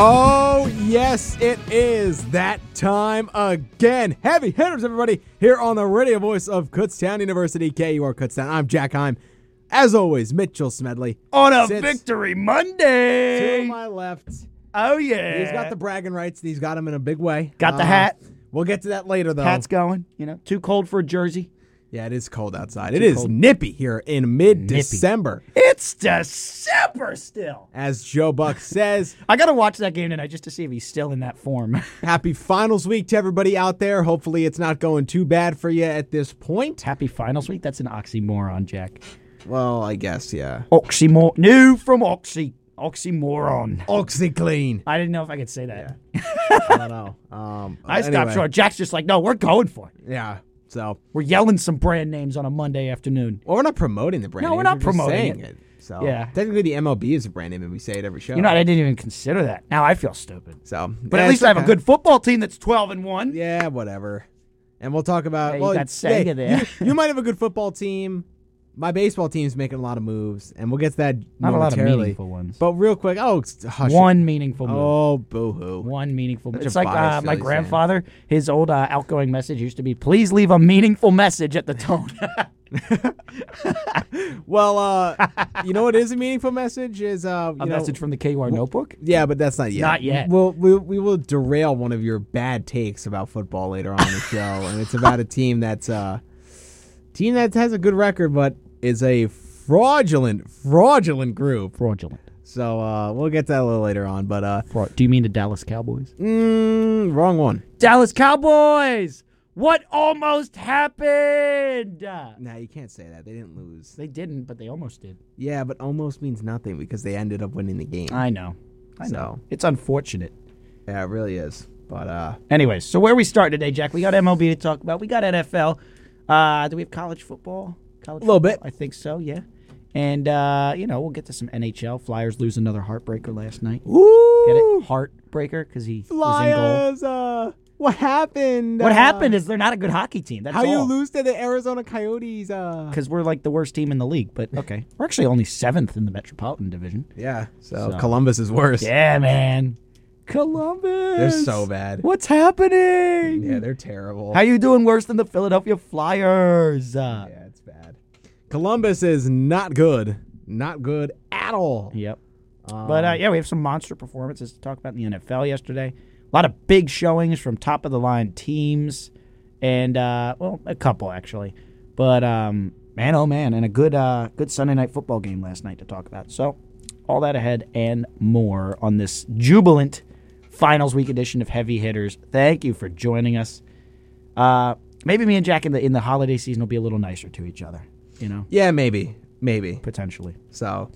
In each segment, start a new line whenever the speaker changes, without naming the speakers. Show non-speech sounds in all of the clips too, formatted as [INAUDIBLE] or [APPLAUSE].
Oh, yes, it is that time again. Heavy hitters, everybody, here on the radio voice of Kutztown University, KUR Kutztown. I'm Jack Heim. As always, Mitchell Smedley.
on a
Sits
Victory
To
Monday.
my left, he's
oh yeah,
got the bragging rights, and he's got him in a big way.
Got the
Uh,
hat.
We'll get to that later, though.
Pat's going. You know, too cold for a jersey.
yeah, it is cold outside. It is nippy here in mid December.
It's December still.
As Joe [LAUGHS] Buck says,
I gotta watch that game tonight just to see if he's still in that form. [LAUGHS]
happy finals week to everybody out there. Hopefully, it's not going too bad for you at this point.
Happy finals week. That's an oxymoron, Jack.
Well, I guess, yeah.
Oxymoron. New from Oxy. Oxymoron.
OxyClean.
I didn't know if I could say that.
I don't know. Um,
[LAUGHS] I stopped
anyway,
short. Jack's just like, no, we're going for it.
Yeah. So,
We're yelling some brand names on a Monday afternoon.
well, we're not promoting the brand.
No,
name,
we're not
just
promoting
saying
it.
So,
Yeah.
technically, the MLB is a brand name, and we say it every show.
You know, I didn't even consider that. Now I feel stupid.
so,
But at least I have a good football team that's 12 and 1.
Yeah, whatever. And we'll talk about.
Hey, you
well,
got Sega
hey,
there.
You, you might have a good football team. My baseball team's making a lot of moves, and we'll get to that
Not a lot of
momentarily.
meaningful ones.
But real quick, oh, it's- hush. it.
One meaningful move.
Oh, boo hoo.
One meaningful move.
a
It's like
biased
uh, my
Phillies fan.
grandfather, his old uh, outgoing message used to be, please leave a meaningful message at the [LAUGHS] tone.
Well,
[LAUGHS]
uh, you know what is a meaningful message is uh, you
a
know,
message from the KUR notebook?
Yeah, but that's not yet.
Not yet.
We'll, we, we will derail one of your bad takes about football later on in the show, and it's about a team that's uh, team that has a good record, but is a fraudulent, fraudulent group.
Fraudulent.
So uh, we'll get to that a little later on. But uh,
Fraud. Do you mean the Dallas Cowboys?
mm, wrong one.
Dallas Cowboys! What almost happened?
Nah, you can't say that. They didn't lose.
They didn't, but they almost did.
Yeah, but almost means nothing because they ended up winning the game.
I know. I
know.
It's unfortunate.
yeah, it really is. But uh,
Anyways, so where we start today, Jack? We got MLB to talk about. We got NFL. Uh, do we have college football? College
A little bit.
football? I think so. Yeah. And uh, you know, we'll get to some NHL. Flyers lose another heartbreaker last night. Get
ooh,
it? Heartbreaker because he was in goal.
Flyers. Uh, what happened?
What
Uh,
happened is they're not a good hockey team. That's
How you
all.
lose to the Arizona Coyotes? Uh,
Because we're like the worst team in the league. But okay, we're actually only seventh in the Metropolitan Division.
Yeah. So,
So-
Columbus is worse.
Yeah, man. Columbus.
They're so bad.
What's happening?
Yeah, they're terrible.
How you doing worse than the Philadelphia Flyers? Uh,
yeah, it's bad. Columbus is not good. Not good at all.
Yep. but uh, yeah, we have some monster performances to talk about in the NFL yesterday. A lot of big showings from top of the line teams, and uh, well, a couple actually. But um, man, oh man, and a good uh, good Sunday night football game last night to talk about. So all that ahead and more on this jubilant finals week edition of Heavy Hitters. Thank you for joining us. Uh, maybe me and Jack in the in the holiday season will be a little nicer to each other. You know,
Yeah, maybe. Maybe.
potentially.
So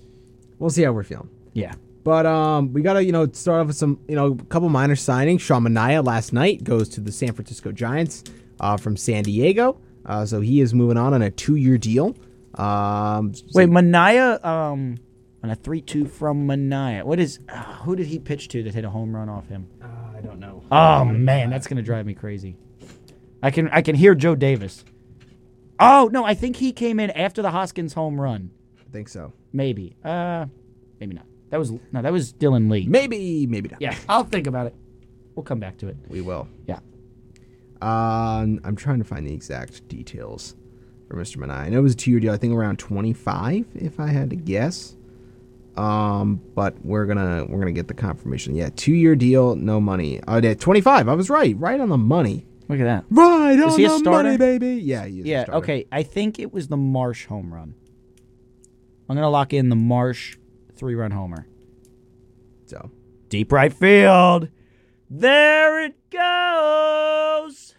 we'll see how we're feeling.
Yeah.
But um, we gotta you know start off with some you know a couple minor signings. Sean Mania last night goes to the San Francisco Giants uh, from San Diego. Uh, so he is moving on on a two-year deal. Um, so-
Wait, Mania um, on a three-two from Mania. What is? Uh, who did he pitch to that hit a home run off him?
I don't know.
Oh man, that's gonna drive me crazy. I can I can hear Joe Davis. Oh no, I think he came in after the Hoskins home run.
I think so.
Maybe. Uh, maybe not. That was no, that was Dylan Lee.
Maybe. Maybe not.
Yeah, [LAUGHS] I'll think about it. We'll come back to it.
We will.
Yeah.
Um, I'm trying to find the exact details for Mr. Manai. I know it was a two-year deal. I think around 25, if I had to guess. Um, but we're gonna we're gonna get the confirmation. Yeah, two-year deal, no money. Oh, yeah, 25. I was right, right on the money.
Look at that.
Right on
he a
the
starter?
money, baby. Yeah, he is a
Yeah.
starter.
Okay. I think it was the Marsh home run. I'm gonna lock in the Marsh three-run homer.
So
deep right field. There it goes.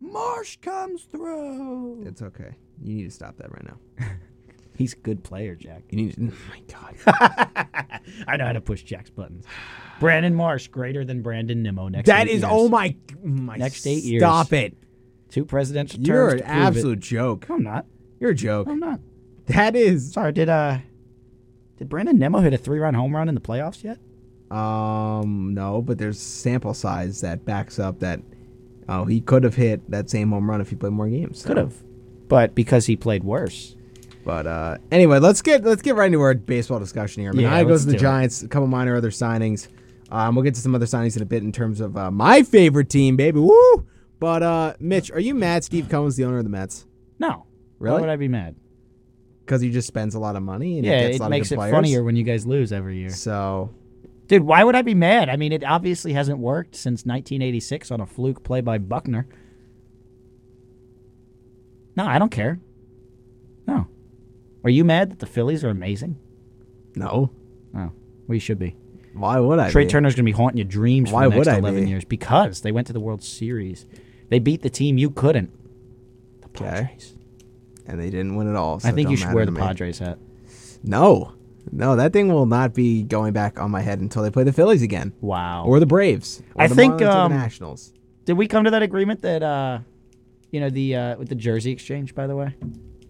Marsh comes through.
it's okay. You need to stop that right now.
He's a good player, Jack.
You need. To, oh my
[LAUGHS]
God,
I know how to push Jack's buttons. Brandon Marsh greater than Brandon Nimmo next.
that
eight
is
years.
oh my my.
Next eight years.
Stop it.
two presidential terms.
You're
to
an
prove it.
absolute joke.
No, I'm not.
You're a joke.
No, I'm not.
That is.
Sorry. Did uh, did Brandon Nimmo hit a three-run home run in the playoffs yet?
Um, no, but there's sample size that backs up that. Oh, he could have hit that same home run if he played more games. so.
Could have, but because he played worse.
But uh, anyway, let's get let's get right into our baseball discussion here. I mean,
Yeah,
I goes
let's
to the
do it.
Giants. A couple minor other signings. Um, we'll get to some other signings in a bit in terms of uh, my favorite team, baby. Woo! But uh, Mitch, are you mad Steve Cohen's the owner of the Mets?
No. Why
Really?
would I be mad?
Because he just spends a lot of money and he
yeah,
gets
it
a lot
makes
of
it
good players.
funnier when you guys lose every year.
So
Dude, why would I be mad? I mean, it obviously hasn't worked since 1986 on a fluke play by Buckner. No, I don't care. No. Are you mad that the Phillies are amazing?
no,
Oh, well, you should be.
why would I?
Trey
be?
Turner's going to be haunting your dreams for
Why
the next
would I
11
be?
years because they went to the World Series. They beat the team you couldn't. The
Okay.
Padres.
and they didn't win at all. So
I
it
think
don't
you should
matter
wear
to
the
me.
Padres hat.
No, no, that thing will not be going back on my head until they play the Phillies again,
Wow.
or the Braves, or
I
the
think,
Marlins or the
um,
Nationals.
Did we come to that agreement that uh you know the uh with the jersey exchange by the way?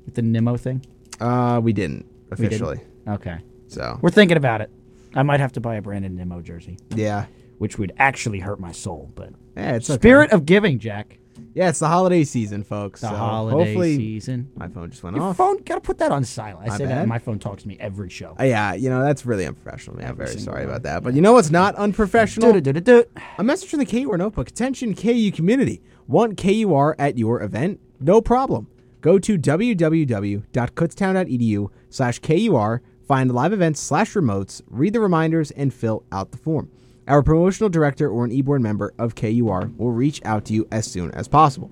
With the Nemo thing?
Uh, we didn't
We didn't?
officially.
Okay.
So
We're thinking about it. I might have to buy a Brandon Nemo jersey,
yeah,
which would actually hurt my soul, but
yeah, it's okay.
spirit of giving, Jack.
Yeah, it's the holiday season, folks.
The
so
holiday
hopefully,
season.
my phone just went
Your
off.
phone gotta put that on silent. I
My
say that
bad.
and my phone talks to me every show.
Uh, yeah, you know that's really unprofessional. Man. I'm very
single
sorry
one.
about that. But you know what's not unprofessional?
Do-do-do-do-do.
A message from the KUR notebook. Attention, KU community. Want KUR at your event? No problem. Go to www.kutztown.edu slash KUR, find live events slash remotes, read the reminders, and fill out the form. Our promotional director or an eBoard member of KUR will reach out to you as soon as possible.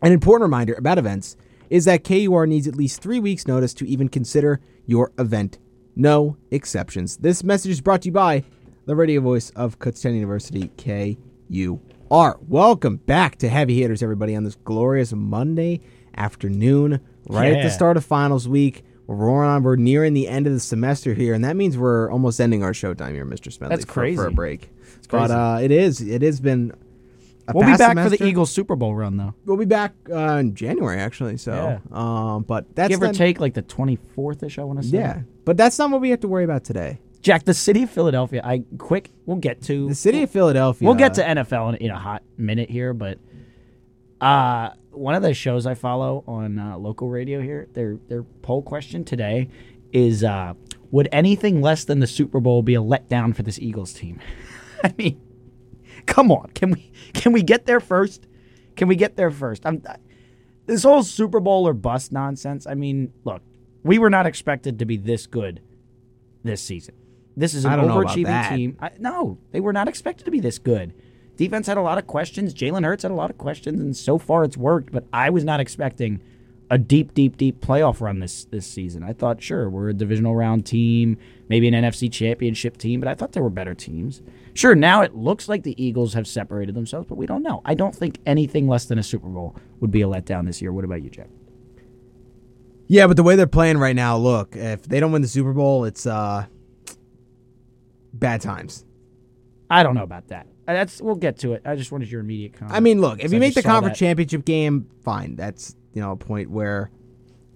An important reminder about events is that KUR needs at least three weeks' notice to even consider your event. No exceptions. This message is brought to you by the radio voice of Kutztown University, KUR. Welcome back to Heavy Hitters, everybody, on this glorious Monday afternoon, right at
Yeah.
the start of finals week. We're roaring on. We're nearing the end of the semester here, and that means we're almost ending our showtime here, Mr. Smedley.
That's
for- For, a
crazy.
break. But uh, it is. It has been. A
We'll be
fast
back for
semester
the Eagles Super Bowl run though.
we'll be back uh, in January actually. So,
Yeah.
um, but that's
Give or
not-
take like the twenty fourth ish, I wanna say.
yeah. But that's not what we have to worry about today.
Jack, the city of Philadelphia, I quick we'll get to
The city of Philadelphia.
We'll get to NFL in, in a hot minute here, but uh, one of the shows I follow on uh, local radio here, their their poll question today is: uh, Would anything less than the Super Bowl be a letdown for this Eagles team? [LAUGHS] I mean, come on, can we can we get there first? Can we get there first? I'm this whole Super Bowl or bust nonsense. I mean, look, we were not expected to be this good this season. This is an
I don't know about
overachieving
that.
team. I, no, they were not expected to be this good. Defense had a lot of questions. Jalen Hurts had a lot of questions, and so far it's worked. But I was not expecting a deep, deep, deep playoff run this this season. I thought, sure, we're a divisional round team, maybe an NFC Championship team, but I thought there were better teams. Sure, now it looks like the Eagles have separated themselves, but we don't know. I don't think anything less than a Super Bowl would be a letdown this year. What about you, Jack?
Yeah, but the way they're playing right now, look, if they don't win the Super Bowl, it's uh, bad times.
I don't know about that. Uh, That's we'll get to it. I just wanted your immediate comment.
I mean, look, if
Because
you
I
make the
just saw
conference
that.
championship game, fine. That's you know a point where,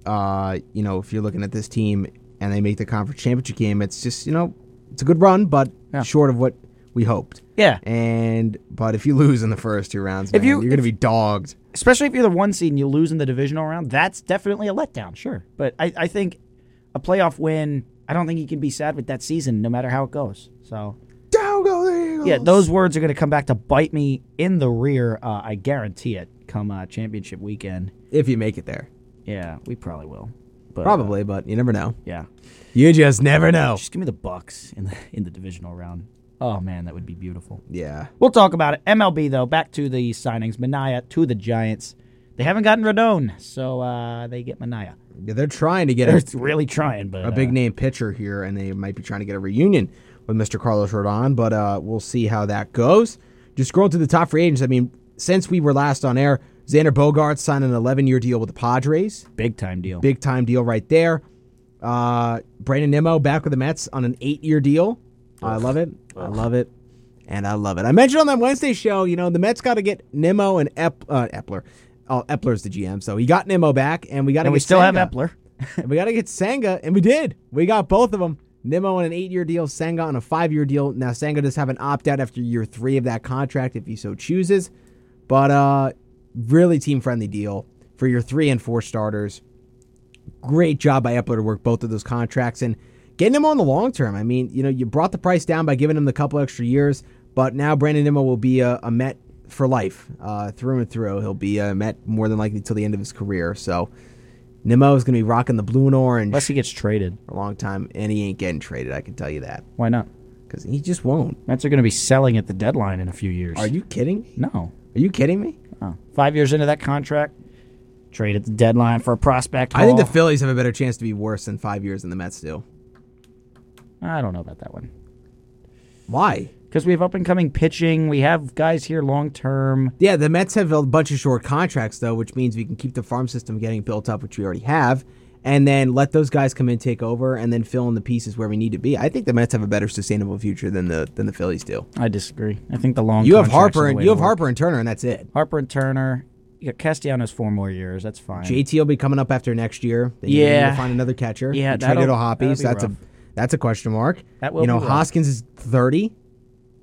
uh, you know, if you're looking at this team and they make the conference championship game, it's just you know it's a good run, but
Yeah.
short of what we hoped. [LAUGHS]
yeah,
And but if you lose in the first two rounds,
If
man,
you-
you're gonna
if-
be dogged.
especially if you're the one seed and you lose in the divisional round, that's definitely a letdown, sure. But I, I think a playoff win, I don't think you can be sad with that season, no matter how it goes. So,
Down go the Eagles.
yeah, those words are going to come back to bite me in the rear. Uh, I guarantee it come uh, championship weekend.
if you make it there,
Yeah, we probably will. But, uh,
probably, but you never know.
yeah.
You just never know.
Just give me the Bucks in the, in the divisional round. Oh, man, that would be beautiful.
Yeah,
We'll talk about it. MLB though, back to the signings. Manaya to the Giants. They haven't gotten Radon, so uh, they get Manaya.
Yeah, they're trying to get
They're
a,
really trying, but
a
uh,
big name pitcher here, and they might be trying to get a reunion with Mr. Carlos Rodon, but uh, we'll see how that goes. Just scroll to the top free agents. I mean, since we were last on air, Xander Bogart signed an 11-year deal with the Padres.
big time deal.
uh, big time deal right there. Uh, Brandon Nimmo back with the Mets on an eight year deal. I love it. I love it. And I love it. I mentioned on that Wednesday show, you know, the Mets got to get Nimmo and Ep- uh, Epler. Oh, Epler's the GM, so he got Nimmo back, and we got to
and
get
we still have
Senga.
Epler.
[LAUGHS] And we got to get Sanga, and we did. We got both of them. Nimmo on an eight-year deal, Sanga on a five-year deal. Now Sanga does have an opt-out after year three of that contract if he so chooses, but uh, really team-friendly deal for your three and four starters. Great job by Epler to work both of those contracts and getting him on the long term. I mean, you know, you brought the price down by giving him the couple extra years, but now Brandon Nimmo will be a, a Met for life, uh, through and through. He'll be a Met more than likely till the end of his career. So Nimmo is going to be rocking the blue and orange
Unless he gets traded.
for a long time, and he ain't getting traded. I can tell you that
Why not?
because he just won't.
Mets are going to be selling at the deadline in a few years.
Are you kidding me?
No.
Are you kidding me?
Oh. Five years into that contract, trade at the deadline for a prospect.
I think the
haul.
Phillies have a better chance to be worse than five years than the Mets do.
I don't know about that one
Why?
because we have up and coming pitching. We have guys here long term.
Yeah, the Mets have a bunch of short contracts though, which means we can keep the farm system getting built up, which we already have, and then let those guys come in, take over, and then fill in the pieces where we need to be. I think the Mets have a better sustainable future than the than the Phillies do.
I disagree. I think the long.
You have
contracts are
Harper
the
and
way
you
to
have
work.
Harper and Turner, and that's it.
Harper and Turner. Yeah, Castellanos four more years. That's fine.
JT will be coming up after next year. Then you
Yeah.
need to find another catcher.
Yeah,
you traded
that'll-
Ohapi, so
that'll be
that's a
rough.
that's a question mark.
That will
you know
be rough.
Hoskins is thirty,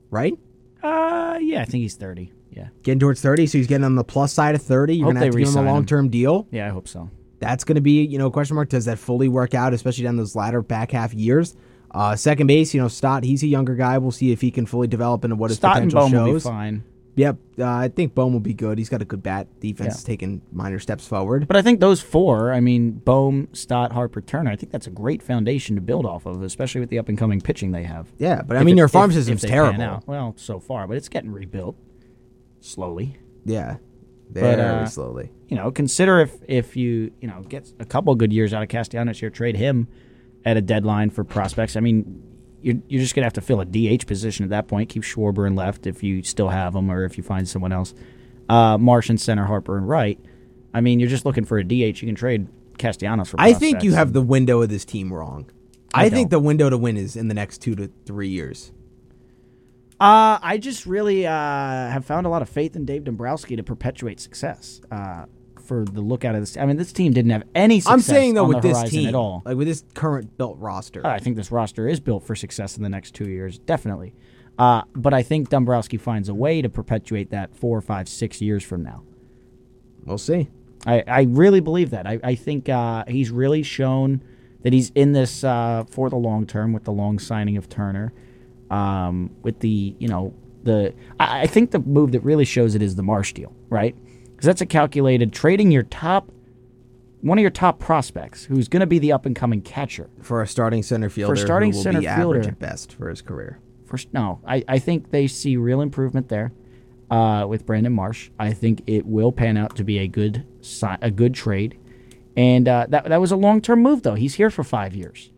right?
uh, yeah, I think he's thirty. Yeah,
Getting towards thirty, so he's getting on the plus side of thirty. You're
Hope
gonna have
they
to give him
re-sign
a
him.
long term deal.
yeah, I hope so.
that's going to be you know a question mark. Does that fully work out, especially down those latter back half years? Uh, second base, you know Stott, he's a younger guy. We'll see if he can fully develop into what his
Stott and
potential
Bohm will be
shows.
fine,
Yep, uh, I think Bohm will be good. He's got a good bat. Defense
Yeah.
is taking minor steps forward.
but I think those four. I mean, Bohm, Stott, Harper, Turner. I think that's a great foundation to build off of, especially with the up and coming pitching they have.
Yeah, but I
If
mean
it-
your farm
if- if
system's
they pan
terrible.
out. Well, so far, but it's getting rebuilt slowly.
Yeah, very
uh,
slowly.
You know, consider if if you you know get a couple good years out of Castellanos here, trade him at a deadline for prospects. I mean, you're you're just gonna have to fill a DH position at that point. Keep Schwarber in left if you still have him, or if you find someone else. Uh, Marsh in center, Harper and right. I mean, you're just looking for a DH. You can trade Castellanos for.
I think you
prospects.
have the window of this team wrong. I, think
don't.
the window to win is in the next two to three years.
Uh, I just really uh, have found a lot of faith in Dave Dombrowski to perpetuate success. Uh, for the look out of this, I mean, this team didn't have any success
I'm saying though
on
with
the
this
horizon
team,
at all.
like with this current built roster,
Uh, I think this roster is built for success in the next two years, definitely. Uh, but I think Dombrowski finds a way to perpetuate that four, five, six years from now.
we'll see.
I, I really believe that. I, I think uh, he's really shown that he's in this uh, for the long term with the long signing of Turner, um, with the you know the I, I think the move that really shows it is the Marsh deal, right? Because that's a calculated trading your top one of your top prospects who's going to be the up and coming catcher.
for a starting center fielder
starting
who will
center
be average
fielder.
at best for his career.
For s- no, I, I think they see real improvement there uh, with Brandon Marsh. I think it will pan out to be a good si- a good trade, and uh, that that was a long term move though. He's here for five years.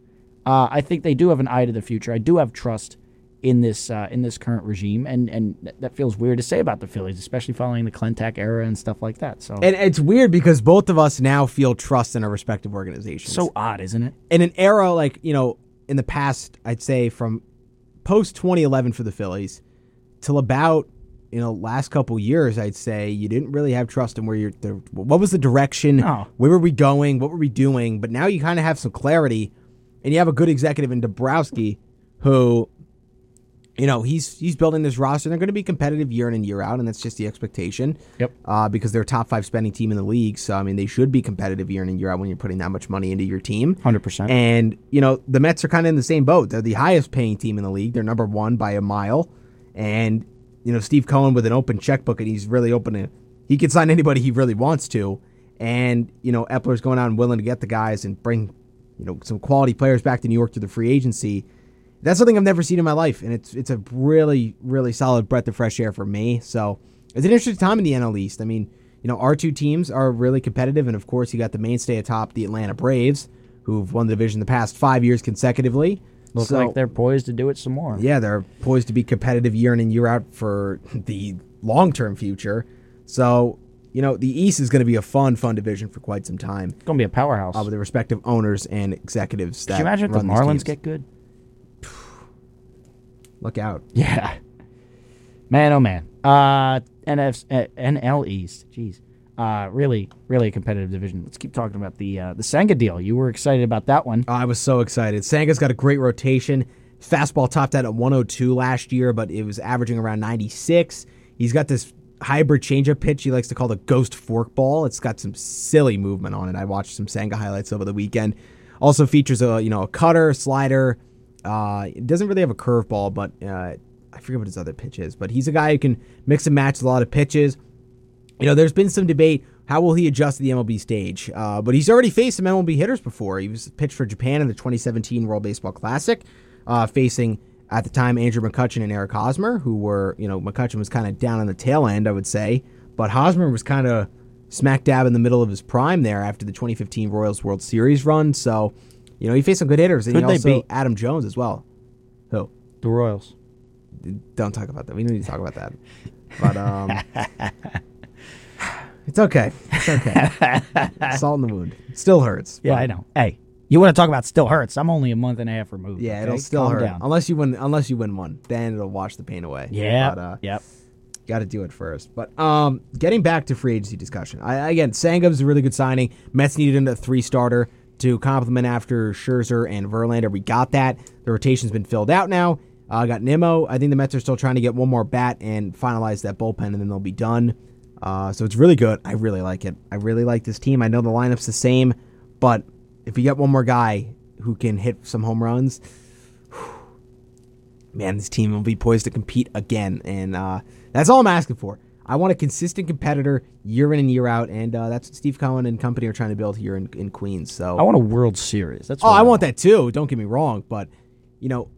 Uh, I think they do have an eye to the future. I do have trust in this uh, in this current regime, and and th- that feels weird to say about the Phillies, especially following the Clentac era and stuff like that. So
And it's weird because both of us now feel trust in our respective organizations.
so odd, isn't it?
in an era like, you know, in the past, I'd say from post 2011 for the Phillies till about, you know, last couple years, I'd say you didn't really have trust in where you're, the, what was the direction?
No.
Where were we going? What were we doing? But now you kind of have some clarity and you have a good executive in Dabrowski who you know he's he's building this roster. They're going to be competitive year in and year out, and that's just the expectation.
Yep.
Uh, because they're a top five spending team in the league, so I mean they should be competitive year in and year out when you're putting that much money into your team.
100%.
And you know the Mets are kind of in the same boat. They're the highest paying team in the league. They're number one by a mile, and you know Steve Cohen with an open checkbook, and he's really open to he can sign anybody he really wants to. And you know Epler's going out and willing to get the guys and bring you know some quality players back to New York through the free agency. That's something I've never seen in my life, and it's it's a really really solid breath of fresh air for me. So it's an interesting time in the NL East. I mean, you know, our two teams are really competitive, and of course, you got the mainstay atop the Atlanta Braves, who've won the division the past five years consecutively.
Looks
So,
like they're poised to do it some more.
yeah, they're poised to be competitive year in and year out for [LAUGHS] the long term future. So you know, the East is going to be a fun fun division for quite some time
It's going to be a powerhouse.
uh, with the respective owners and executives. That
Could you imagine if the
run these
Marlins
teams.
get good?
look out?
Yeah. Man, oh man. Uh, NF, uh, NL East. Jeez. Uh, really, really a competitive division. Let's keep talking about the uh, the Senga deal. You were excited about that one.
I was so excited. Sanga's got a great rotation. Fastball topped out at 102 last year, but it was averaging around 96. He's got this hybrid changeup pitch he likes to call the ghost forkball. It's got some silly movement on it. I watched some Sanga highlights over the weekend. Also features a you know a cutter, slider. Uh, it doesn't really have a curveball, but uh, I forget what his other pitch is. But he's a guy who can mix and match a lot of pitches. You know, there's been some debate how will he adjust to the MLB stage, uh, but he's already faced some MLB hitters before. He was pitched for Japan in the 2017 World Baseball Classic, uh, facing at the time Andrew McCutchen and Eric Hosmer, who were you know McCutchen was kind of down on the tail end, I would say, but Hosmer was kind of smack dab in the middle of his prime there after the 2015 Royals World Series run. So, you know, he faced some good hitters, and he
Who'd they
also
beat?
Adam Jones as well. Who?
The Royals.
don't talk about that. We don't need to talk about that. But um, [SIGHS] it's okay. It's okay.
[LAUGHS]
Salt in the wound. It still hurts.
Yeah,
but-
I know. Hey, you want to talk about still hurts? I'm only a month and a half removed.
Yeah,
okay?
it'll still
Calm
hurt
down.
unless you win. Unless you win one, then it'll wash the pain away.
Yeah.
But, uh,
yep.
Got to do it first. But um, getting back to free agency discussion, I, again, Sangum's a really good signing. Mets needed a three starter to complement after Scherzer and Verlander. We got that. The rotation's been filled out now. Uh, got Nimmo. I think the Mets are still trying to get one more bat and finalize that bullpen, and then they'll be done. Uh, so it's really good. I really like it. I really like this team. I know the lineup's the same, but if you get one more guy who can hit some home runs, man, this team will be poised to compete again. And uh, that's all I'm asking for. I want a consistent competitor year in and year out. And uh, that's what Steve Cohen and company are trying to build here in, in Queens. So,
I want a World Series. That's
oh,
what
I want that too. Don't get me wrong, but you know,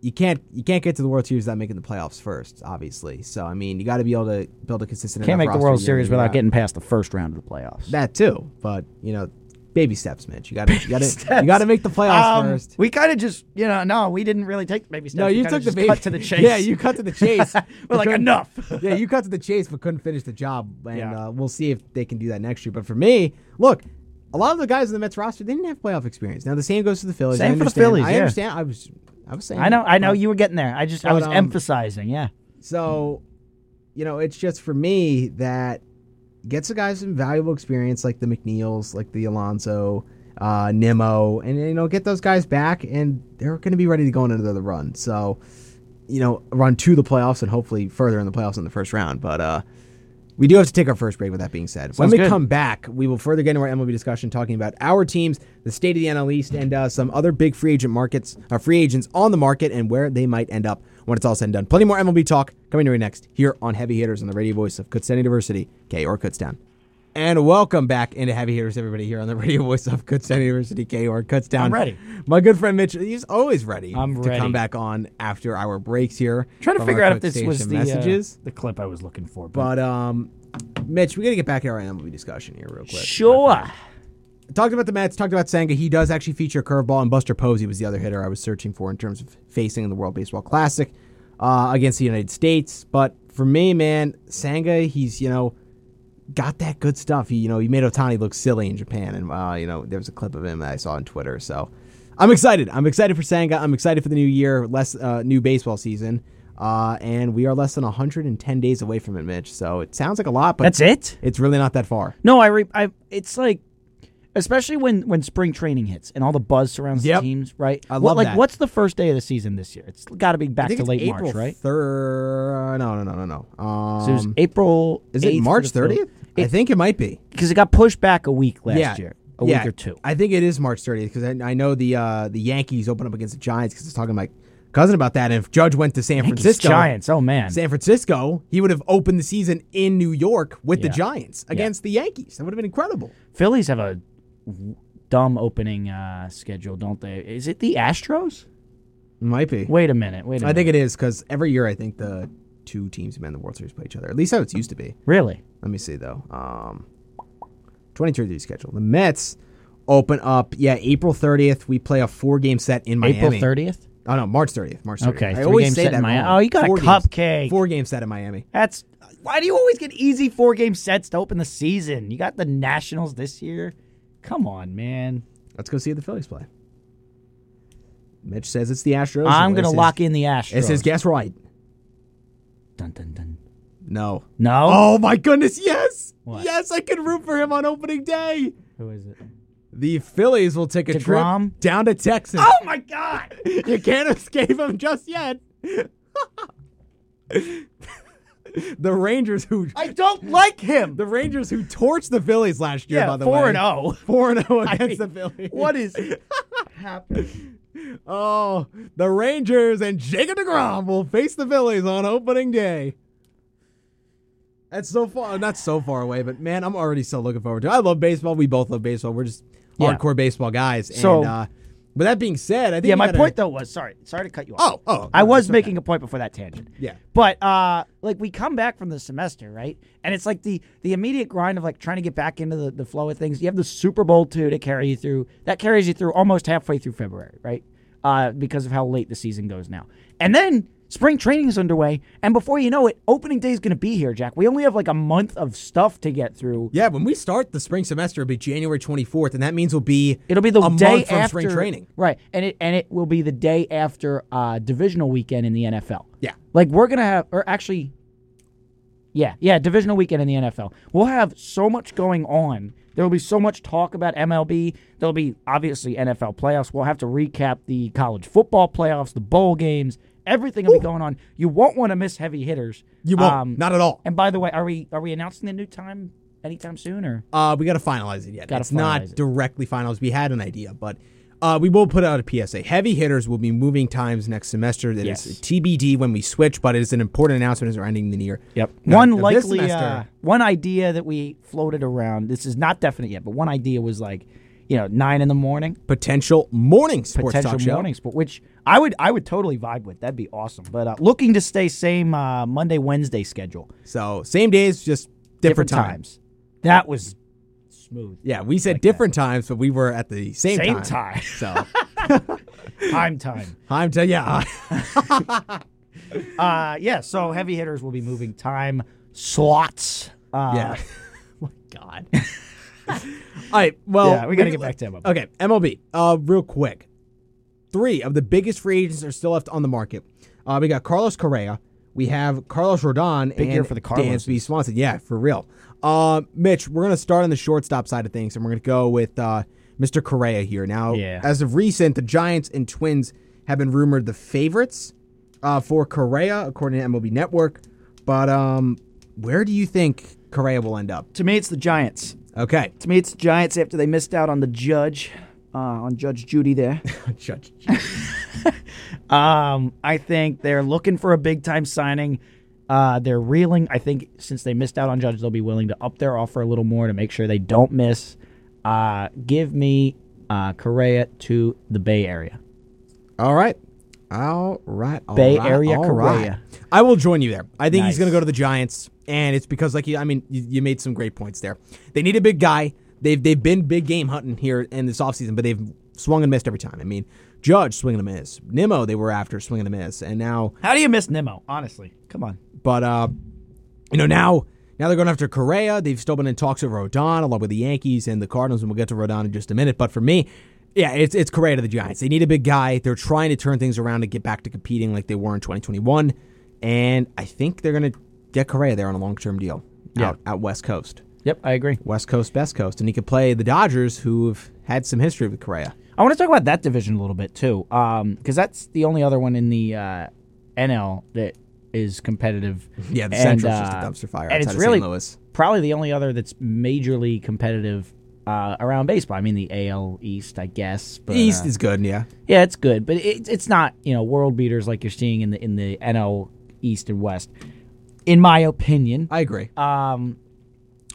you can't you can't get to the World Series without making the playoffs first, obviously. So, I mean, you got to be able to build a consistent.
Can't
enough
make the
roster year
World
in
Series
and year
without
out.
getting past the first round of the playoffs. [LAUGHS]
that too. But you know, baby steps, Mitch. You got to you got to you got to make the playoffs
Um,
first.
We kind of just, you know, no, we didn't really take the baby steps.
No,
We
you
kinda
took the
just
baby.
cut [LAUGHS] to the
[LAUGHS]
chase.
Yeah, you cut to the chase.
[LAUGHS] We're like,
Couldn't-
enough.
[LAUGHS] yeah, you cut to the chase, but couldn't finish the job. And
Yeah.
uh, we'll see if they can do that next year. But for me, look, a lot of the guys in the Mets roster they didn't have playoff experience. Now the same goes to the Phillies. I
Same for the
understand-
Phillies,
I
yeah.
understand. I was, I was saying.
I know, I know
but-
you were getting there. I just, I
But,
was
um,
emphasizing, yeah.
So, you know, it's just for me that gets the guys some valuable experience, like the McNeils, like the Alonso, uh, Nimmo, and you know, get those guys back, and they're going to be ready to go on another run. So, you know, run to the playoffs and hopefully further in the playoffs in the first round. But uh, we do have to take our first break. With that being said, when
Sounds
we
good.
come back, we will further get into our MLB discussion, talking about our teams, the state of the NL East, and uh, some other big free agent markets, uh, free agents on the market, and where they might end up when it's all said and done. Plenty more MLB talk coming your way next here on Heavy Hitters on the radio voice of Kutztown University, K or Kutztown. And welcome back into Heavy Hitters, everybody, here on the [LAUGHS] radio voice of Kutztown University, K or Kutztown.
I'm ready.
My good friend Mitch, he's always ready
I'm
to come
ready.
back on after our breaks here.
Trying to
from
figure
our
out if this
Kutzstation
was the, uh,
messages.
the clip I was looking for. But,
But um, Mitch, we gotta get back to our MLB discussion here real quick.
sure.
Talked about the Mets. Talked about Sanga. He does actually feature a curveball, and Buster Posey was the other hitter I was searching for in terms of facing in the World Baseball Classic uh, against the United States. But for me, man, Sanga, he's you know got that good stuff. He you know he made Otani look silly in Japan, and uh, you know there was a clip of him that I saw on Twitter. So I'm excited. I'm excited for Sanga. I'm excited for the new year, less uh, new baseball season. Uh, and we are less than 110 days away from it, Mitch. So it sounds like a lot, but
That's it?
it's really not that far.
No, I, re- I, it's like, especially when when spring training hits and all the buzz surrounds
Yep.
the teams, right?
I
What-
love
like,
that.
what's the first day of the season this year? It's got to be back to late March, right?
Third? No, no, no, no, no. Um,
So it was April.
is it March 30th? I think it might be.
Because it got pushed back a week last
yeah,
year, a
yeah.
week or two.
I think it is March 30th because I, I know the uh, the Yankees open up against the Giants because I was talking to my cousin about that. And if Judge went to San
Yankees,
Francisco,
Giants. Oh man,
San Francisco, he would have opened the season in New York with the
Yeah.
Giants against the Yankees. That would have been incredible.
Phillies have a w- dumb opening uh, schedule, don't they? Is it the Astros?
Might be.
Wait a minute. Wait a
I
minute.
think it is because every year I think the two teams who made the World Series play each other. At least how it's used to be.
really.
Let me see though. Um, 2023 schedule. The Mets open up. Yeah, April 30th. We play a four game set in Miami.
April thirtieth.
Oh no, March 30th. March 30th.
Okay,
I
three
always
game
say
set
that.
in Miami.
wrong.
Oh, you got a
four
cupcake.
Games, four game set in Miami.
That's why do you always get easy four game sets to open the season? You got the Nationals this year. Come on, man.
Let's go see the Phillies play. Mitch says it's the Astros.
I'm gonna lock in the Astros.
It says guess right.
dun, dun, dun.
No.
No.
Oh my goodness! Yes.
What?
Yes, I can root for him on opening day.
Who is it?
The Phillies will take a
DeGrom?
trip down to Texas.
Oh my God.
you can't escape him just yet. the Rangers who
I don't like him.
the Rangers who torched the Phillies last year.
yeah,
by the
four
way,
and zero.
four and zero [LAUGHS] against
[LAUGHS] I mean,
the Phillies. [LAUGHS]
What is happening?
Oh, the Rangers and Jacob DeGrom will face the Phillies on opening day. That's so far, not so far away, but man, I'm already so looking forward to it. I love baseball. We both love baseball. We're just
Yeah.
hardcore baseball guys.
So-
and, uh, with that being said, I think
Yeah,
we
my
gotta-
point though was sorry, sorry to cut you off.
Oh, oh,
I
no,
was
it's okay.
making a point before that tangent.
Yeah.
But uh like we come back from the semester, right? And it's like the the immediate grind of like trying to get back into the, the flow of things. You have the Super Bowl too to carry you through. That carries you through almost halfway through February, right? Uh because of how late the season goes now. And then spring training is underway, and before you know it, opening day is gonna be here, Jack. We only have like a month of stuff to get through.
Yeah, when we start the spring semester, it'll be January 24th, and that means we'll be
It'll be the
a
day
month from
after
spring training.
right? And it and it will be the day after uh, divisional weekend in the NFL.
Yeah.
like we're gonna have, or actually, yeah, yeah, divisional weekend in the NFL. We'll have so much going on. There will be so much talk about MLB. There'll be obviously NFL playoffs. We'll have to recap the college football playoffs, the bowl games. Everything will be going on. You won't want to miss heavy hitters. Um,
You won't, not at all.
And by the way, are we are we announcing the new time anytime soon? Or
Uh, we got to finalize it yet.
Gotta
It's not
finalize it.
directly finalized. We had an idea, but uh, we will put out a PSA. Heavy hitters will be moving times next semester. That is
Yes.
TBD when we switch, but it is an important announcement as we're ending the year. Now,
One
now this
likely
semester-
uh, one idea that we floated around. This is not definite yet, but one idea was like, you know, nine in the morning,
potential morning sports
potential
talk show.
morning sport, which I would I would totally vibe with. That'd be awesome. But uh, looking to stay same uh, Monday Wednesday schedule,
So same days, just different, time.
times. That was smooth.
Yeah, we said different times, but we were at the same,
Same
time.
[LAUGHS]
So
time. Time time.
I'm t-
[LAUGHS]
yeah.
Uh, yeah. So heavy hitters will be moving time slots. Uh, [LAUGHS]
Yeah. my God. All right. Well,
Yeah, we gotta get back to MLB.
Okay, MLB. Uh, real quick, three of the biggest free agents are still left on the market. Uh, we got Carlos Correa. We have Carlos Rodon and
year for the Carloses.
Dansby Swanson. Yeah, for real. Uh, Mitch, we're gonna start on the shortstop side of things, and we're gonna go with uh, Mr. Correa here. Now,
Yeah.
as of recent, the Giants and Twins have been rumored the favorites uh, for Correa, according to MLB Network. But um, where do you think Correa will end up?
To me, it's the Giants.
Okay, [LAUGHS]
To me, it's the Giants after they missed out on the Judge, uh, on Judge Judy there.
Judge.
Um, I think they're looking for a big time signing. Uh, they're reeling. I think since they missed out on Judge, they'll be willing to up their offer a little more to make sure they don't miss. Uh, give me uh, Correa to the Bay Area.
All right. All right. all
Bay
right,
Area
all
Correa.
right. I will join you there. I think
Nice.
he's going to go to the Giants, and it's because, like, you- I mean, you, you made some great points there. They need a big guy. They've they've been big game hunting here in this offseason, but they've swung and missed every time. I mean, Judge swinging and a miss, Nimmo they were after swinging and a miss, and now,
How do you miss Nemo? Honestly, come on.
but uh, you know now. Now they're going after Correa. They've still been in talks with Rodon, along with the Yankees and the Cardinals, and we'll get to Rodon in just a minute. But for me, yeah, it's it's Correa to the Giants. They need a big guy. They're trying to turn things around and get back to competing like they were in 2021. And I think they're going to get Correa there on a long term deal
Yeah.
out, out West Coast.
Yep, I agree.
West Coast, best coast. And he could play the Dodgers, who've had some history with Correa.
I want to talk about that division a little bit too, because that's the only other one in the uh, NL that is competitive.
Yeah, the
And,
Central's
uh,
just a dumpster fire
and
outside
it's
of
really
St. Louis.
probably the only other that's majorly competitive uh, around baseball. I mean, the AL East, I guess. But,
East
uh,
is good, yeah.
yeah, it's good, but it, it's not you know world beaters like you're seeing in the in the NL East and West. In my opinion,
I agree.
um,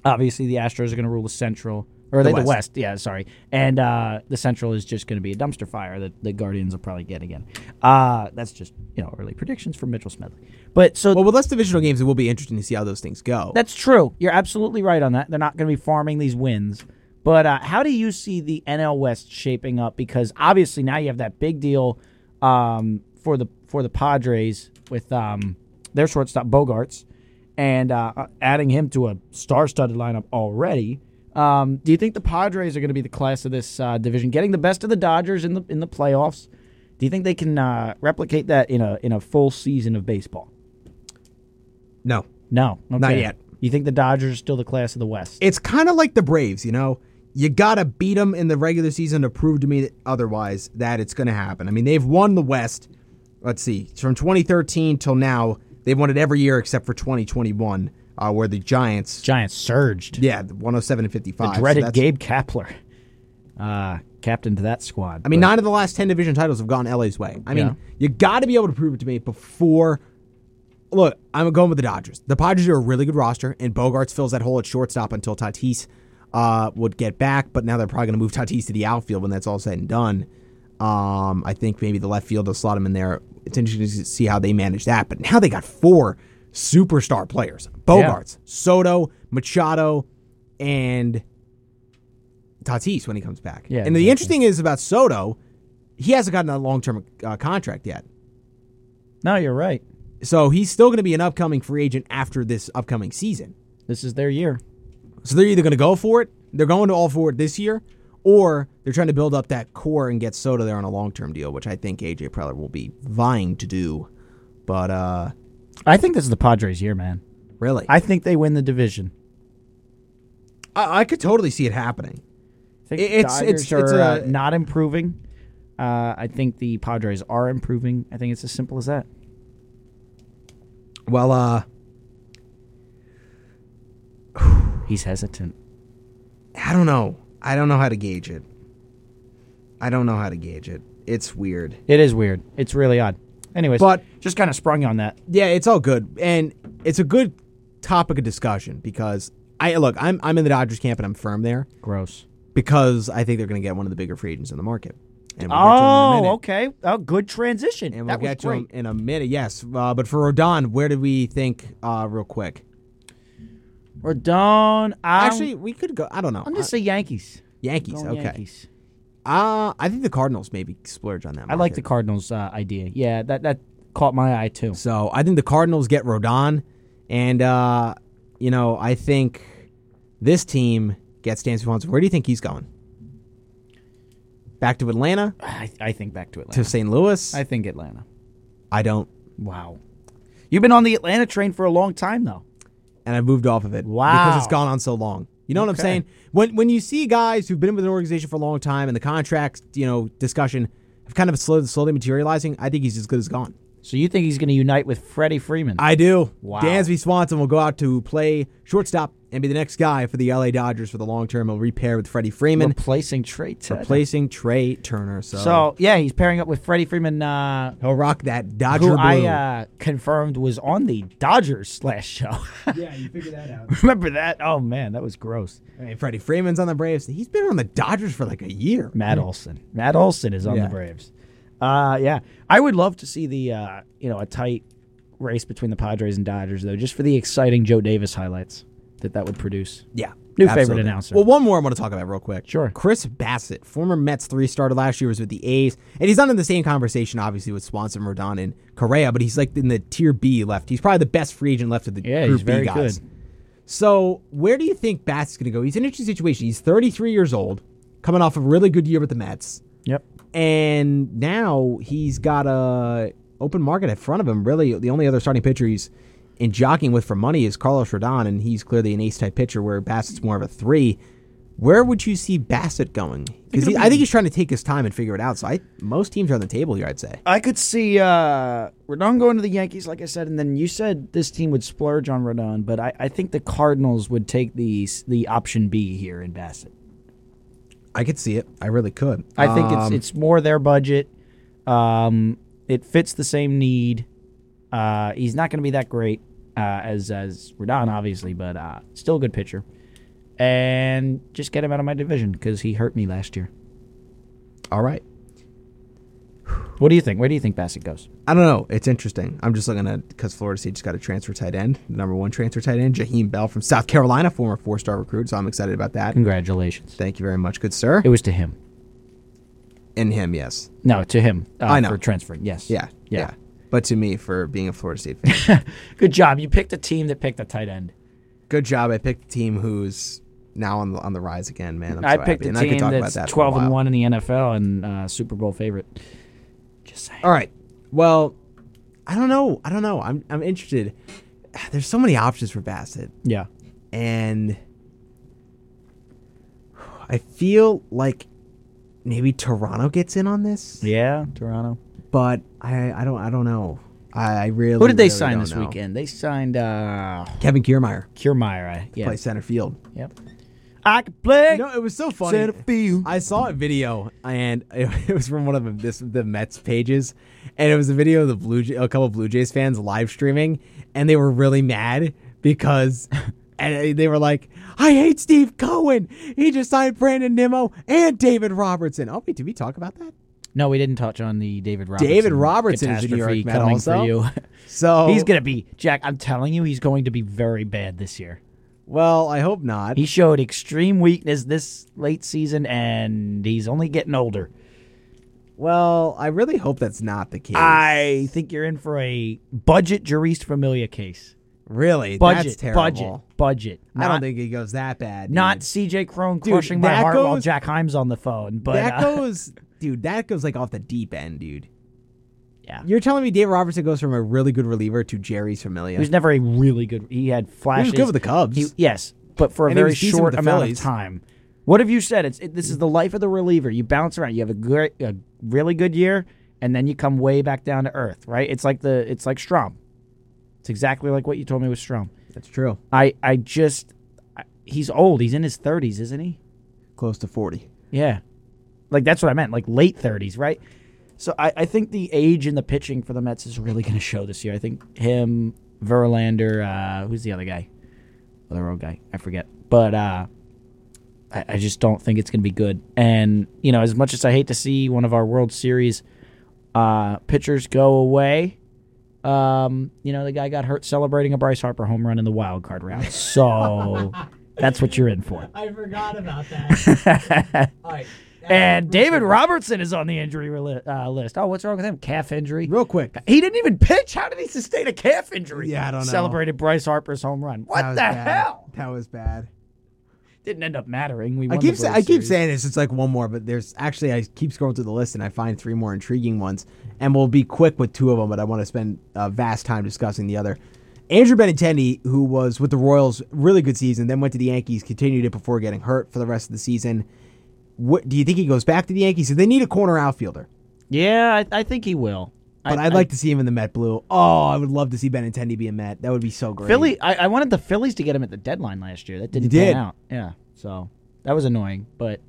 obviously the Astros are going to rule the Central, or they, the
West.
West. Yeah, sorry, and uh, the Central is just going to be a dumpster fire that the Guardians will probably get again. Uh, that's just you know early predictions for Mitchell Smedley. But so
well, with less divisional games, it will be interesting to see how those things go.
that's true. You're absolutely right on that. They're not going to be farming these wins. But uh, how do you see the NL West shaping up? Because obviously now you have that big deal um, for the for the Padres with um, their shortstop Bogarts, and uh, adding him to a star-studded lineup already. Um, do you think the Padres are going to be the class of this uh, division, getting the best of the Dodgers in the in the playoffs? Do you think they can uh, replicate that in a in a full season of baseball?
no.
No, okay.
Not yet.
You think the Dodgers are still the class of the West?
it's kind of like the Braves, you know. You gotta beat them in the regular season to prove to me that otherwise that it's gonna happen. I mean, they've won the West. Let's see, from 2013 till now, They've won it every year except for 2021, uh, where the Giants,
Giants surged.
yeah, 107 and 55. so
Dreaded
that's-
Gabe Kapler, uh, captain to that squad.
I mean,
But
nine of the last 10 division titles have gone LA's way. I mean,
Yeah.
you got to be able to prove it to me before. Look, I'm going with the Dodgers. The Padres are a really good roster, and Bogarts fills that hole at shortstop until Tatis uh, would get back, but now they're probably going to move Tatis to the outfield when that's all said and done. Um, I think maybe the left field will slot him in there. It's interesting to see how they manage that, but now they got four superstar players Bogarts, Soto, Machado, and Tatis when he comes back.
Yeah,
and the
exactly.
interesting is about Soto, he hasn't gotten a long term uh, contract yet.
no, you're right.
So he's still going to be an upcoming free agent after this upcoming season.
This is their year.
So they're either going to go for it, they're going to all for it this year, or they're trying to build up that core and get Soto there on a long term deal, which I think AJ Preller will be vying to do. But uh
I think this is the Padres' year, man.
really, I,
I think they win the division.
I, could totally see it happening.
I think
It-
the
it's- it's-
Dodgers are
it's
uh,
a-
not improving. Uh, I think the Padres are improving. I think it's as simple as that.
Well, uh
He's hesitant.
I don't know. I don't know how to gauge it. I don't know how to gauge it. It's weird.
It is weird. It's really odd. Anyways,
But-
just kind of sprung on that.
Yeah, it's all good, and it's a good topic of discussion because I look, I'm I'm in the Dodgers camp and I'm firm there
Gross.
because I think they're going to get one of the bigger free agents in the market. And we'll get to 'em in a
Oh,
minute.
okay. Oh, good transition.
And we'll
that was
get to 'em
great.
in a minute. Yes, uh, but for Rodon, where did we think? Uh, real quick,
We're done. i
actually, we could go. I don't know.
Um, I'm gonna
Uh,
say Yankees.
Yankees.
Going
Okay.
Yankees.
Uh, I think the Cardinals maybe splurge on that.
I like the
market.
Cardinals uh, idea. Yeah, that that caught my eye too.
So I think the Cardinals get Rodon, and uh, you know I think this team gets Dan Swanson. Where do you think he's going? Back to Atlanta
I, I think back to [SIGHS] Atlanta.
to St. Louis?
I
I,
think Atlanta.
don't,
Wow. You've been on the Atlanta train for a long time though.
and I've moved off of it because
Wow.
it's gone on so long. You know what I'm
Okay.
saying? When when you see guys who've been with an organization for a long time and the contracts, you know, discussion have kind of slowly slowly materializing, I think he's as good as gone.
So you think he's going to unite with Freddie Freeman?
I do.
Wow.
Dansby Swanson will go out to play shortstop and be the next guy for the LA Dodgers for the long term. He'll repair with Freddie Freeman.
replacing Trey Tucker.
replacing Trey Turner. So,
So yeah, he's pairing up with Freddie Freeman, uh,
he'll rock that Dodger
who
blue.
I uh, confirmed was on the Dodgers slash show. [LAUGHS]
yeah, you figure that out.
Remember that? Oh man, that was gross.
I mean, Freddie Freeman's on the Braves. He's been on the Dodgers for like a year.
Matt Olson. Matt Olson is on
Yeah.
the Braves. Uh, yeah, I would love to see the uh, you know a tight race between the Padres and Dodgers though, just for the exciting Joe Davis highlights that that would produce.
Yeah.
New favorite announcer.
Well, one more I want to talk about real quick.
Sure.
Chris Bassett, former Mets three starter last year, was with the A's, and he's not in the same conversation, obviously, with Swanson, Rodon, and Correa, but he's like in the tier B left. He's probably the best free agent left of the
Yeah,
group
he's very
B guys.
good.
So, where do you think Bassett's going to go? He's in an interesting situation. He's 33 years old, coming off a really good year with the Mets.
Yep.
and now he's got a open market in front of him. Really, the only other starting pitcher he's in jockeying with for money is Carlos Rodon, and he's clearly an ace type pitcher. Where Bassett's more of a three. Where would you see Bassett going? Because I think he's trying to take his time and figure it out. So I, most teams are on the table here. I'd say.
I could see uh, Rodon going to the Yankees, like I said, and then you said this team would splurge on Rodon, but I, I think the Cardinals would take the the option B here in Bassett.
I could see it. I really could.
I think it's
Um,
it's more their budget. Um, it fits the same need. Uh, he's not going to be that great uh, as as Rodon, obviously, but uh, still a good pitcher. And just get him out of my division because he hurt me last year.
all right.
What do you think? Where do you think Bassett goes?
I don't know. It's interesting. I'm just looking at because Florida State just got a transfer tight end, the number one transfer tight end, Jaheim Bell from South Carolina, former four star recruit. So I'm excited about that.
Congratulations.
Thank you very much, good sir.
It was to him.
In him, yes.
No, to him. Uh,
I know.
For transferring. Yes.
Yeah, yeah.
Yeah.
But to me, for being a Florida State fan,
Good job. You picked a team that picked a tight end.
good job. I picked a team who's now on the, on the rise again, man. I'm so
I picked
happy.
a
And I could
team
talk
that's
about that for a
12 and
while.
1 in the NFL and uh, Super Bowl favorite. Just saying.
All right. Well, I don't know. I don't know. I'm I'm interested. There's so many options for Bassett,
Yeah.
and I feel like maybe Toronto gets in on this,
Yeah. Toronto.
but I I don't I don't know.
I I really.
Who did they
really
sign
don't
this
know.
weekend? They signed uh,
Kevin Kiermeyer
Kiermaier. I- Yeah.
plays center field.
Yep. I could play.
No, it was so funny.
Center field.
I saw a video, and [LAUGHS] it, it was from one of the, this, the Mets pages, and it was a video of the Blue Jay, a couple of Blue Jays fans live streaming, and they were really mad because, [LAUGHS] and they were like, "I hate Steve Cohen. He just signed Brandon Nimmo and David Robertson." Oh wait, did we talk about that?
No, we didn't touch on the David Robertson.
David Robertson is a New
catastrophe
York Oh. Met
coming
also.
for you. [LAUGHS]
So
he's gonna be Jack. I'm telling you, he's going to be very bad this year.
Well, I hope not.
He showed extreme weakness this late season, and he's only getting older.
well, I really hope that's not the case.
I think you're in for a budget Jurist Familia case.
really, that's
Budget,
terrible.
budget, budget.
I don't
Not-
think it goes that bad.
Not
dude.
CJ Crone
Dude,
crushing my
that
heart while
goes-
Jack Himes on the phone, but
that
uh,
goes, dude. That goes like off the deep end, dude.
yeah,
You're telling me David Robertson goes from a really good reliever to Jerry's familiar.
he was never a really good. He had flashes.
good with the Cubs.
He- yes, but for a
And he
very
was decent with
short
the
amount
Phillies.
of time. What have you said? It's it, this is the life of the reliever. You bounce around. You have a great, a really good year, and then you come way back down to earth. Right? It's like the it's like Strom. It's exactly like what you told me with Strom.
That's true.
I I just I, he's old. He's in his thirties, isn't he?
Close to forty.
Yeah. Like that's what I meant, like late thirties, right? So I, I think the age and the pitching for the Mets is really gonna show this year. I think him, Verlander, uh, who's the other guy? Other old guy, I forget. But uh I, I just don't think it's gonna be good. And, you know, as much as I hate to see one of our World Series uh pitchers go away, um, you know, the guy got hurt celebrating a Bryce Harper home run in the wild card round. So [LAUGHS] that's what you're in for.
I forgot about that.
[LAUGHS]
All right.
And David Robertson is on the injury reli- uh, list. Oh, what's wrong with him? Calf injury.
real quick,
He didn't even pitch. How did he sustain a calf injury?
Yeah, I don't know.
Celebrated Bryce Harper's home run. What
that
the
was bad.
hell?
That was bad.
Didn't end up mattering. We
I
won
keep
the
sa-
World
I keep
Series.
saying this. It's like one more, but there's actually I keep scrolling through the list and I find three more intriguing ones, and we'll be quick with two of them. But I want to spend uh, vast time discussing the other. Andrew Benintendi, who was with the Royals, really good season, then went to the Yankees, continued it before getting hurt for the rest of the season. What do you think he goes back to the Yankees? So they need a corner outfielder,
Yeah, I, I think he will.
but I, would like to see him in the Met blue. Oh, I would love to see Benintendi be a Met. That would be so great.
Philly. I, I wanted the Phillies to get him at the deadline last year. That didn't
You did.
pan out. Yeah, so that was annoying. But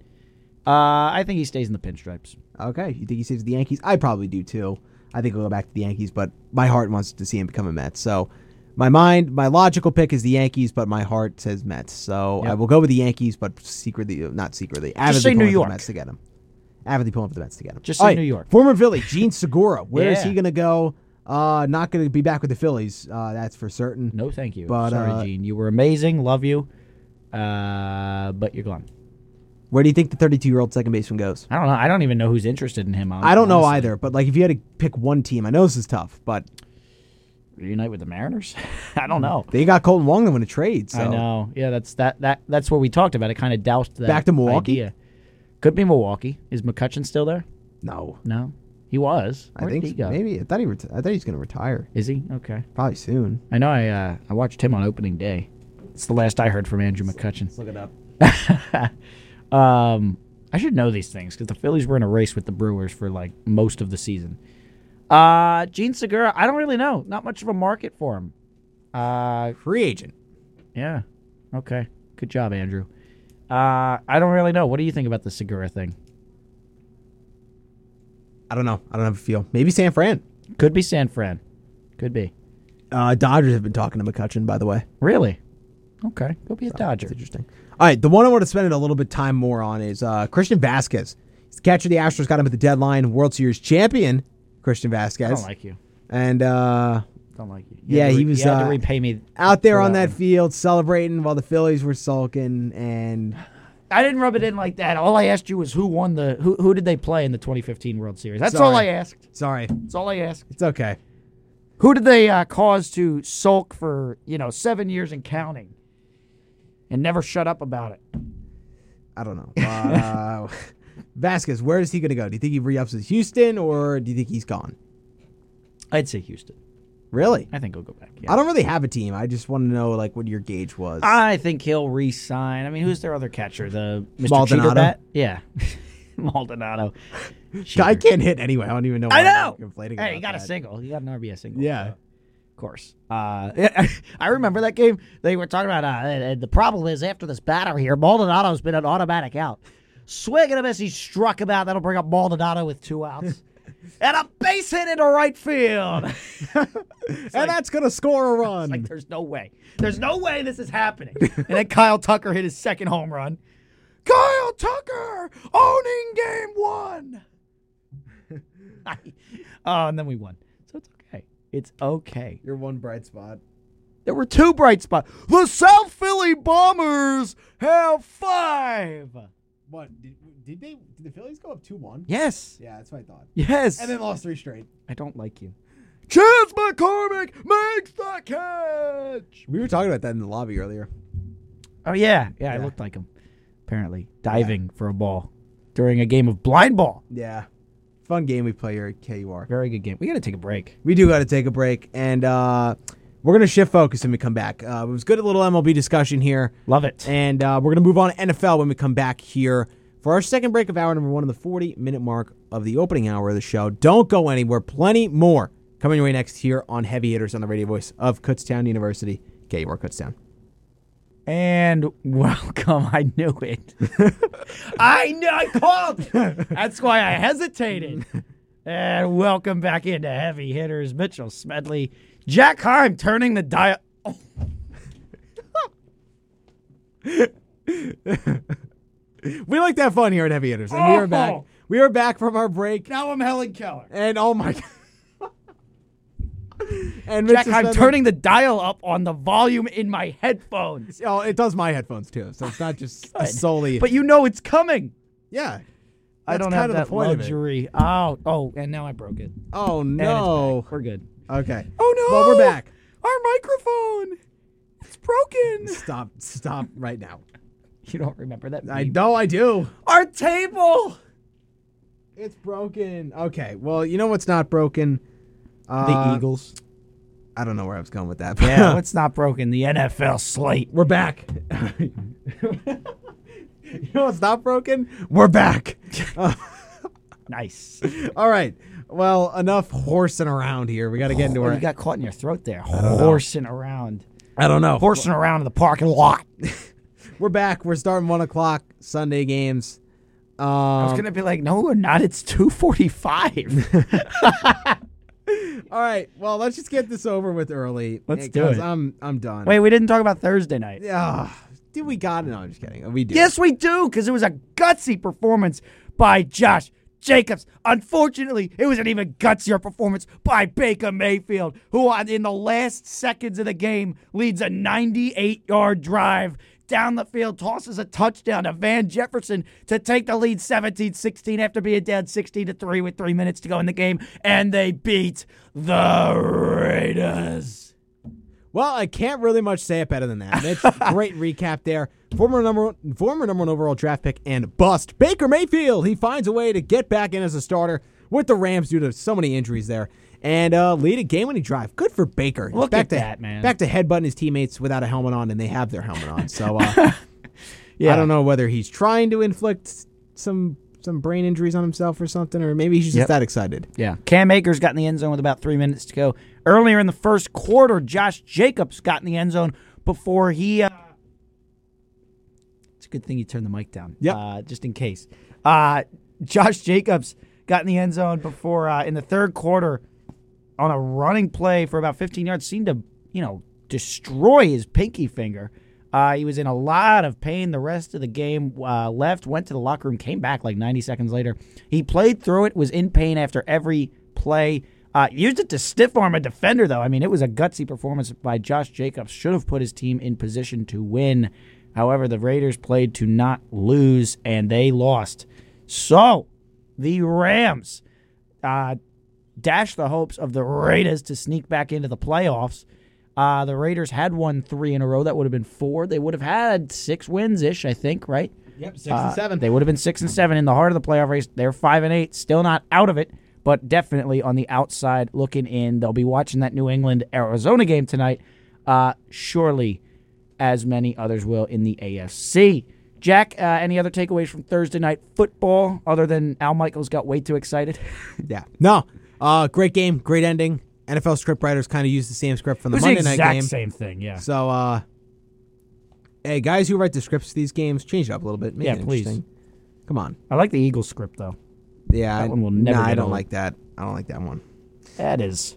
uh, I think he stays in the pinstripes.
Okay, you think he saves the Yankees? I probably do too. I think he'll go back to the Yankees, but my heart wants to see him become a Met. So my mind, my logical pick is the Yankees, but my heart says Mets. So I
Yep.
will go with the Yankees, but secretly, uh, not secretly, avidly
say
pulling
New
for
York.
the Mets to get him. Avidly pulling for the Mets to get him.
Just say
All right,
New York.
Former Philly,
[LAUGHS]
Gene Segura. Where is
Yeah.
he going to go? Uh, not going to be back with the Phillies. Uh, that's for certain.
No, thank you.
But,
Sorry,
uh,
Gene. You were amazing. Love you. Uh, but you're gone.
Where do you think the 32 year old second baseman goes?
I don't know. I don't even know who's interested in him.
I don't know
honestly.
either, but like if you had to pick one team, I know this is tough, but
Reunite with the Mariners? [LAUGHS] I don't know.
they got Colton Wong in a trade. So
I know. Yeah, that's that that that's what we talked about. It kind of doused that
Back to Milwaukee?
idea. Could be Milwaukee. Is McCutcheon still there?
no.
No, he was.
I
Where
think
did he go?
maybe I thought he reti- I thought he's going to retire
Is he okay?
probably soon.
I know. I uh, I watched him on opening day. It's the last I heard from Andrew McCutcheon.
Let's look it up.
[LAUGHS] um, I should know these things because the Phillies were in a race with the Brewers for like most of the season. Uh, Gene Segura, I don't really know. Not much of a market for him. Uh,
Free agent.
yeah. Okay. Good job, Andrew. Uh, I don't really know. What do you think about the Segura thing?
I don't know. I don't have a feel. Maybe San Fran.
Could be San Fran. Could be.
Uh, Dodgers have been talking to McCutcheon, by the way.
Really? Okay. Go be a Dodger.
That's interesting. All right, the one I want to spend a little bit time more on is uh, Christian Vasquez. He's the catcher of the Astros. Got him at the deadline. World Series champion, Christian
I
Vasquez.
don't like you.
and uh,
Don't like you.
Yeah,
had to
he was,
You had to
uh,
repay me.
out there
for
on
that
that field celebrating while the Phillies were sulking. And
I didn't rub it in like that. All I asked you was who won the who who did they play in the 2015 World Series. That's all I
Sorry.
asked.
sorry,
That's all I asked.
it's okay.
Who did they uh, cause to sulk for you know seven years and counting, and never shut up about it?
I don't know. [LAUGHS] Uh, Vasquez, where is he going to go? Do you think he re-ups with Houston, or do you think he's gone?
I'd say Houston.
Really?
I think he'll go back. Yeah.
I don't really have a team. I just want to know like what your gauge was.
I think he'll re-sign. I mean, who's their other catcher? The Mr.
Maldonado?
Cheater Bat? Yeah. [LAUGHS] Maldonado.
I
Cheater.
can't hit anyway. I don't even know.
I
why I'm
know.
Complaining
Hey,
about
you got a
that.
single. You got an RBI single.
Yeah.
so, of course. Uh, [LAUGHS] I remember that game. They were talking about uh, and- and the problem is after this batter here, Maldonado's been an automatic out. Swing and a miss. He struck him out. That'll bring up Maldonado with
[LAUGHS]
two outs. and a base hit into right field.
and that's gonna score [LAUGHS] a run.
Like, there's no way. There's no way this
[LAUGHS]
is happening. and then Kyle Tucker hit his second home run. [LAUGHS] Kyle Tucker owning game one. oh, Uh, and then we won. So it's okay. It's okay.
Your one bright spot.
There were two bright spots. The South Philly Bombers have five.
What did, did they? Did the Phillies go up two one?
Yes.
Yeah, that's what I thought.
Yes.
And then lost three straight.
I don't like you. Chance McCormick makes the catch.
We were talking about that in the lobby earlier.
Oh yeah, yeah, I
Yeah.
looked like him. Apparently, diving for a ball during a game of blind ball.
Yeah, fun game we play here at KUR.
Very good game. We got to take a break.
We do got to take a break, and uh, we're gonna shift focus when we come back. Uh, it was good little MLB discussion here,
Love it.
and uh, we're gonna move on to NFL when we come back here for our second break of hour number one of the forty-minute mark of the opening hour of the show. Don't go anywhere. Plenty more coming your way next here on Heavy Hitters on the radio voice of Kutztown University, KUR Kutztown.
And [LAUGHS] welcome. I knew it. [LAUGHS] I knew. I called. it. That's why I hesitated. And welcome back into heavy hitters. Mitchell Smedley, Jack Heim turning the dial. Oh,
We like to have fun here at Heavy Hitters, and we are back.
Oh!
We are back from our break,
now I'm Helen Keller.
and oh my! [LAUGHS] and
Jack
Mr.
Heim
Smedley-
turning the dial up on the volume in my headphones.
Oh, it does my headphones too, so it's
[LAUGHS]
not just solely.
But you know it's coming.
yeah,
I
That's
don't
kind
have
of
that
the point of it.
luxury. Oh, oh, and now I broke it.
Oh
And it's
no!
back. we're good.
Okay.
Oh no!
Well, we're back.
Our microphone, it's broken.
Stop!
[LAUGHS]
Stop right now!
You don't remember that?
I
meme.
know I do.
Our table.
It's broken. Okay. Well, you know what's not broken? Uh,
Eagles.
I don't know where I was going with that. [LAUGHS]
Yeah, what's not broken? The NFL slate.
we're back. [LAUGHS] you know what's not broken? We're back. Uh,
[LAUGHS] Nice.
all right. Well, enough horsing around here. We got to get into
Oh,
our.
you got caught in your throat there, horsing around,
I don't know.
horsing around in the parking lot.
We're back. We're starting one o'clock Sunday games. Um,
I was gonna be like, no, we're not. It's two forty-five.
All right. Well, let's just get this over with early.
Let's
eh,
do
'cause
it.
I'm I'm done.
Wait, we didn't talk about Thursday night.
Ugh. Dude, we got it. No, I'm just kidding. We do.
Yes, we do, because it was a gutsy performance by Josh Jacobs. Unfortunately, it was an even gutsier performance by Baker Mayfield, who on- in the last seconds of the game leads a 98 yard drive down the field, tosses a touchdown to Van Jefferson to take the lead 17 16 after being down 16 to 3 with three minutes to go in the game, and they beat the Raiders.
Well, I can't really much say it better than that. That's
[LAUGHS]
great recap there. Former number one, former number one overall draft pick and bust Baker Mayfield. He finds a way to get back in as a starter with the Rams due to so many injuries there, and uh, lead a game-winning drive. Good for Baker. He's
Look
back
at
to,
that, man.
Back to headbutting his teammates without a helmet on, and they have their helmet on. So uh,
[LAUGHS] Yeah.
I don't know whether he's trying to inflict some some brain injuries on himself or something, or maybe he's just
Yep.
that excited.
Yeah. Cam Akers got in the end zone with about three minutes to go. Earlier in the first quarter, Josh Jacobs got in the end zone before he. Uh, it's a good thing you turned the mic down.
Yep.
Uh, just in case. Uh, Josh Jacobs got in the end zone before uh, in the third quarter on a running play for about 15 yards seemed to, you know, destroy his pinky finger. Uh, he was in a lot of pain the rest of the game. Uh, left, went to the locker room, came back like 90 seconds later. He played through it, was in pain after every play. Uh, used it to stiff arm a defender, though. I mean, it was a gutsy performance by Josh Jacobs. Should have put his team in position to win. However, the Raiders played to not lose, and they lost. So, the Rams uh, dash the hopes of the Raiders to sneak back into the playoffs. Uh, the Raiders had won three in a row. That would have been four. They would have had six wins ish, I think, right?
Yep, six
Uh, They would have been six and seven in the heart of the playoff race. They're five and eight, still not out of it, but definitely on the outside looking in. They'll be watching that New England Arizona game tonight. Uh, surely, as many others will in the AFC. Jack, uh, any other takeaways from Thursday night football other than Al Michaels got way too excited?
Yeah. No. Uh, great game. Great ending. NFL scriptwriters kind of used the same script from the Monday night game.
same thing, yeah.
So, uh, hey, guys who write the scripts for these games, change it up a little bit. Make
Yeah,
it
please.
interesting. Come on.
I like the Eagles script though.
Yeah.
That
I-
one will never
Nah, I
get
don't
old.
like that. I don't like that one.
That is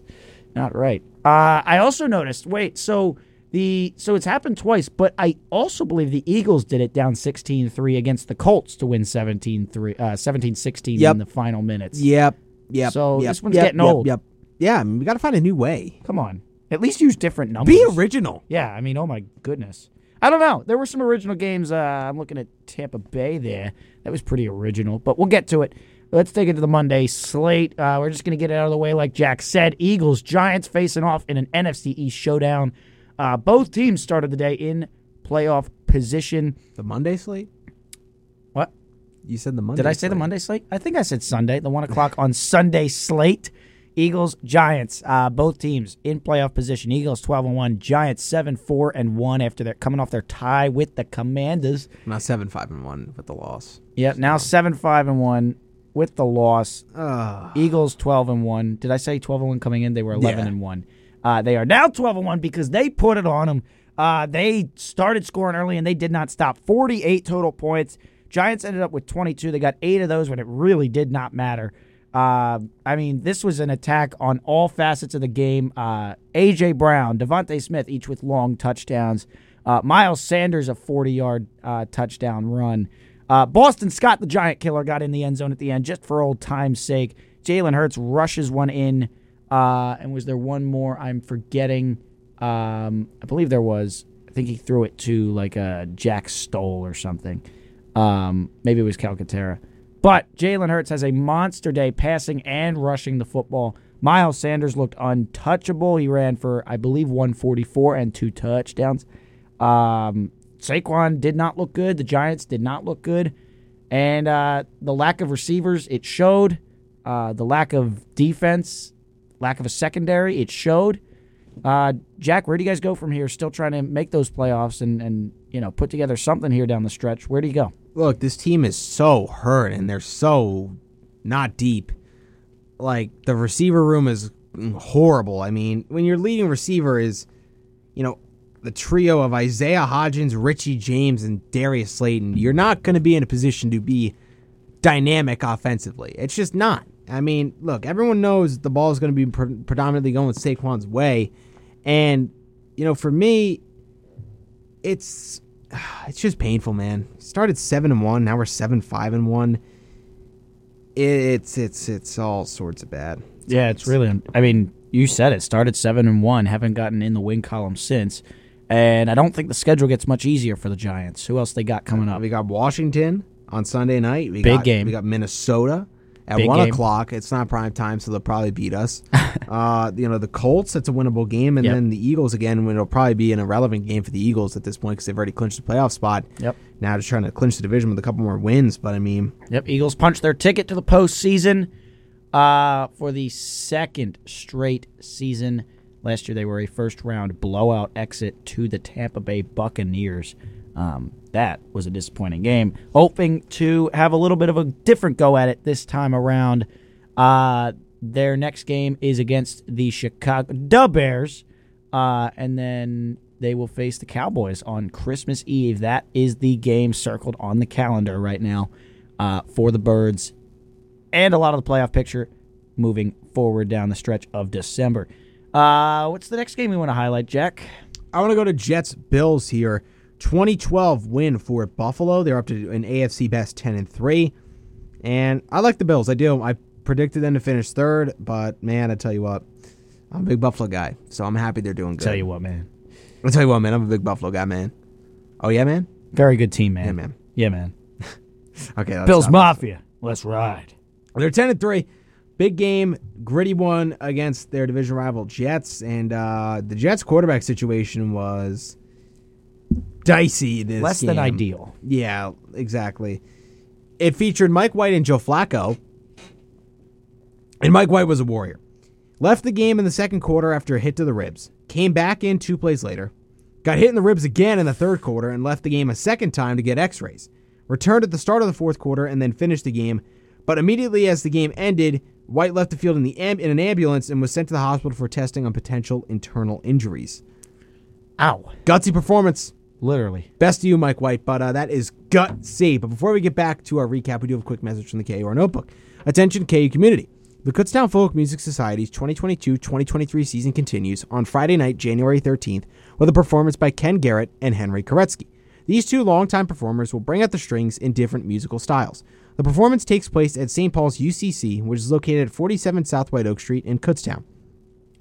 not right. Uh, I also noticed. Wait, so the so it's happened twice, but I also believe the Eagles did it down 16-3 against the Colts to win 17-3 uh, 17-16
Yep.
in the final minutes.
Yep. Yep.
So
yep,
this one's
yep,
getting
yep,
old.
Yep. Yeah. I mean, we got to find a new way.
Come on. At least use different numbers.
Be original.
Yeah, I mean, oh my goodness. I don't know. There were some original games. Uh, I'm looking at Tampa Bay there. That was pretty original, but we'll get to it. Let's take it to the Monday slate. Uh, we're just going to get it out of the way, like Jack said. Eagles, Giants facing off in an NFC East showdown. Uh, both teams started the day in playoff position.
The Monday slate?
What?
You said the Monday
Did I say the
slate.
Monday slate? I think I said Sunday, the one o'clock on Sunday slate. Eagles, Giants, uh, both teams in playoff position. Eagles twelve and one, Giants seven four and one after they're coming off their tie with the Commanders.
Not 7 5 and 1 with the loss.
Yep, now seven five and one with the [SIGHS] loss.
Ugh.
Eagles twelve and one. Did I say twelve and one coming in? They were eleven
Yeah.
and one. Uh, they are now twelve and one because they put it on them. Uh, they started scoring early and they did not stop. Forty eight total points. Giants ended up with twenty two. They got eight of those when it really did not matter. Uh, I mean, this was an attack on all facets of the game. Uh, AJ Brown, Devontae Smith, each with long touchdowns. Uh, Miles Sanders a forty yard uh, touchdown run. Uh, Boston Scott, the giant killer, got in the end zone at the end just for old time's sake. Jalen Hurts rushes one in, uh, and was there one more? I'm forgetting. Um, I believe there was. I think he threw it to like a Jack Stoll or something. Um, maybe it was Calcaterra. But Jalen Hurts has a monster day passing and rushing the football. Miles Sanders looked untouchable. He ran for, I believe, 144 and two touchdowns. Um, Saquon did not look good. The Giants did not look good. And uh, the lack of receivers, it showed. Uh, the lack of defense, lack of a secondary, it showed. Uh, Jack, where do you guys go from here? Still trying to make those playoffs and, and you know put together something here down the stretch. Where do you go?
Look, this team is so hurt and they're so not deep. Like, the receiver room is horrible. I mean, when your leading receiver is, you know, the trio of Isaiah Hodgins, Richie James, and Darius Slayton, you're not going to be in a position to be dynamic offensively. It's just not. I mean, look, everyone knows the ball is going to be pre- predominantly going Saquon's way, and you know, for me, it's [SIGHS] it's just painful, man. Started seven and one, now we're seven five and one. It's it's it's all sorts of bad.
Yeah, it's really. I mean, you said it. Started seven and one. Haven't gotten in the win column since. And I don't think the schedule gets much easier for the Giants. Who else they got coming up?
We got Washington on Sunday night. We
Big
got,
game.
We got Minnesota at
Big
one
game.
o'clock. It's not prime time, so they'll probably beat
[LAUGHS]
us. uh, you know, the Colts. It's a winnable game, and
Yep.
then the Eagles again. When it'll probably be an irrelevant game for the Eagles at this point because they've already clinched the playoff spot.
Yep.
Now just trying to clinch the division with a couple more wins, but I mean,
Yep, Eagles punched their ticket to the postseason uh, for the second straight season. Last year, they were a first round blowout exit to the Tampa Bay Buccaneers. Um, that was a disappointing game. Hoping to have a little bit of a different go at it this time around. Uh, their next game is against the Chicago Da Bears. Uh, and then they will face the Cowboys on Christmas Eve. That is the game circled on the calendar right now uh, for the Birds and a lot of the playoff picture moving forward down the stretch of December. Uh, what's the next game we want to highlight, Jack?
I want to go to Jets Bills here. 2012 win for Buffalo. They're up to an AFC best 10 and 3. And I like the Bills. I do. I predicted them to finish third, but man, I tell you what, I'm a big Buffalo guy, so I'm happy they're doing good.
Tell you what, man.
I'll tell you what, man, I'm a big Buffalo guy, man. Oh yeah, man.
Very good team, man.
Yeah, man.
Yeah, man.
Okay, let's
Bills
stop.
Mafia. Let's ride.
They're 10 and three. Big game, gritty one against their division rival Jets, and uh, the Jets quarterback situation was dicey. This
Less than
game.
ideal.
Yeah, exactly. It featured Mike White and Joe Flacco. And Mike White was a warrior. Left the game in the second quarter after a hit to the ribs. Came back in two plays later. Got hit in the ribs again in the third quarter and left the game a second time to get x rays. Returned at the start of the fourth quarter and then finished the game. But immediately as the game ended, White left the field in, the am- in an ambulance and was sent to the hospital for testing on potential internal injuries.
Ow.
Gutsy performance.
Literally.
Best to you, Mike White, but uh, that is gutsy. But before we get back to our recap, we do have a quick message from the KUR Notebook. Attention, KU community. The Kutztown Folk Music Society's 2022-2023 season continues on Friday night, January 13th, with a performance by Ken Garrett and Henry Koretsky. These two longtime performers will bring out the strings in different musical styles. The performance takes place at St. Paul's UCC, which is located at 47 South White Oak Street in Kutztown.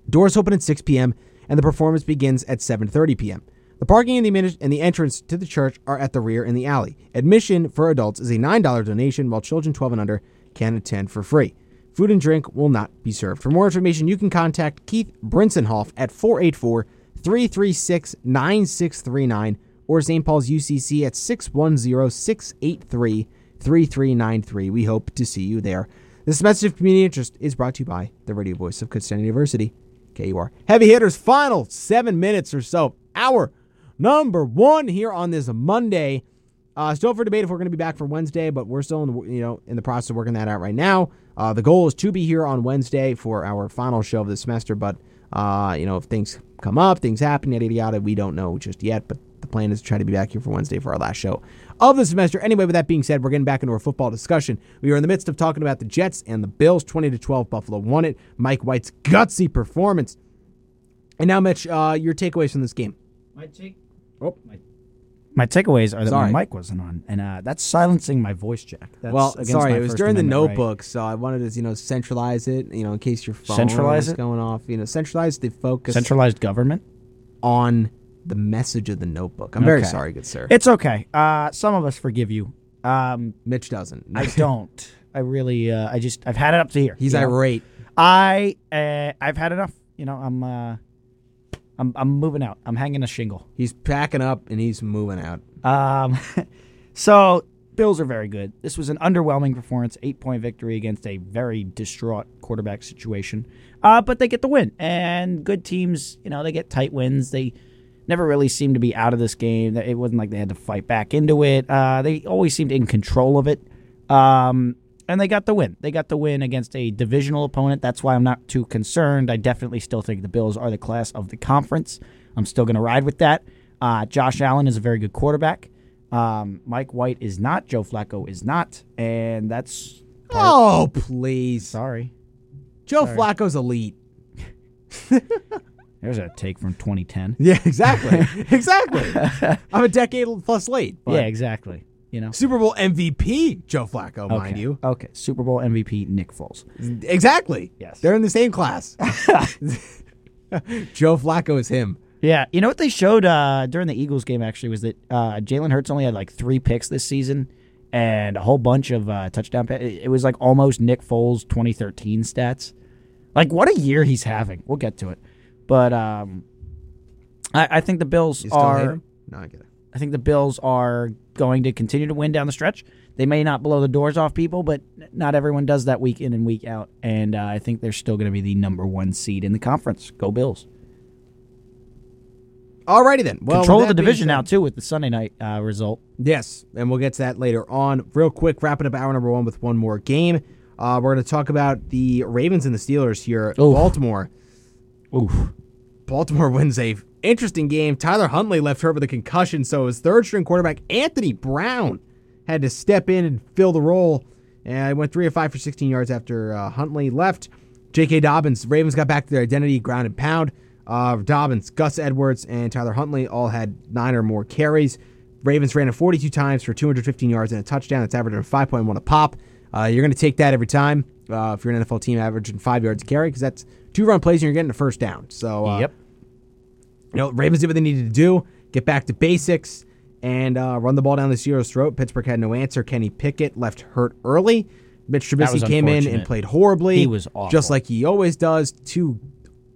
Doors open at 6 p.m. and the performance begins at 7:30 p.m. The parking and the, admin- and the entrance to the church are at the rear in the alley. Admission for adults is a $9 donation, while children 12 and under can attend for free. Food and drink will not be served. For more information, you can contact Keith Brinsenhoff at 484 336 9639 or St. Paul's UCC at 610 683 3393. We hope to see you there. This message of community interest is brought to you by the radio voice of Kutztown University, KUR. Heavy hitters, final seven minutes or so. Hour number one here on this Monday. Uh, still for debate if we're going to be back for Wednesday, but we're still in the, you know in the process of working that out right now. Uh, the goal is to be here on Wednesday for our final show of the semester, but uh, you know if things come up, things happen, yada yada yada, we don't know just yet. But the plan is to try to be back here for Wednesday for our last show of the semester. Anyway, with that being said, we're getting back into our football discussion. We are in the midst of talking about the Jets and the Bills. Twenty to twelve, Buffalo won it. Mike White's gutsy performance. And now, Mitch, uh, your takeaways from this game.
My take.
Oh.
My, my takeaways are that
Sorry.
my mic wasn't on, and uh, that's silencing my voice, Jack. That's
well,
against
sorry,
my
it was
First
during the
Amendment right.
notebook, so I wanted to you know centralize it, you know, in case your phone
Centralize
was
it?
going off, you know, centralize the focus
Centralized government.
on the message of the notebook. I'm very
Okay.
sorry, good sir.
It's okay. Uh, some of us forgive you. Um,
Mitch doesn't. [LAUGHS]
I don't. I really. Uh, I just. I've had it up to here.
He's
you know?
irate.
I. Uh, I've had enough. You know. I'm. Uh, I'm. I'm moving out. I'm hanging a shingle.
He's packing up and he's moving out.
Um, [LAUGHS] so Bills are very good. This was an underwhelming performance, eight point victory against a very distraught quarterback situation. Uh, but they get the win, and good teams, you know, they get tight wins. They never really seem to be out of this game. It wasn't like they had to fight back into it. Uh, they always seemed in control of it. Um, and they got the win. They got the win against a divisional opponent. That's why I'm not too concerned. I definitely still think the Bills are the class of the conference. I'm still going to ride with that. Uh, Josh Allen is a very good quarterback. Um, Mike White is not. Joe Flacco is not. And that's.
Oh please,
Sorry.
Joe Flacco's
[LAUGHS]
elite.
There's a take from 2010.
Yeah, exactly, [LAUGHS] exactly.
[LAUGHS]
I'm a decade plus late. But
Yeah, exactly. You know?
Super Bowl MVP Joe Flacco, mind
okay.
you.
Okay. Super Bowl MVP Nick Foles.
Exactly.
Yes.
They're in the same
[LAUGHS]
class. [LAUGHS] Joe Flacco is him.
Yeah, you know what they showed uh, during the Eagles game actually was that uh, Jalen Hurts only had like three picks this season and a whole bunch of uh, touchdown. Pa- it it was like almost Nick Foles 2013 stats. Like what a year he's having. We'll get to it, but um, I, I think the Bills
You still hate
are.
him? No, I get it.
I think the Bills are going to continue to win down the stretch. They may not blow the doors off people, but n- not everyone does that week in and week out. And uh, I think they're still going to be the number one seed in the conference. Go Bills.
Alrighty then. Well,
control
with
the
that being
division
said-
now too with the Sunday night uh, result.
Yes, and we'll get to that later on. Real quick, wrapping up hour number one with one more game. Uh, we're going to talk about the Ravens and the Steelers here.
Oof.
Baltimore.
Oof.
Baltimore [LAUGHS] wins a interesting game. Tyler Huntley left hurt with a concussion, so his third string quarterback Anthony Brown had to step in and fill the role. And he went three of five for 16 yards after uh, Huntley left. J.K. Dobbins, Ravens got back to their identity, ground and pound. Uh, Dobbins, Gus Edwards, and Tyler Huntley all had nine or more carries. Ravens ran it 42 times for 215 yards and a touchdown. That's averaging 5.1 a pop. Uh, you're going to take that every time uh, if you're an NFL team averaging five yards a carry because that's two run plays and you're getting a first down. So uh,
yep.
you know, Ravens did what they needed to do, get back to basics, and uh, run the ball down the Steelers' throat. Pittsburgh had no answer. Kenny Pickett left hurt early. Mitch
That was
Trubisky came in and
unfortunate.
played horribly.
He was awful.
just like he always does. Two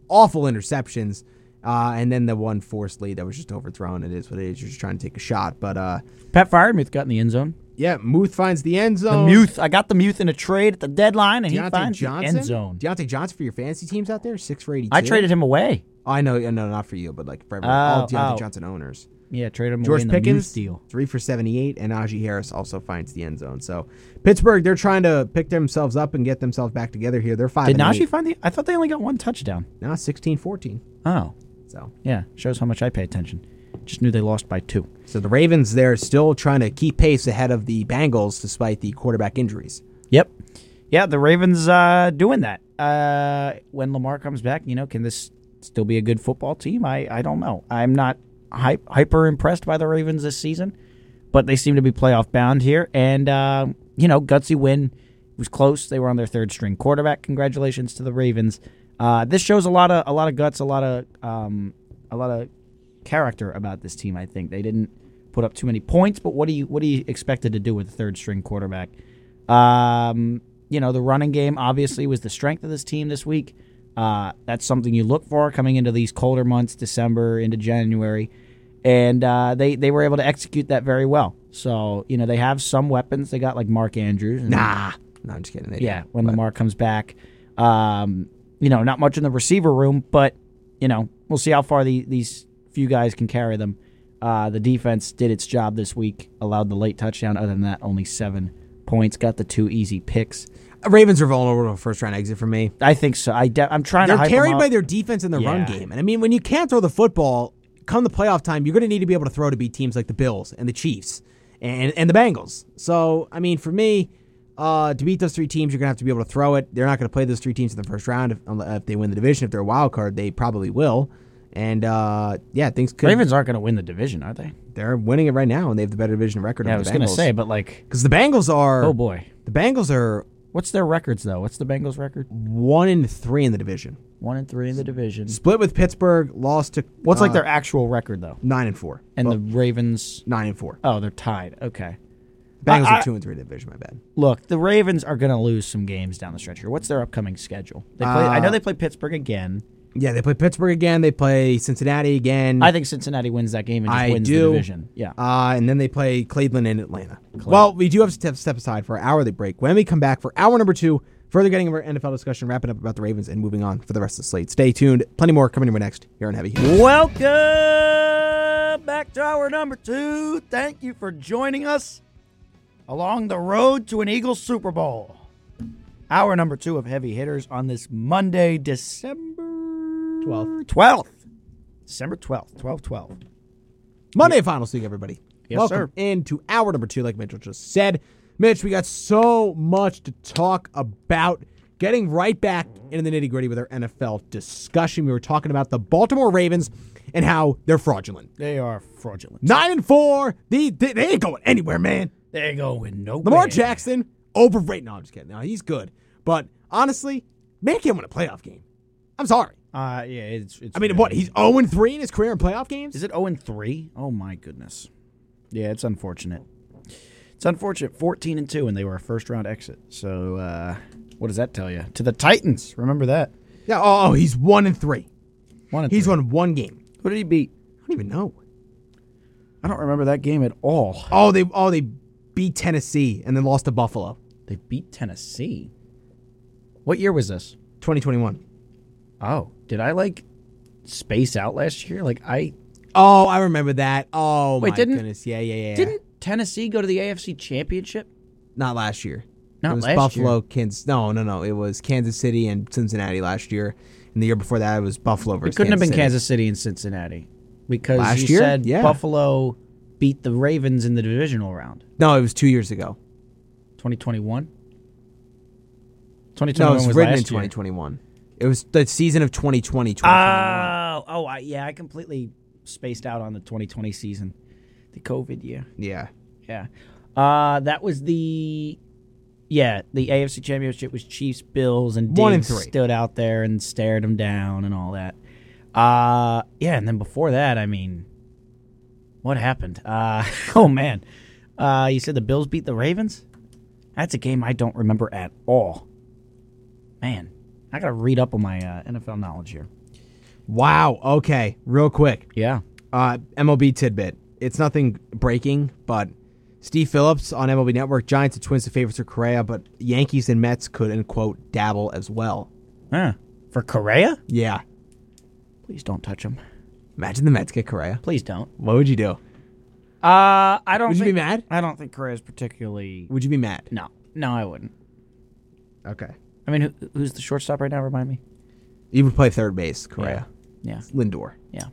awful interceptions, uh, and then the one forced lead that was just overthrown. It is what it is. You're just trying to take a shot, but uh,
Pat Fryermuth got in the end zone.
Yeah, Muth finds the end
The
zone.
Muth. I got the Muth in a trade at the deadline, and he
Oh. Deontay
finds
Johnson.
the end zone.
Deontay Johnson for your fantasy teams out there, six for eighty.
I traded him away.
Oh, I know, no, not for you, but like for everyone, all
Oh,
Deontay
oh.
Johnson owners.
Yeah, traded him away
George
in the
Pickens,
Muth deal.
three for 78, and Najee Harris also finds the end zone. So Pittsburgh, they're trying to pick themselves up and get themselves back together here. They're five.
Did
and
Najee
Eight.
find the? I thought they only got one touchdown.
No, 16 14.
Oh,
So,
yeah, shows how much I pay attention. Just knew they lost by two.
so the Ravens, they're still trying to keep pace ahead of the Bengals despite the quarterback injuries.
Yep. Yeah, the Ravens uh, doing that. Uh, when Lamar comes back, you know, can this still be a good football team? I, I don't know. I'm not hy- hyper impressed by the Ravens this season, but they seem to be playoff bound here. And, uh, you know, gutsy win It was close. They were on their third string quarterback. Congratulations to the Ravens. Uh, this shows a lot of a lot of guts, a lot of um, a lot of character about this team. I think they didn't put up too many points, but what do you what do you expected to do with a third string quarterback? Um, you know, the running game obviously was the strength of this team this week. Uh, that's something you look for coming into these colder months, December into January, and uh, they they were able to execute that very well. So you know they have some weapons. They got like Mark Andrews. And,
Nah. No, I'm just kidding. They
yeah,
don't,
when
but-
Lamar comes back. Um, you know, not much in the receiver room, but you know, we'll see how far the, these few guys can carry them. Uh, the defense did its job this week, allowed the late touchdown. Other than that, only seven points. Got the two easy picks.
Ravens are vulnerable to a first round exit for me.
I think so. I de- I'm trying to.
They're
hype 'em
carried
up.
by their defense and their run
Yeah.
game. And I mean, when you can't throw the football, come the playoff time, you're going to need to be able to throw to beat teams like the Bills and the Chiefs and, and the Bengals. So, I mean, for me, uh, to beat those three teams, you're going to have to be able to throw it. They're not going to play those three teams in the first round. If, if they win the division, if they're a wild card, they probably will. And uh, yeah, things could.
Ravens aren't going to win the division, are they?
They're winning it right now, and they have the better division record.
Yeah, I
over
was
the
going to
Bengals.
say, but like,
because the Bengals are
oh boy,
the Bengals are
what's their records though? What's the Bengals' record?
one and three in the division,
One and three in the division.
split with Pittsburgh, lost to
What's like
uh,
their actual record though? Oh.
nine and four
And
Well,
the Ravens.
nine and four.
Oh, they're tied. Okay.
Bengals
I-
are two and three in the division. My bad.
Look, the Ravens are going to lose some games down the stretch here. What's their upcoming schedule? They play, I know
Uh,
they play Pittsburgh again.
Yeah, they play Pittsburgh again. They play Cincinnati again.
I think Cincinnati wins that game and just
I
wins the
do.
division. Yeah.
Uh, and then they play Cleveland and Atlanta. Well, we do have to step, step aside for our hourly break. When we come back for hour number two, further getting our NFL discussion, wrapping up about the Ravens, and moving on for the rest of the slate. Stay tuned. Plenty more coming your way next here on Heavy. Hit.
Welcome back to our number two. Thank you for joining us along the road to an Eagles Super Bowl. Hour number two of Heavy Hitters on this Monday, December 12th. 12th. December 12th, 12 12.
Monday final week, everybody.
Yes,
Welcome
sir.
into hour number two, like Mitchell just said. Mitch, we got so much to talk about. Getting right back into the nitty gritty with our NFL discussion, we were talking about the Baltimore Ravens and how they're fraudulent.
They are fraudulent.
Nine and four. The, they, they ain't going anywhere, man.
They're going nowhere.
Lamar Jackson overrated. No, I'm just kidding. No, he's good, but honestly, man can't win a playoff game. I'm sorry.
Uh, yeah, it's, it's
I mean,
really-
what? He's 0 and three in his career in playoff games.
Is it 0 and 3? Oh my goodness. Yeah, it's unfortunate. It's unfortunate. 14 and 2 and they were a first round exit. So uh what does that tell you? To the Titans. Remember that.
Yeah. Oh, oh, he's one and three.
One and
He's
three.
won one game.
Who did he beat?
I don't even know.
I don't remember that game at all.
Oh, they oh they beat Tennessee and then lost to Buffalo,
They beat Tennessee. What year was this?
2021.
Oh, did I like space out last year? Like I
Oh, I remember that. Oh
Wait,
my
didn't-
goodness. Yeah, yeah, yeah.
didn't Tennessee go to the AFC Championship?
not last year.
Not
it was
last
Buffalo,
year.
Kansas. No, no, no. It was Kansas City and Cincinnati last year, and the year before that it was Buffalo versus.
It couldn't have been
Kansas City.
Kansas City and Cincinnati because
Last
you
year?
said
Yeah.
Buffalo beat the Ravens in the divisional round.
No, it was two years ago.
2021?
No,
2021
it was,
was
written in
last year.
2021. It was the season of 2020. 2021.
Oh, oh, I, yeah, I completely spaced out on the 2020 season, the COVID year.
yeah.
Yeah, uh, that was the yeah the AFC Championship was Chiefs Bills and
One and
Diggs
three.
stood out there and stared them down and all that. Uh, yeah, and then before that, I mean, what happened? Uh, [LAUGHS] oh man, uh, you said the Bills beat the Ravens. That's a game I don't remember at all. Man, I gotta read up on my uh, NFL knowledge here.
Wow. Okay. Real quick.
Yeah.
Uh, MLB tidbit. It's nothing breaking, but Steve Phillips on MLB Network. Giants and Twins the favorites for Correa, but Yankees and Mets could and quote dabble as well.
Huh. For Correa?
Yeah,
Please don't touch him.
imagine the Mets get Correa.
Please don't.
What would you do?
Uh, I don't.
Would you
think-
be mad?
I don't think Correa's particularly.
Would you be mad?
No, no, I wouldn't.
Okay.
I mean, who, who's the shortstop right now? Remind me.
You would play third base, Correa,
Yeah,
Lindor.
yeah.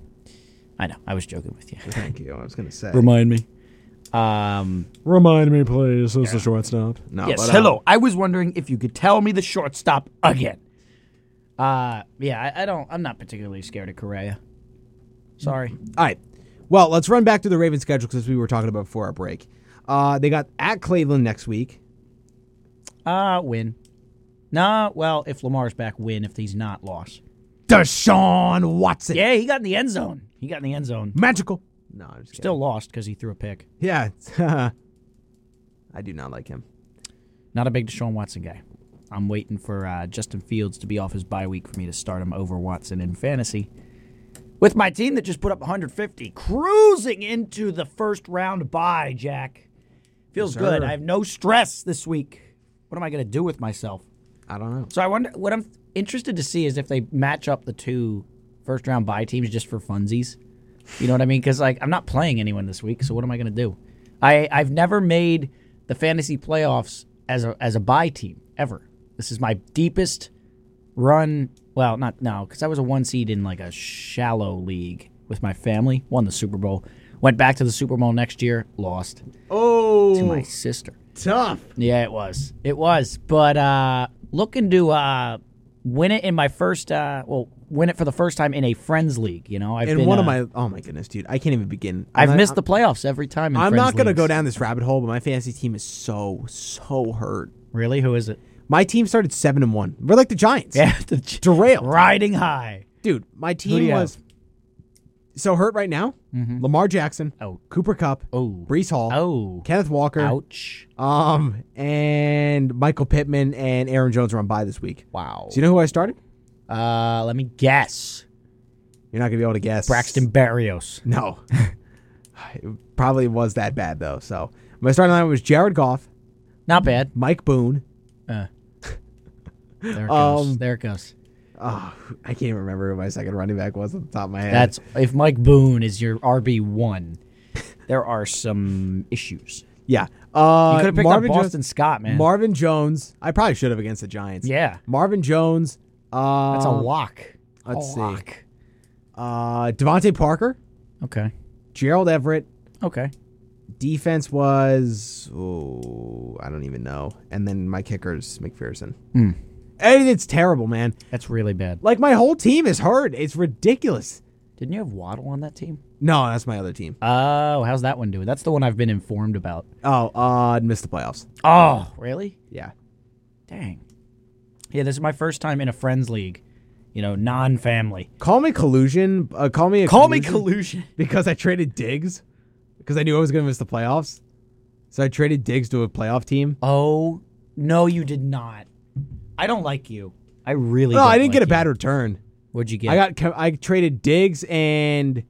I know. I was joking with you.
Thank you. I was gonna say.
Remind me. Um.
Remind me, please, who's the shortstop?
Oh,
No,
yes.
but, uh,
um,
hello. I was wondering if you could tell me the shortstop again. Uh. Yeah. I, I don't. I'm not particularly scared of Correa. Sorry.
All right. Well, let's run back to the Ravens schedule because we were talking about before our break. Uh, they got at Cleveland next week. Hmm.
Uh, win. Nah, well, if Lamar's back, win. If he's not, loss. Deshaun.
Watson.
Yeah, he got in the end zone. He got in the end zone.
Magical. No, I'm just
Still lost because he threw a pick.
kidding. Yeah. [LAUGHS] it's- I do not like him.
Not a big Deshaun Watson guy. I'm waiting for uh, Justin Fields to be off his bye week for me to start him over Watson in fantasy. With my team that just put up 150, cruising into the first round bye, Jack. Feels
Yes,
good.
sir.
I have no stress this week. What am I going to do with myself?
I don't know.
So I wonder what I'm interested to see is if they match up the two first round bye teams just for funsies. You know what I mean? Because like I'm not playing anyone this week, so what am I going to do? I I've never made the fantasy playoffs as a as a bye team ever. This is my deepest run. Well, not now because I was a one seed in like a shallow league with my family. Won the Super Bowl. Went back to the Super Bowl next year. Lost to
Oh,
my sister.
tough.
Yeah, it was. It was. But uh looking to uh win it in my first uh well, win it for the first time in a friends league, you know. I've
And
been,
one of my
uh,
oh my goodness, dude, I can't even begin.
I've
I'm not-
missed the playoffs every time in
I'm
friends
not gonna go
leagues.
down this rabbit hole, but my fantasy team is so so hurt.
Really?
[LAUGHS]
Who is it?
My team started seven and one. We're like the Giants.
Yeah, the
Derailed.
riding high.
dude. My team
you Mm-hmm.
was so hurt right now. Lamar Jackson,
Oh.
Cooper Cup,
Oh.
Brees Hall,
Oh.
Kenneth Walker,
Ouch.
um, and Michael Pittman and Aaron Jones are on bye this week.
Wow.
So you know who I started?
Uh let me guess.
You're not gonna be able to guess.
Braxton Barrios.
No. [LAUGHS] it probably was that bad though. So my starting line was Jared Goff,
Not bad.
Mike Boone.
Uh. There it
Um,
goes. There it goes.
Oh, I can't even remember who my second running back was off the top of my head.
That's if Mike Boone is your RB one, [LAUGHS] there are some issues.
yeah. Uh,
You could have picked
Marvin
up
Jones-
Boston Scott, man.
Marvin Jones. I probably should have against the Giants.
yeah,
Marvin Jones. Uh,
that's a lock.
let's
a
see.
lock.
Uh, Devontae Parker,
Okay.
Gerald Everett.
Okay.
Defense was oh, I don't even know. And then my kickers McPherson.
Hmm.
And it's terrible, man.
That's really bad.
Like my whole team is hurt. It's ridiculous.
Didn't you have Waddle on that team?
No, that's my other team.
Oh, how's that one doing? That's the one I've been informed about.
Oh, uh, missed the playoffs.
Oh, really?
Yeah.
Dang. Yeah, this is my first time in a friends league. You know, non-family.
Call me collusion. Uh, call me a
Call me
collusion
collusion.
because I traded Diggs because I knew I was going to miss the playoffs. So I traded Diggs to a playoff team.
Oh no, you did not. I don't like you. I really.
No,
don't
I didn't get
like
a bad
you.
return.
What'd you get?
I got Ke- I traded Diggs and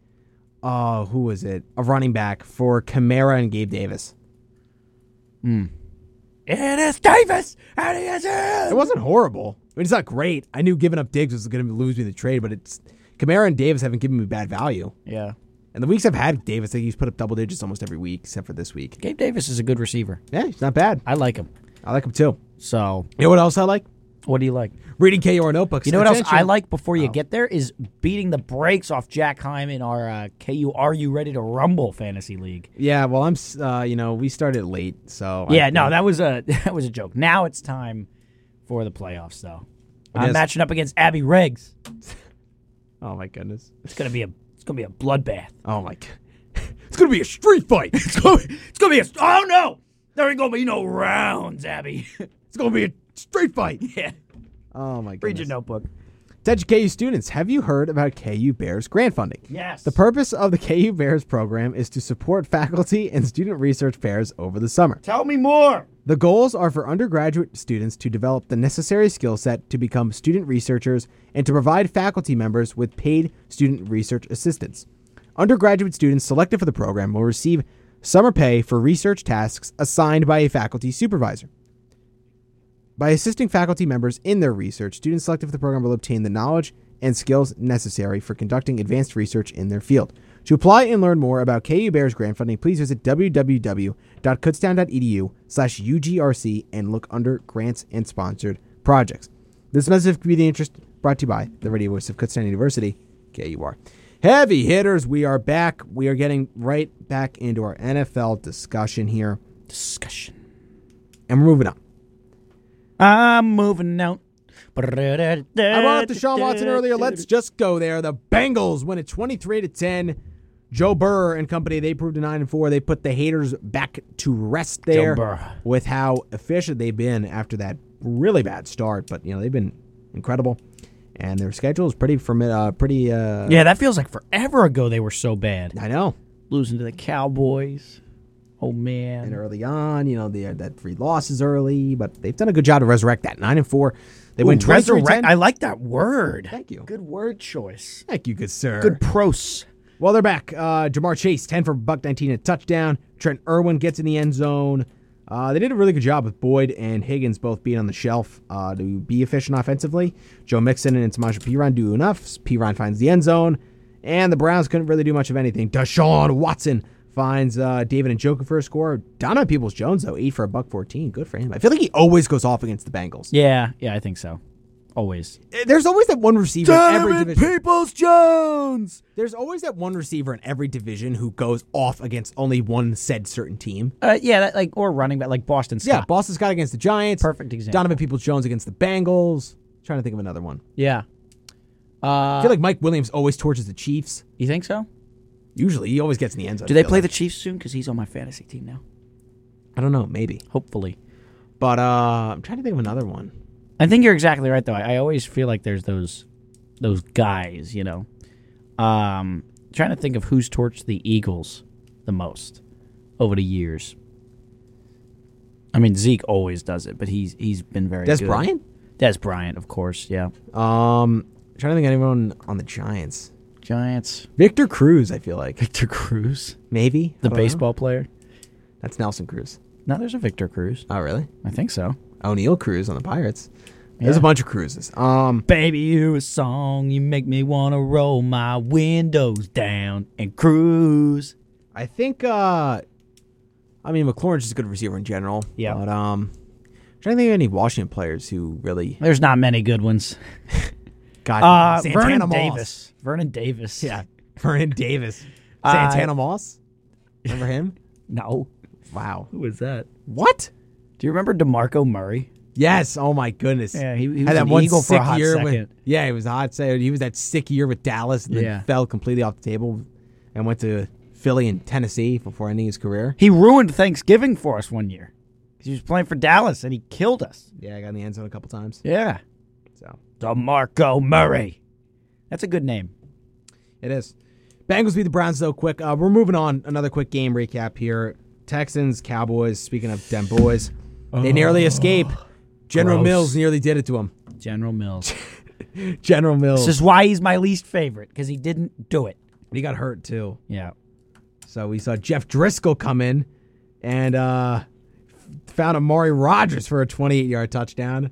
uh who was it? A running back for Kamara and Gabe Davis.
It is Davis. How do you
It wasn't horrible. I mean, it's not great. I knew giving up Diggs was going to lose me the trade, but it's Kamara and Davis haven't given me bad value.
Yeah.
And the weeks I've had Davis, I think he's put up double digits almost every week except for this week.
Gabe Davis is a good receiver.
Yeah, he's not bad.
I like him.
I like him too.
So,
You know what else I like?
what do you like?
Reading KR notebooks.
You know what else I
Attention.
like before you get there is beating the brakes off Jack Heim in our uh, KU Are You Ready to Rumble fantasy league.
Yeah, well, I'm. s- Uh, you know, we started late, so I-
Yeah, no, that was a [LAUGHS] that was a joke. Now it's time for the playoffs, though. I'm
is.
matching up against Abby Riggs.
Oh my goodness.
It's gonna be a it's gonna be a bloodbath.
Oh my. God. [LAUGHS] it's gonna be a street fight.
[LAUGHS] It's gonna, it's gonna be a oh no, there ain't gonna be no rounds, Abby. [LAUGHS]
It's gonna be a street fight.
yeah,
Oh my
read your
goodness.
notebook.
To educate KU students, have you heard about KU Bears grant funding?
Yes.
The purpose of the KU Bears program is to support faculty and student research fairs over the summer.
Tell me more.
The goals are for undergraduate students to develop the necessary skill set to become student researchers and to provide faculty members with paid student research assistance. Undergraduate students selected for the program will receive summer pay for research tasks assigned by a faculty supervisor. By assisting faculty members in their research, students selected for the program will obtain the knowledge and skills necessary for conducting advanced research in their field. To apply and learn more about KU Bears grant funding, please visit www.kutztown.edu e slash UGRC and look under grants and sponsored projects. This message of community interest brought to you by the radio voice of Kutztown University, KUR. Heavy hitters, we are back. We are getting right back into our NFL discussion here,
Discussion.
and we're moving on.
I'm moving out.
I
I
brought
brought
up Deshaun Watson earlier. Let's just go there. The Bengals win it 23 to 10. Joe Burr and company, they proved a 9 and 4. They put the haters back to rest there
Burr.
with how efficient they've been after that really bad start, but you know, they've been incredible. And their schedule is pretty from uh pretty uh
Yeah, that feels like forever ago they were so bad.
I know.
Losing to the Cowboys. Oh
And
man.
early on, you know, they had that three losses early, but they've done a good job to resurrect that 9 and 4. They win 23
resurrect. I like that word.
Thank you.
Good word choice.
Thank you, good sir.
Good pros.
Well, they're back. Uh, Jamar Chase, 10 for Buck 19 and a touchdown. Trent Irwin gets in the end zone. Uh, they did a really good job with Boyd and Higgins both being on the shelf uh, to be efficient offensively. Joe Mixon and Samaje Piran do enough. Piran finds the end zone. And the Browns couldn't really do much of anything. Deshaun Watson finds uh, David and Joker for a score. Donovan Peoples Jones, though, 8 for a buck 14. Good for him. I feel like he always goes off against the Bengals.
Yeah, yeah, I think so. Always.
There's always that one receiver in every division.
Peoples Jones.
There's always that one receiver in every division who goes off against only one said certain team.
Uh, yeah, that, like or running back, like Boston
Yeah,
Scott.
Boston Scott against the Giants.
Perfect example.
Donovan Peoples Jones against the Bengals. trying to think of another one.
Yeah. Uh,
I feel like Mike Williams always torches the Chiefs.
you think so?
Usually, he always gets in the end zone.
Do
I
they
feel
play the
like.
Chiefs soon? Because he's on my fantasy team now.
I don't know. Maybe.
Hopefully.
But uh, I'm trying to think of another one.
I think you're exactly right, though. I, I always feel like there's those those guys, you know. Um, trying to think of who's torched the Eagles the most over the years. I mean, Zeke always does it, but he's he's been very.
Des
good.
Bryant.
Des Bryant, of course. Yeah.
Um, trying to think of anyone on the Giants.
Giants.
Victor Cruz. I feel like
Victor Cruz,
maybe I
the
don't know.
baseball player.
That's Nelson Cruz.
No, there's a Victor Cruz.
Oh, really?
I think so.
O'Neill Cruz on the Pirates. There's a
Yeah.
bunch of cruises. Um,
Baby, you're a song. You make me wanna roll my windows down and cruise.
I think uh I mean McLaurin's just a good receiver in general.
Yeah.
But um I'm trying to think of any Washington players who really
There's not many good ones.
got
Uh,
Santana
Vernon
Moss.
Davis. Vernon
[LAUGHS]
Davis.
Yeah. Vernon Davis.
Uh,
Santana Moss? Remember him?
No.
Wow.
Who was that?
What?
Do you remember Demarco Murray?
Yes. Oh my goodness.
Yeah, he- he was
had that
an
one
Eagle for a
sick
hot
year
second.
With, yeah, he was a hot second. He was that sick year with Dallas and
Yeah.
then fell completely off the table and went to Philly and Tennessee before ending his career.
He ruined Thanksgiving for us one year. 'Cause He was playing for Dallas and he killed us.
Yeah, I got in the end zone a couple times.
Yeah.
So
Demarco Murray. That's a good name.
It is. Bengals beat the Browns though. Quick, uh, we're moving on. Another quick game recap here. Texans, Cowboys. Speaking of them boys, they nearly escape. General
Oh, gross.
Mills nearly did it to
[LAUGHS]
him.
General Mills.
General Mills.
[LAUGHS] this is why he's my least favorite because he didn't do it.
he got hurt too.
Yeah.
So we saw Jeff Driscoll come in and uh, found Amari Rogers for a 28-yard touchdown.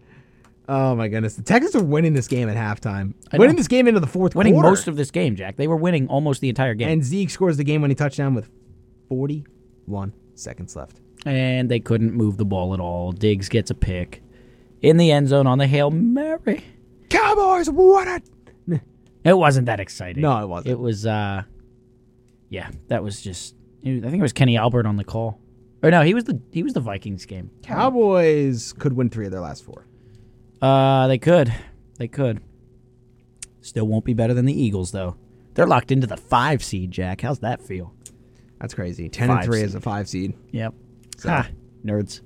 Oh my goodness, the Texans are winning this game at halftime.
know.
Winning this game into the fourth
Winning
quarter.
most of this game, Jack. They were winning almost the entire game.
and Zeke scores the game-winning touchdown with 41 seconds left.
and they couldn't move the ball at all. Diggs gets a pick in the end zone on the Hail Mary.
Cowboys won it.
It wasn't that exciting.
No, it wasn't.
It was, uh, yeah, that was just. I think it was Kenny Albert on the call, or no, he was the he was the Vikings game.
Cowboys could win three of their last four.
Uh, they could, they could. Still won't be better than the Eagles though. They're locked into the five seed, Jack. How's that feel?
That's crazy. Ten
Five
and three
seed.
is a five seed.
Yep. Ha, nerds.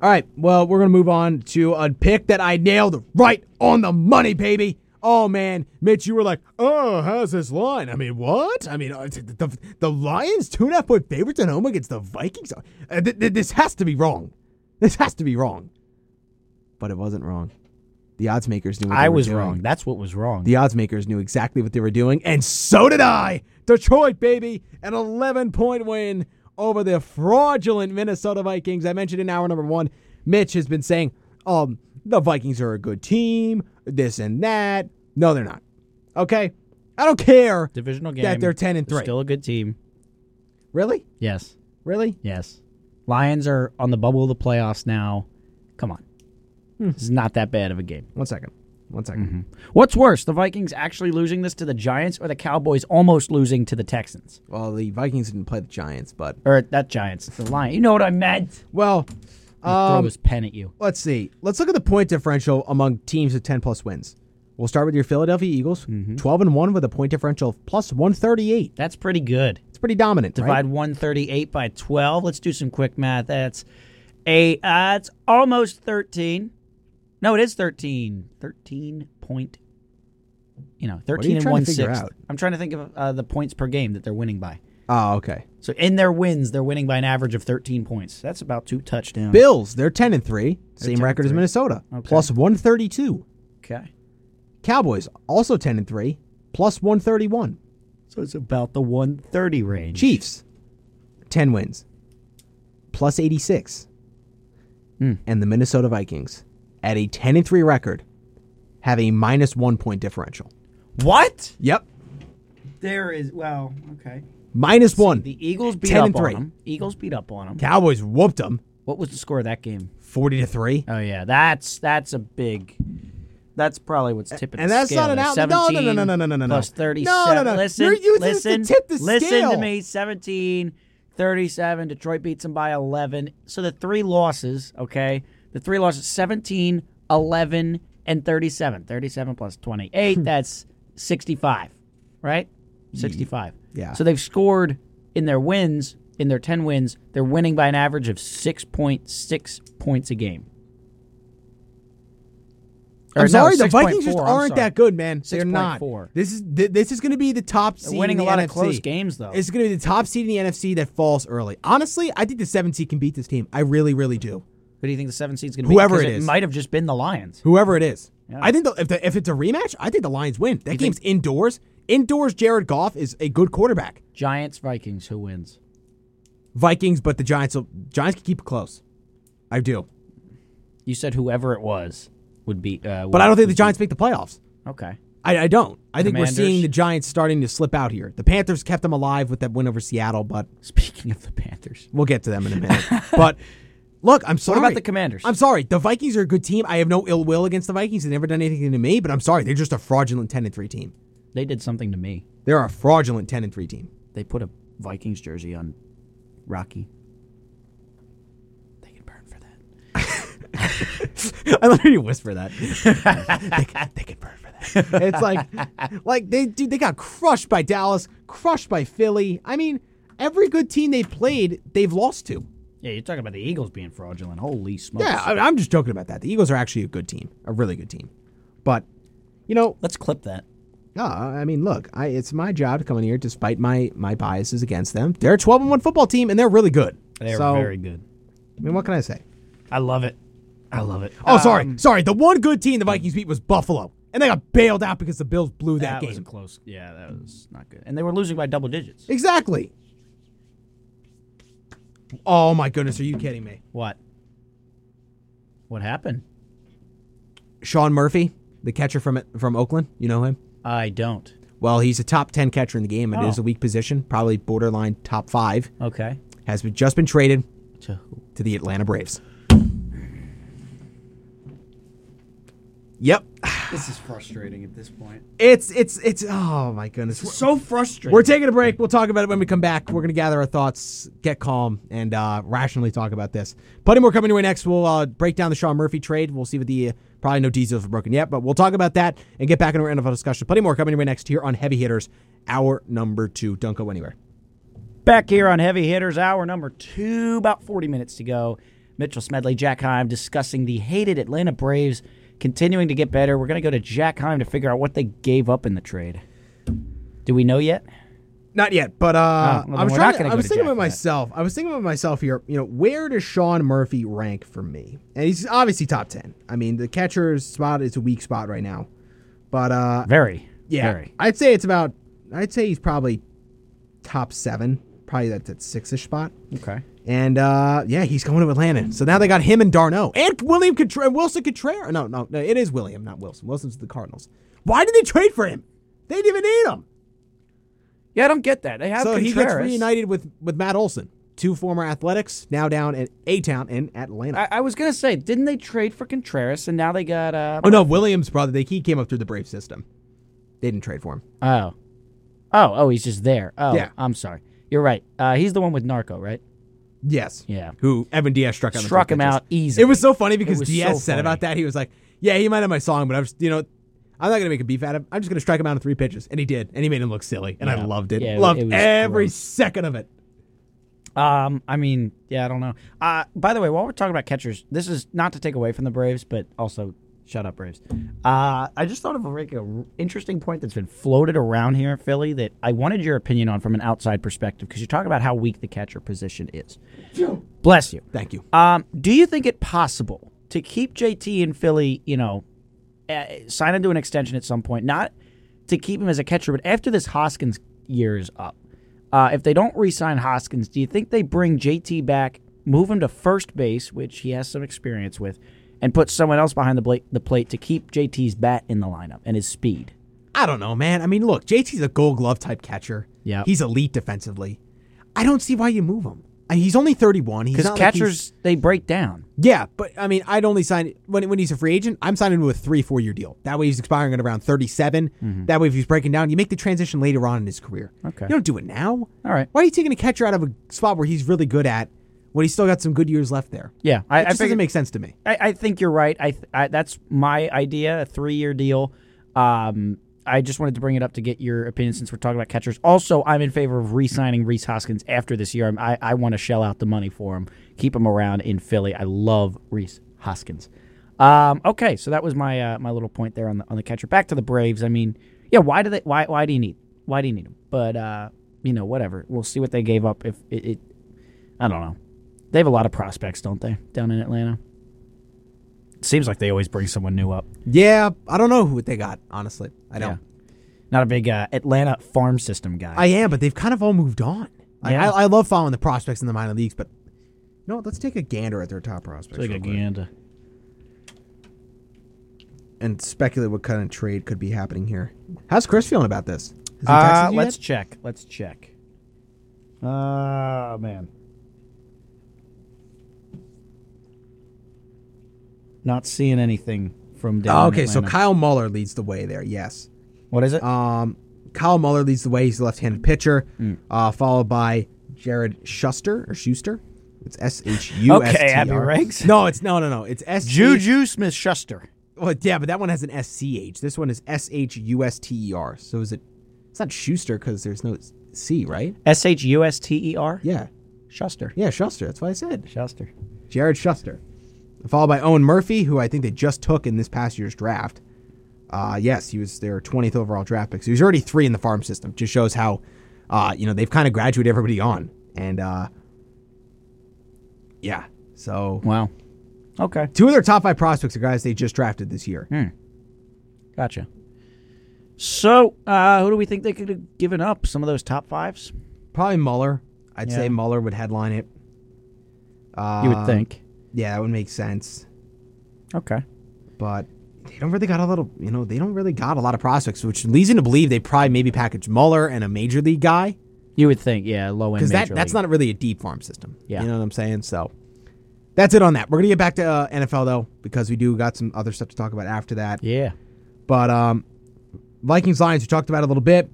All right. Well, we're gonna move on to a pick that I nailed right on the money, baby. Oh man, Mitch, you were like, "Oh, how's this line? I mean, what? I mean, uh, t- the the Lions two and a half point favorites at home against the Vikings. Uh, th- th- this has to be wrong. This has to be wrong." But it wasn't wrong. The odds makers knew. What they
I
were
was
doing.
wrong. That's what was wrong.
The odds makers knew exactly what they were doing, and so did I. Detroit, baby, an 11 point win over the fraudulent Minnesota Vikings. I mentioned in hour number one, Mitch has been saying, um, the Vikings are a good team, this and that. No, they're not. Okay? I don't care.
Divisional game.
That they're 10 and
They're
3.
Still a good team.
Really?
Yes.
Really?
Yes. Lions are on the bubble of the playoffs now. Come on. This is not that bad of a game.
One second. One second.
What's worse, the Vikings actually losing this to the Giants or the Cowboys almost losing to the Texans?
Well, the Vikings didn't play the Giants, but
Or that Giants, the Lions. You know what I meant.
well,
Throw
um,
his pen at you.
let's see. Let's look at the point differential among teams with 10 plus wins. We'll start with your Philadelphia Eagles,
Mm-hmm.
12 and 1 with a point differential of plus 138.
That's pretty good.
It's pretty dominant, right?
Divide 138 by 12. Let's do some quick math. That's a uh, it's almost 13. No, it is 13. 13 point you know, 13
you
and
trying
1
to figure
sixth.
out?
I'm trying to think of uh, the points per game that they're winning by.
Oh, okay.
So in their wins, they're winning by an average of 13 points. That's about two touchdowns.
Bills, they're 10 and 3, same
10
record as
and
Minnesota,
Okay.
plus 132.
Okay.
Cowboys, also 10 and 3, plus 131.
So it's about the 130 range.
Chiefs, 10 wins, plus 86.
Hmm.
And the Minnesota Vikings, at a 10 and 3 record, have a minus one point differential.
What?
Yep.
There is, well, okay.
Minus one.
The Eagles beat
10
up
and
on
three.
them. Eagles beat up on them.
Cowboys whooped them
What was the score of that game?
40 to 3.
Oh yeah, that's that's a big. That's probably what's tipping.
and
the
that's
scale
not an
there.
out- no, no, no,
17
no, no, no, no, no, no.
Plus
No, no, no.
thirty-seven. Listen,
You're using this to
listen,
tip the
listen to
scale.
me. 17, 37. Detroit beats them by eleven. So the three losses, okay, the three losses: 17, 11, and thirty-seven. Thirty-seven plus
Hmm.
twenty-eight. that's sixty-five, right? Sixty-five.
Yeah.
So they've scored in their wins. In their ten wins, they're winning by an average of six point six points a game. Or
I'm
no,
sorry, the
6.4,
Vikings just
I'm
aren't
sorry.
that good, man. They're
6.4.
not. This is th- this is going to be the top seed.
They're winning
in
a
the
lot
NFC.
of close games though.
It's going to be the top seed in the NFC that falls early. Honestly, I think the seven seed can beat this team. I really, really do.
Who do you think the seven seed's going to be?
Whoever
'Cause
it is.
might have just been the Lions.
Whoever it is,
Yeah.
I think the, if the, if it's a rematch, I think the Lions win. That game's indoors. Indoors, Jared Goff is a good quarterback.
Giants, Vikings. Who wins?
Vikings, but the Giants will, Giants can keep it close. I do,
You said whoever it was would beat. Uh,
but I don't think the Giants make the playoffs.
Okay.
I, I don't. I think we're
Commanders.
seeing the Giants starting to slip out here. The Panthers kept them alive with that win over Seattle, but
Speaking of the Panthers,
we'll get to them in a
[LAUGHS]
minute. but look, I'm sorry.
about the Commanders?
I'm sorry. The Vikings are a good team. I have no ill will against the Vikings. They've never done anything to me, but I'm sorry. They're just a fraudulent 10 and 3 team.
they did something to me.
They're a fraudulent 10 and 3 team. [LAUGHS]
They put a Vikings jersey on Rocky. They can burn for that.
I love how you whisper that. they, can- they can burn for that. It's
[LAUGHS]
like, like they dude, they got crushed by Dallas, crushed by Philly. I mean, every good team they played, they've lost to.
Yeah, you're talking about the Eagles being fraudulent. Holy smokes!
Yeah, I, I'm just joking about that. The Eagles are actually a good team, a really good team. But you know,
Let's clip that.
uh, I mean, look, I, it's my job to come in here, despite my my biases against them. They're a 12 and one football team, and they're really good.
They're
so,
very good.
I mean, what can I say?
I love it. I love it.
Oh, sorry, sorry. The one good team the Vikings beat was Buffalo, and they got bailed out because the Bills blew that,
that was a
game.
close. Yeah, that was not good. And they were losing by double digits.
Exactly. Oh my goodness, are you kidding me?
What? What happened?
Sean Murphy, the catcher from from Oakland, you know him.
I don't.
Well, he's a top 10 catcher in the game. It is
Oh.
a weak position, probably borderline top five.
Okay.
Has been, just been traded
To
to the Atlanta Braves. Yep,
This is frustrating at this point.
it's it's it's. Oh my goodness, we're,
So frustrating.
we're taking a break. We'll talk about it when we come back. We're gonna gather our thoughts, get calm, and uh, rationally talk about this. Plenty more coming your way next. We'll uh, break down the Sean Murphy trade. We'll see what the uh, probably no details are broken yet, but we'll talk about that and get back into our NFL discussion. Plenty more coming your way next here on Heavy Hitters, hour number two. Don't go anywhere.
Back here on Heavy Hitters, hour number two, about 40 minutes to go. Mitchell Smedley, Jack Heim discussing the hated Atlanta Braves continuing to get better. We're going to go to Jack Heim to figure out what they gave up in the trade. Do we know yet?
Not yet, but uh,
Oh, well,
I
then
was
we're
trying
not
to,
gonna
I
go
was
to
thinking
Jack
about
for that.
myself. I was thinking about myself here. You know, where does Sean Murphy rank for me? And he's obviously top ten. I mean, the catcher's spot is a weak spot right now, but uh,
Very.
yeah,
Very.
I'd say it's about. I'd say he's probably top seven, probably that, that six ish spot.
Okay.
And uh, yeah, he's going to Atlanta. So now they got him and Darno and William Contra- Wilson Contreras. No, no, no, it is William, not Wilson. Wilson's the Cardinals. Why did they trade for him? They didn't even need him.
Yeah, I don't get that. They have
so he gets
Contreras.
reunited with with Matt Olson, two former Athletics, now down at A Town in Atlanta.
I, I was gonna say, didn't they trade for Contreras and now they got uh
oh no, Williams' brother. They, he came up through the Brave system. They didn't trade for him.
Oh. Oh, oh, he's just there. Oh,
Yeah.
I'm sorry. You're right. Uh, he's the one with Narco, right?
Yes.
Yeah.
Who Evan Diaz struck out. on
Struck
the
him
pitches.
out easy.
It was so funny because
was
Diaz
so
said
funny.
about that. He was like, "Yeah, he might have my song, but I'm just, you know, I'm not gonna make a beef out of him. I'm just gonna strike him out in three pitches." And he did, and he made him look silly, and I
Yeah.
loved it.
Yeah, it-
loved
it was
every
gross.
second of it.
Um, I mean, yeah, I don't know. Uh, by the way, while we're talking about catchers, this is not to take away from the Braves, but also shut up, Braves. Uh, I just thought of a, like, a r- interesting point that's been floated around here in Philly that I wanted your opinion on from an outside perspective because you talk about how weak the catcher position is. Bless you.
Thank you.
Um, do you think it possible to keep JT in Philly? You know, uh, sign him to an extension at some point, not to keep him as a catcher, but after this Hoskins year is up, uh, if they don't re-sign Hoskins, do you think they bring JT back, move him to first base, which he has some experience with, and put someone else behind the, bla- the plate to keep JT's bat in the lineup and his speed?
I don't know, man. I mean, look, JT's a Gold Glove type catcher.
Yeah.
he's elite defensively. I don't see why you move him. I mean, he's only 31. He's
Because
not like he's-
catchers they break down.
Yeah, but I mean, I'd only sign when when he's a free agent. I'm signing him to a three four year deal. That way, he's expiring at around thirty That way, if he's breaking down, you make the transition later on in his career.
Mm-hmm. Okay.
you don't do it now.
All right.
Why are you taking a catcher out of a spot where he's really good at when he's still got some good years left there?
Yeah,
It
I, I
just
figured-
doesn't make sense to me.
I, I think you're right. I, th- I that's my idea, a three year deal. Um, I just wanted to bring it up to get your opinion since we're talking about catchers. Also, I'm in favor of re-signing Reese Hoskins after this year. I'm, I I want to shell out the money for him, keep him around in Philly. I love Reese Hoskins. Um, okay, so that was my uh, my little point there on the on the catcher. Back to the Braves. I mean, yeah, why do they? Why why do you need? Why do you need him? But uh, you know, whatever. We'll see what they gave up. If it, it, I don't know. They have a lot of prospects, don't they, down in Atlanta? seems like they always bring someone new up.
Yeah, I don't know who they got. Honestly, I don't.
Not a big uh, Atlanta farm system guy.
I am, but they've kind of all moved on. Like,
Yeah.
I, I love following the prospects in the minor leagues, but you know, what? let's take a gander at their top prospects real quick and speculate what kind of trade could be happening here. How's Chris feeling about this? Has he
Uh,
texted you
let's
yet?
check. Let's check. Oh, man. Not seeing anything from down
Oh,
in
okay, so
Um, Atlanta.
Kyle Muller leads the way there. Yes.
What is it?
Um, Kyle Muller leads the way. He's the left-handed pitcher,
Mm.
uh, followed by Jared Schuster or Schuster. It's S H U S T R.
Okay, Abby Riggs.
No, it's no, no, no. It's S
Juju Smith Schuster.
Well, yeah, but that one has an S C H. This one is S H U S T E R. So is it? It's not Schuster because there's no C, right?
S H U S T E R?
Yeah,
Schuster.
yeah, Schuster. That's what I said.
Schuster.
Jared Schuster, followed by Owen Murphy, who I think they just took in this past year's draft. Uh, yes, he was their 20th overall draft pick. So he's already three in the farm system. Just shows how, uh, you know, they've kind of graduated everybody on. And uh, yeah, so
Wow. Okay.
two of their top five prospects are guys they just drafted this year.
Gotcha. So, uh, who do we think they could have given up? Some of those top fives?
Probably Muller. I'd
Yeah.
say Muller would headline it. Uh,
You would think.
Yeah, that would make sense.
Okay.
but they don't really got a little, you know, they don't really got a lot of prospects, which leads you to believe they probably maybe package Muller and a major league guy
You would think, yeah, low end.
because that
major
that's
league.
not really a deep farm system.
Yeah.
you know what I'm saying. So that's it on that. We're gonna get back to uh, NFL though because we do got some other stuff to talk about after that.
Yeah. [LAUGHS]
But um, Vikings Lions, we talked about it a little bit,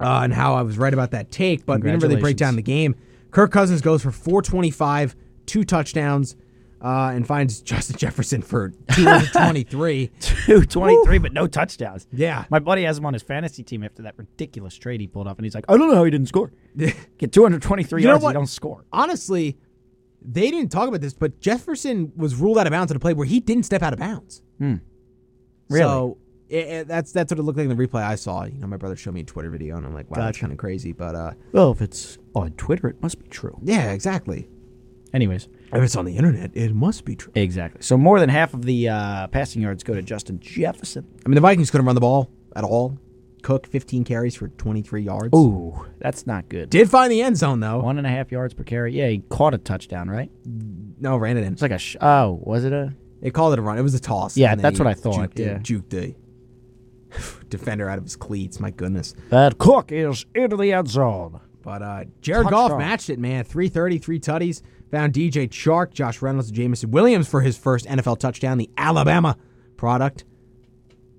uh, and how I was right about that take, but we didn't really break
Congratulations.
down the game. Kirk Cousins goes for 425, two touchdowns, uh, and finds [LAUGHS] Justin Jefferson for
[LAUGHS]
223.
223, but no [LAUGHS] touchdowns.
Yeah.
My buddy has him on his fantasy team after that ridiculous trade he pulled off, and he's like, I don't know how he didn't [LAUGHS] score. Get 223
You know
yards, and
what?
you don't score.
honestly, they didn't talk about this, but Jefferson was ruled out of bounds on a play where he didn't step out of bounds.
Hmm.
So it, it- that's that's what it looked like in the replay I saw. You know, my brother showed me a Twitter video, and I'm like, wow, that's
Gotcha.
kind of crazy. But uh,
well, if it's on Twitter, it must be true.
yeah, exactly.
Anyways,
If it's on the internet, it must be true.
exactly. So more than half of the uh, passing yards go to Justin Jefferson.
I mean, the Vikings couldn't run the ball at all. Cook, 15 carries for 23 yards.
Ooh, that's not good.
Did find the end zone, though.
One and a half yards per carry. Yeah, he caught a touchdown, right?
No, ran it in.
It's like a sh- oh, was it a?
They called it a run. It was a toss.
Yeah,
and then
that's
he
what I thought,
Juked, the-
yeah.
juked the [SIGHS] defender out of his cleats. My goodness.
That Cook is into the end zone.
But uh, Jared Goff
Touchdown.
matched it, man. 330, three tutties. Found DJ Chark, Josh Reynolds, and Jamison Williams for his first NFL touchdown, the Alabama product.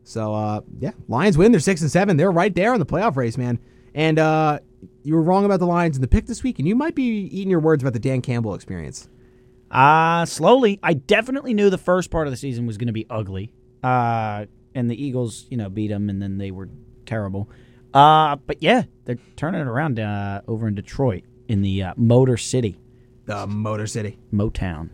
So, uh, yeah, Lions win. They're 6 and 7. They're right there in the playoff race, man. And uh, you were wrong about the Lions in the pick this week, and you might be eating your words about the Dan Campbell experience.
Uh slowly. I definitely knew the first part of the season was going to be ugly. Uh, and the Eagles, you know, beat them, and then they were terrible. Uh, but yeah, they're turning it around uh, over in Detroit in the uh, Motor City,
The Motor City.
Motown.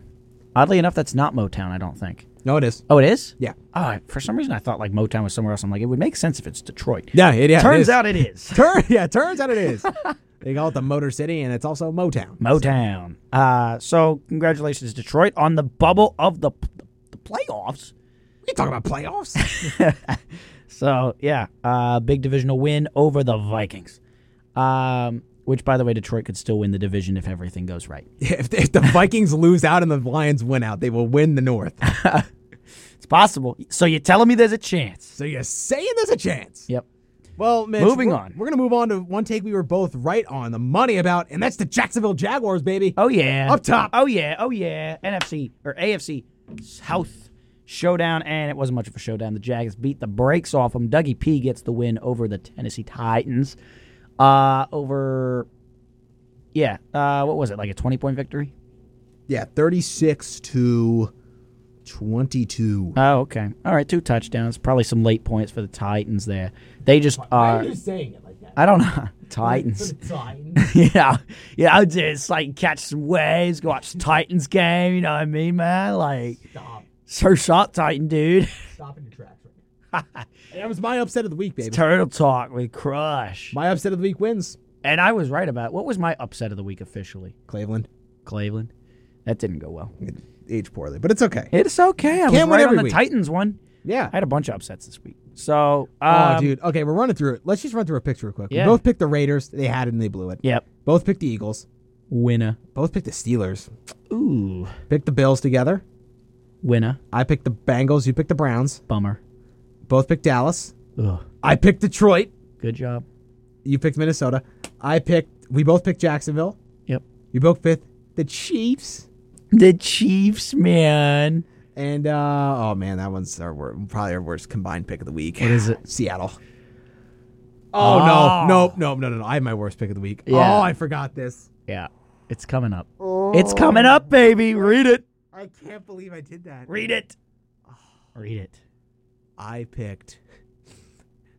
Oddly enough, that's not Motown. I don't think.
No, it is.
Oh, it is.
Yeah.
Oh, I- for some reason I thought like Motown was somewhere else. I'm like, it would make sense if it's Detroit.
Yeah, it, yeah, it
Turns
is.
out
[LAUGHS]
it is
Turn, yeah, turns out it is. they call it the Motor City, and it's also Motown.
Motown. Uh, so congratulations, Detroit, on the bubble of the the playoffs.
We talk about playoffs.
So yeah, uh, big divisional win over the Vikings. Um, which, by the way, Detroit could still win the division if everything goes right.
if, if the Vikings lose out and the Lions win out, they will win the North.
It's possible. So you're telling me there's a chance?
So you're saying there's a chance.
Yep.
Well, Mitch,
Moving
we're-
on.
We're gonna move on to one take we were both right on the money about, and that's the Jacksonville Jaguars, baby.
Oh yeah.
Up top.
Oh yeah. Oh yeah. NFC or AFC South showdown, and it wasn't much of a showdown. The Jags beat the brakes off them. Dougie P gets the win over the Tennessee Titans. Uh, over. Yeah. Uh, what was it? Like a twenty point victory?
Yeah, thirty-six to twenty-two.
Oh, okay. All right, two touchdowns. Probably some late points for the Titans there. They just are.
saying it like that?
I don't know. [LAUGHS] Titans.
Titans.
yeah. Yeah, I just like catch some waves, go watch the Titans game. You know what I mean, man? Like,
Stop.
search up Titan, dude. [LAUGHS]
Stop in your tracks. [LAUGHS] that was my upset of the week, baby.
Turtle Talk with Crush.
My upset of the week wins.
And I was right about what was my upset of the week officially?
Cleveland.
Cleveland. That didn't go well.
It aged poorly, but it's okay.
It's okay. I was
Can't win
right on
every
the
week.
Titans one.
Yeah.
I had a bunch of upsets this week. So, um,
Oh, dude. Okay, we're running through it. Let's just run through a picture real quick.
Yeah.
We both picked the Raiders. They had it and they blew it.
Yep.
Both picked the Eagles.
Winner.
Both picked the Steelers.
Ooh.
Picked the Bills together.
Winner.
I picked the Bengals. You picked the Browns.
Bummer.
Both picked Dallas.
Ugh.
I picked Detroit.
Good job.
You picked Minnesota. I picked. We both picked Jacksonville.
Yep.
You both picked the Chiefs.
The Chiefs, man.
And uh, oh man, that one's our wor- probably our worst combined pick of the week. What
is it?
Seattle. Oh,
Oh.
no, no, no, no, no, no! I have my worst pick of the week.
Yeah.
Oh, I forgot this.
Yeah. It's coming up. It's coming up, baby. Read it.
I can't believe I did that.
Read it. Read it.
I picked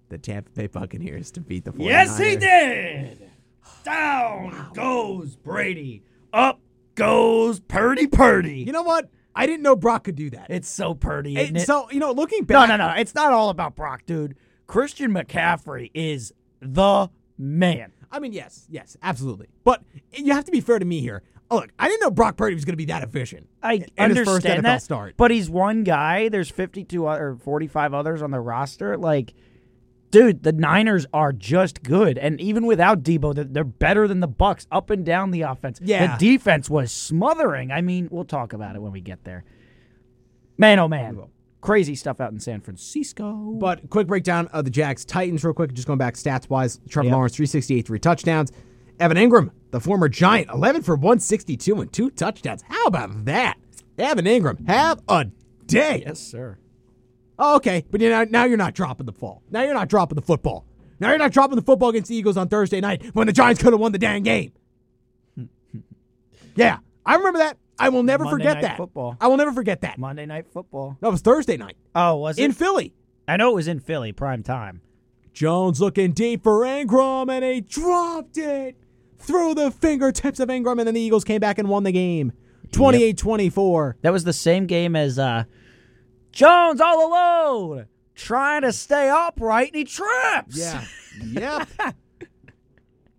the Tampa Bay Buccaneers to beat the 49ers.
Yes, he did. Down goes Brady. Up goes Purdy Purdy.
You know what? I didn't know Brock could do that.
it's so Purdy, isn't
And
it?
so you know, looking
no,
back,
no, no. It's not all about Brock, dude. Christian McCaffrey is the man.
I mean, yes, yes, absolutely. But you have to be fair to me here. Oh, look, I didn't know Brock Purdy was going to be that efficient.
I
in
understand
his first NFL
that,
start.
but he's one guy. There's 52 other, or 45 others on the roster. Like, dude, the Niners are just good, and even without Debo, they're, they're better than the Bucks up and down the offense.
Yeah.
the defense was smothering. I mean, we'll talk about it when we get there. Man, oh man, crazy stuff out in San Francisco.
But quick breakdown of the Jags Titans, real quick. Just going back stats wise, Trevor
Yeah.
Lawrence, 368, three touchdowns. Evan Ingram, the former Giant, 11 for 162 and two touchdowns. How about that? Evan Ingram, have a day.
yes, sir.
Oh, okay. But you know, now you're not dropping the ball. Now you're not dropping the football. Now you're not dropping the football against the Eagles on Thursday night when the Giants could have won the dang game. [LAUGHS] yeah, I remember that. I will never
Monday
forget
Night
that.
Football.
I will never forget that.
Monday Night Football.
That was Thursday night
Oh, was it?
in Philly.
I know it was in Philly, prime time.
Jones looking deep for Ingram, and he dropped it through the fingertips of Ingram, and then the Eagles came back and won the game 28 24.
That was the same game as uh, Jones all alone, trying to stay upright, and he trips.
[LAUGHS] yep.
[LAUGHS]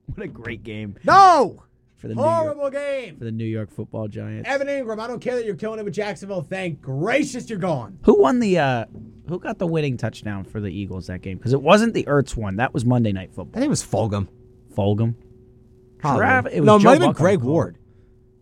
what a great game
No!
for the New York,
Horrible game.
for the New York Football Giants.
Evan Ingram, I don't care that you're killing it with Jacksonville. Thank gracious you're gone.
Who won the uh, who got the winning touchdown for the Eagles that game? Because it wasn't the Ertz one. That was Monday Night
I
Football.
think it was Fulgham.
Fulgham.
Probably.
Trav- it was
no, it
Joe
might have been
Buck on
Greg
the call.
Ward.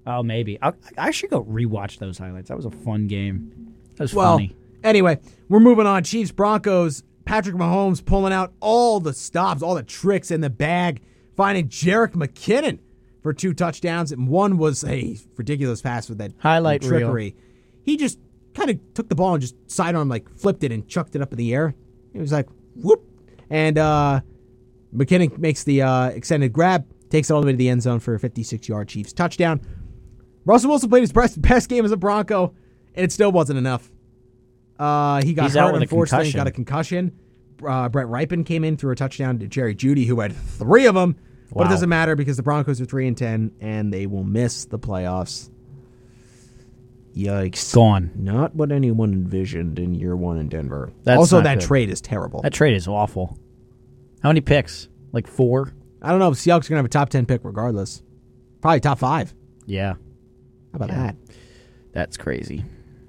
Oh, maybe. I, I should go rewatch those highlights. That was a fun game. That was
Well,
funny.
anyway, we're moving on. Chiefs Broncos. Patrick Mahomes pulling out all the stops, all the tricks in the bag, finding Jarek McKinnon for two touchdowns, and one was a ridiculous pass with that
Highlight reel.
trickery. He just kind of took the ball and just sidearm, like flipped it and chucked it up in the air. It was like whoop, and uh, McKinnon makes the uh, extended grab, takes it all the way to the end zone for a 56-yard Chiefs touchdown. Russell Wilson played his best, best game as a Bronco, and it still wasn't enough. Uh, he got
He's
hurt,
out with a
unfortunately,
concussion.
got a concussion. Uh, Brett Ripon came in, threw a touchdown to Jerry Judy, who had three of them. But it
Wow.
doesn't matter because the Broncos are three and ten, and they will miss the playoffs. Yikes!
Gone.
Not what anyone envisioned in year one in Denver.
That's
also,
not
that
good.
trade is terrible.
That trade is awful. How many picks? Like four?
I don't know if Seahawks are gonna have a top ten pick regardless. Probably top five.
Yeah.
How about
Yeah.
that?
That's crazy.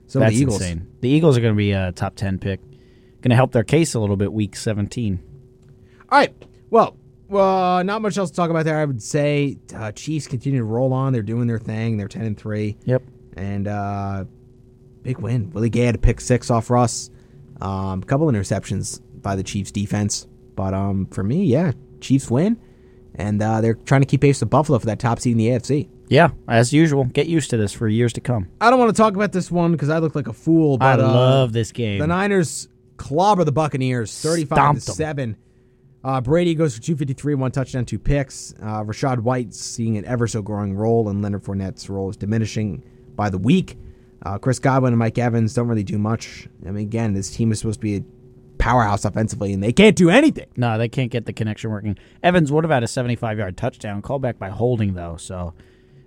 So
That's
the Eagles.
insane. The Eagles are going to be a top 10 pick. Going to help their case a little bit week 17.
All right. Well, uh, not much else to talk about there. I would say uh, Chiefs continue to roll on. They're doing their thing. They're ten and three,
Yep.
and uh, big win. Willie Gay had a pick six off Russ. Um, couple interceptions by the Chiefs defense, but um, for me, yeah, Chiefs win, and uh, they're trying to keep pace with Buffalo for that top seed in the AFC.
Yeah, as usual. Get used to this for years to come.
I don't want to talk about this one because I look like a fool. But,
I
uh,
love this game.
The Niners clobber the Buccaneers, thirty-five
Stomped
to
'em.
seven. Uh, Brady goes for two fifty-three, one touchdown, two picks. Uh, Rashad White seeing an ever so growing role, and Leonard Fournette's role is diminishing by the week. Uh, Chris Godwin and Mike Evans don't really do much. I mean, again, this team is supposed to be a powerhouse offensively, and they can't do anything.
no, they can't get the connection working. Evans would have had a 75 yard touchdown, called back by holding, though. So.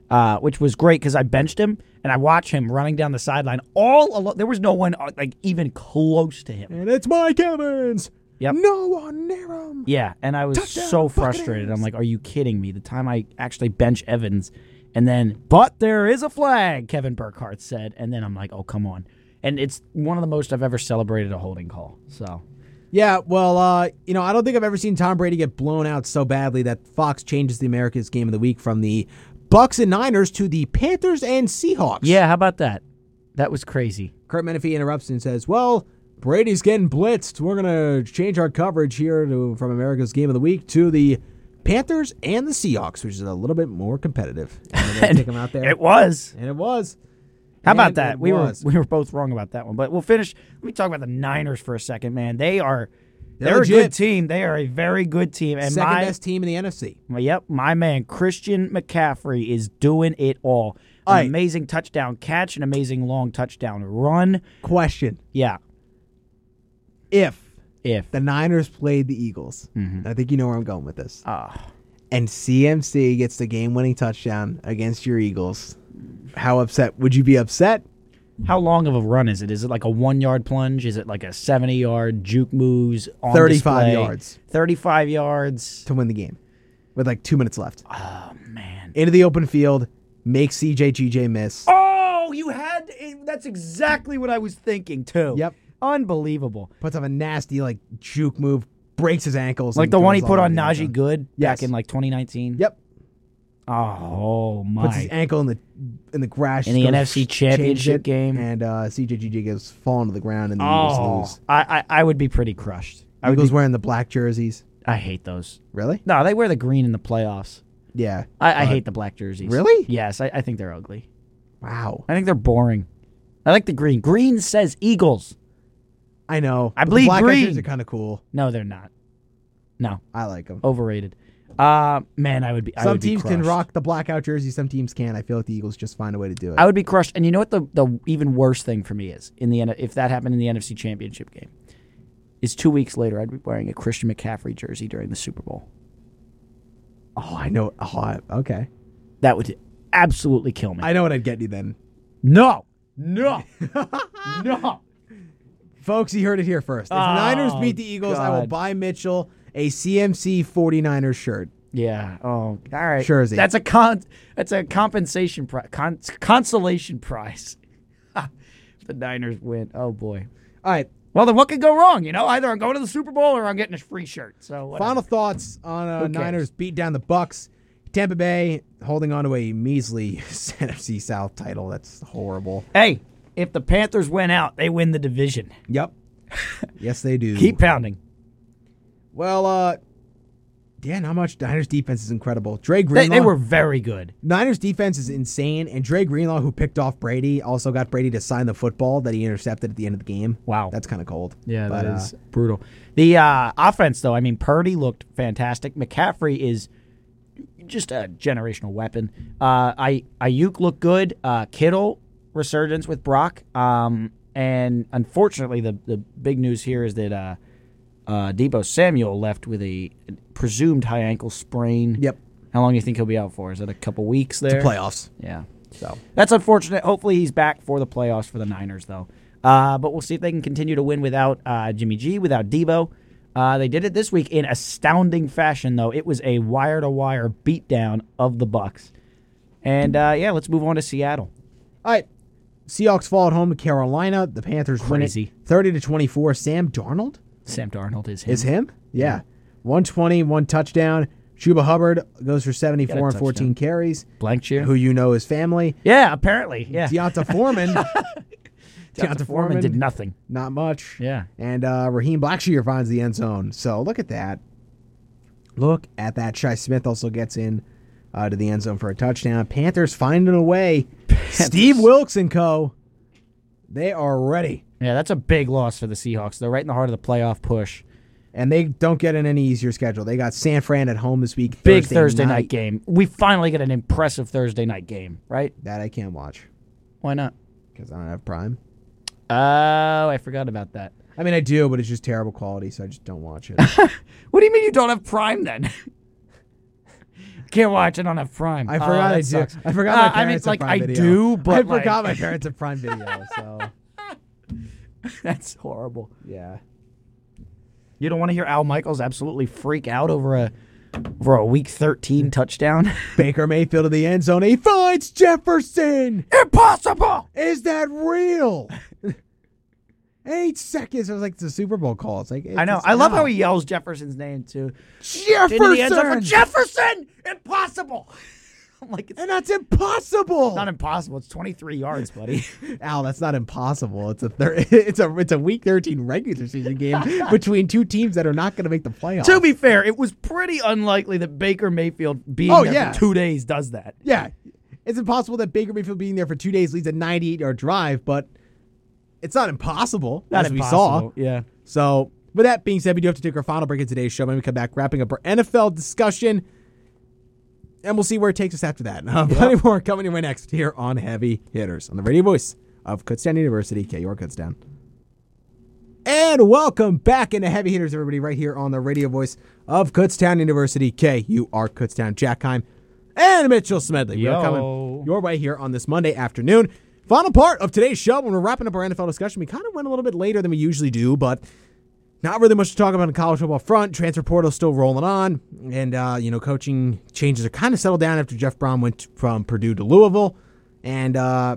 Uh, which was great because I benched him and I watched him running down the sideline all alone. There was no one uh, like even close to him.
And it's Mike Evans.
Yep.
No one near him.
Yeah, and I was
Touchdown,
so frustrated.
Buccaneers.
I'm like, are you kidding me? The time I actually bench Evans, and then, but there is a flag, Kevin Burkhardt said. And then I'm like, oh, come on. And it's one of the most I've ever celebrated a holding call. So,
Yeah, well, uh, you know, I don't think I've ever seen Tom Brady get blown out so badly that Fox changes the America's Game of the Week from the Bucks and Niners to the Panthers and Seahawks.
yeah, how about that? That was crazy.
Kurt Menefee interrupts and says, "Well, Brady's getting blitzed. We're gonna change our coverage here to, from America's Game of the Week to the Panthers and the Seahawks, which is a little bit more
[LAUGHS]
competitive. And they're gonna take them out there,
It was.
and it was.
How
And
about that?
it
We were
was.
we were both wrong about that one, but we'll finish. Let me talk about the Niners for a second, man. They are
They're
they're, a
legit.
good team. They are a very good team, and
second
my
best team in the NFC.
Well, Yep, my man Christian McCaffrey is doing it all. An
Aight.
amazing touchdown catch, an amazing long touchdown run.
Question:
Yeah,
If
if
the Niners played the Eagles, I think you know where I'm going with this.
Mm-hmm. Ah,
and CMC gets the game winning touchdown against your Eagles, how upset would you be upset?
how long of a run is it? Is it like a one yard plunge? Is it like a seventy yard juke moves? On
35
display?
yards.
Thirty five yards.
To win the game with like two minutes left.
Oh man.
Into the open field, make CJ GJ miss.
Oh, you had. That's exactly what I was thinking too.
Yep.
Unbelievable.
Puts up a nasty like juke move, breaks his ankles.
Like
and
the one he
goes all
put
the
on
way down.
Najee Good
Yes.
back in like 2019.
Yep.
Oh my.
Puts his ankle in the in the grass.
In the
goes,
NFC
"Shh," changes
Championship
it,
game.
And uh, CJ GJ gets fallen to the ground and the
Oh,
Eagles lose.
I, I I would be pretty crushed. I would.
Eagles
Be,
wearing the black jerseys.
I hate those.
Really?
No, they wear the green in the playoffs.
Yeah.
I, I hate the black jerseys.
Really?
Yes, I, I think they're ugly.
Wow.
I think they're boring. I like the green. Green says Eagles.
I know.
I
but the
bleed
black
green.
jerseys are kind of cool.
No, they're not. No,
I like them.
overrated. Uh man, I would be. Oh, I
Some
would be
teams can
crushed.
rock the blackout jersey, some teams can't. I feel like the Eagles just find a way to do it.
I would be crushed. And you know what the the even worse thing for me is in the N- if that happened in the NFC Championship game, is two weeks later I'd be wearing a Christian McCaffrey jersey during the Super Bowl.
oh, I know. Oh, I- okay.
That would absolutely kill me.
I know what I'd get you then.
No. No. no.
Folks, you heard it here first. If the
Oh,
Niners beat the Eagles, I will
God.
buy Mitchell a CMC 49ers shirt.
Yeah. Oh, all right.
Jersey.
That's a con that's a compensation prize con- [LAUGHS] consolation prize. the Niners win. Oh boy.
All right.
Well, then what could go wrong? You know, either I'm going to the Super Bowl or I'm getting a free shirt. So whatever.
Final thoughts on uh,
Who cares?
Niners beat down the Bucks. Tampa Bay holding on to a measly [LAUGHS] NFC South title. That's horrible.
Hey, if the Panthers win out, they win the division. [LAUGHS]
Yep. yes, they do.
Keep pounding.
Well, uh, yeah, not much. Niners defense is incredible. Dre
They,
Greenlaw.
they were very good.
Niners defense is insane, and Dre Greenlaw, who picked off Brady, also got Brady to sign the football that he intercepted at the end of the game.
Wow.
that's kind of cold.
Yeah,
But,
that
uh,
is brutal. The uh, offense, though, I mean, Purdy looked fantastic. McCaffrey is just a generational weapon. Uh, I Ayuk looked good. Uh, Kittle resurgence with Brock. Um, and unfortunately, the the big news here is that uh, uh, Debo Samuel left with a presumed high ankle sprain.
Yep.
How long do you think he'll be out for? Is that a couple weeks there?
uh, playoffs.
Yeah.
So
That's unfortunate. Hopefully, he's back for the playoffs for the Niners, though. Uh, but we'll see if they can continue to win without uh, Jimmy G, without Debo. Uh, they did it this week in astounding fashion, though. It was a wire to wire beatdown of the Bucks. And uh, yeah, let's move on to Seattle.
All right. Seahawks fall at home to Carolina. The Panthers win
Crazy.
it 30 to 24. Sam Darnold
Sam Darnold is him.
is him? Yeah. 120, one touchdown. Chuba Hubbard goes for 74 and 14 carries.
Blank cheer.
Who you know is family.
yeah, apparently. Yeah. [LAUGHS]
Deonta Foreman.
Deonta Foreman did nothing.
Not much.
Yeah.
And uh, Raheem Blackshear finds the end zone. So look at that. Look at that. Shai Smith also gets in uh, to the end zone for a touchdown. Panthers finding a way. Steve Wilkes and co. They are ready.
Yeah, that's a big loss for the Seahawks. They're right in the heart of the playoff push.
And they don't get an any easier schedule. They got San Fran at home this week.
Big Thursday night. game. We finally get an impressive Thursday night game, right?
That I can't watch
Why not?
because I don't have Prime.
Oh, I forgot about that.
I mean, I do, but it's just terrible quality, so I just don't watch
[LAUGHS]
it.
What do you mean you don't have Prime then? [LAUGHS] Can't watch. I don't have Prime.
I
Oh,
forgot
that
I do.
sucks.
I forgot
Uh,
my parents
I mean,
have
like I
Prime Video.
do, but
I forgot
[LAUGHS] like,
my parents have Prime Video. So
[LAUGHS] that's horrible.
yeah.
You don't want to hear Al Michaels absolutely freak out over a over a week thirteen touchdown. [LAUGHS]
Baker Mayfield to the end zone. He finds Jefferson.
Impossible.
Is that
[LAUGHS]
real? Eight seconds. It was like it's a Super Bowl call. It's like
I know. I love how he yells Jefferson's name too. Into the end zone for
Jefferson.
Jefferson. Impossible. [LAUGHS] I'm like it's
and that's impossible.
not impossible. It's twenty three yards, [LAUGHS] buddy.
Al, that's not impossible. It's a thir- [LAUGHS] it's a it's a week thirteen regular season
[LAUGHS]
game between two teams that are not going to make the playoffs.
to be fair, it was pretty unlikely that Baker Mayfield being
Oh,
there
yeah.
for two days does that.
yeah, it's impossible that Baker Mayfield being there for two days leads a ninety-eight yard drive, but it's not impossible
Not
as
impossible.
we saw.
Yeah.
So, with that being said, we do have to take our final break of today's show. When we come back, wrapping up our NFL discussion, and we'll see where it takes us after that. [LAUGHS] Uh, Plenty more coming your way next here on Heavy Hitters on the radio voice of Kutztown University, KUR Kutztown. And welcome back into Heavy Hitters, everybody, right here on the radio voice of Kutztown University, KUR Kutztown, Jack Heim, and Mitchell Smedley. We are
Yo.
coming your way here on this Monday afternoon. Final part of today's show when we're wrapping up our NFL discussion. We kind of went a little bit later than we usually do, but not really much to talk about on the college football front. Transfer portal still rolling on, and uh, you know, coaching changes are kind of settled down after Jeff Brown went from Purdue to Louisville, and uh,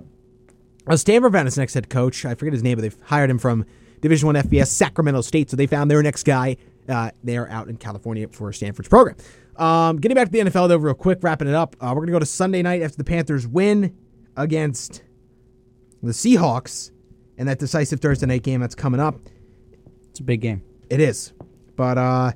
uh, Stanford found his next head coach. I forget his name, but they've hired him from Division One FBS Sacramento State. So they found their next guy. Uh, they are out in California for Stanford's program. Um, getting back to the NFL though, real quick, wrapping it up. Uh, we're gonna go to Sunday night after the Panthers win against the Seahawks, and that decisive Thursday night game that's coming up.
It's a big game.
It is. But uh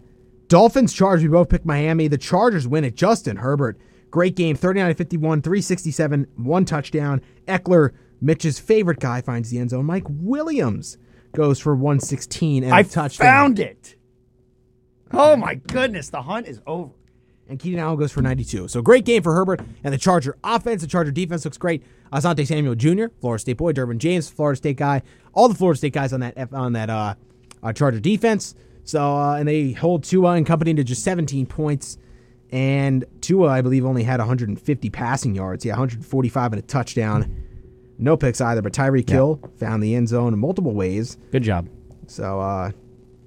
Dolphins Chargers, we both picked Miami. The Chargers win it. Justin Herbert. Great game. 39 51, 367, one touchdown. Eckler, Mitch's favorite guy, finds the end zone. Mike Williams goes for 116 and a
I
touchdown.
found it. Oh my goodness, the hunt is over.
and Keaton Allen goes for 92. So great game for Herbert and the Charger offense. The Charger defense looks great. Asante Samuel Jr., Florida State boy, Durbin James, Florida State guy, all the Florida State guys on that F- on that uh, uh, Charger defense. So uh, and they hold Tua and company to just 17 points. And Tua, I believe, only had 150 passing yards. Yeah, 145 and a touchdown. No picks either, but Tyreek Hill found the end zone in multiple ways.
Good job.
So uh,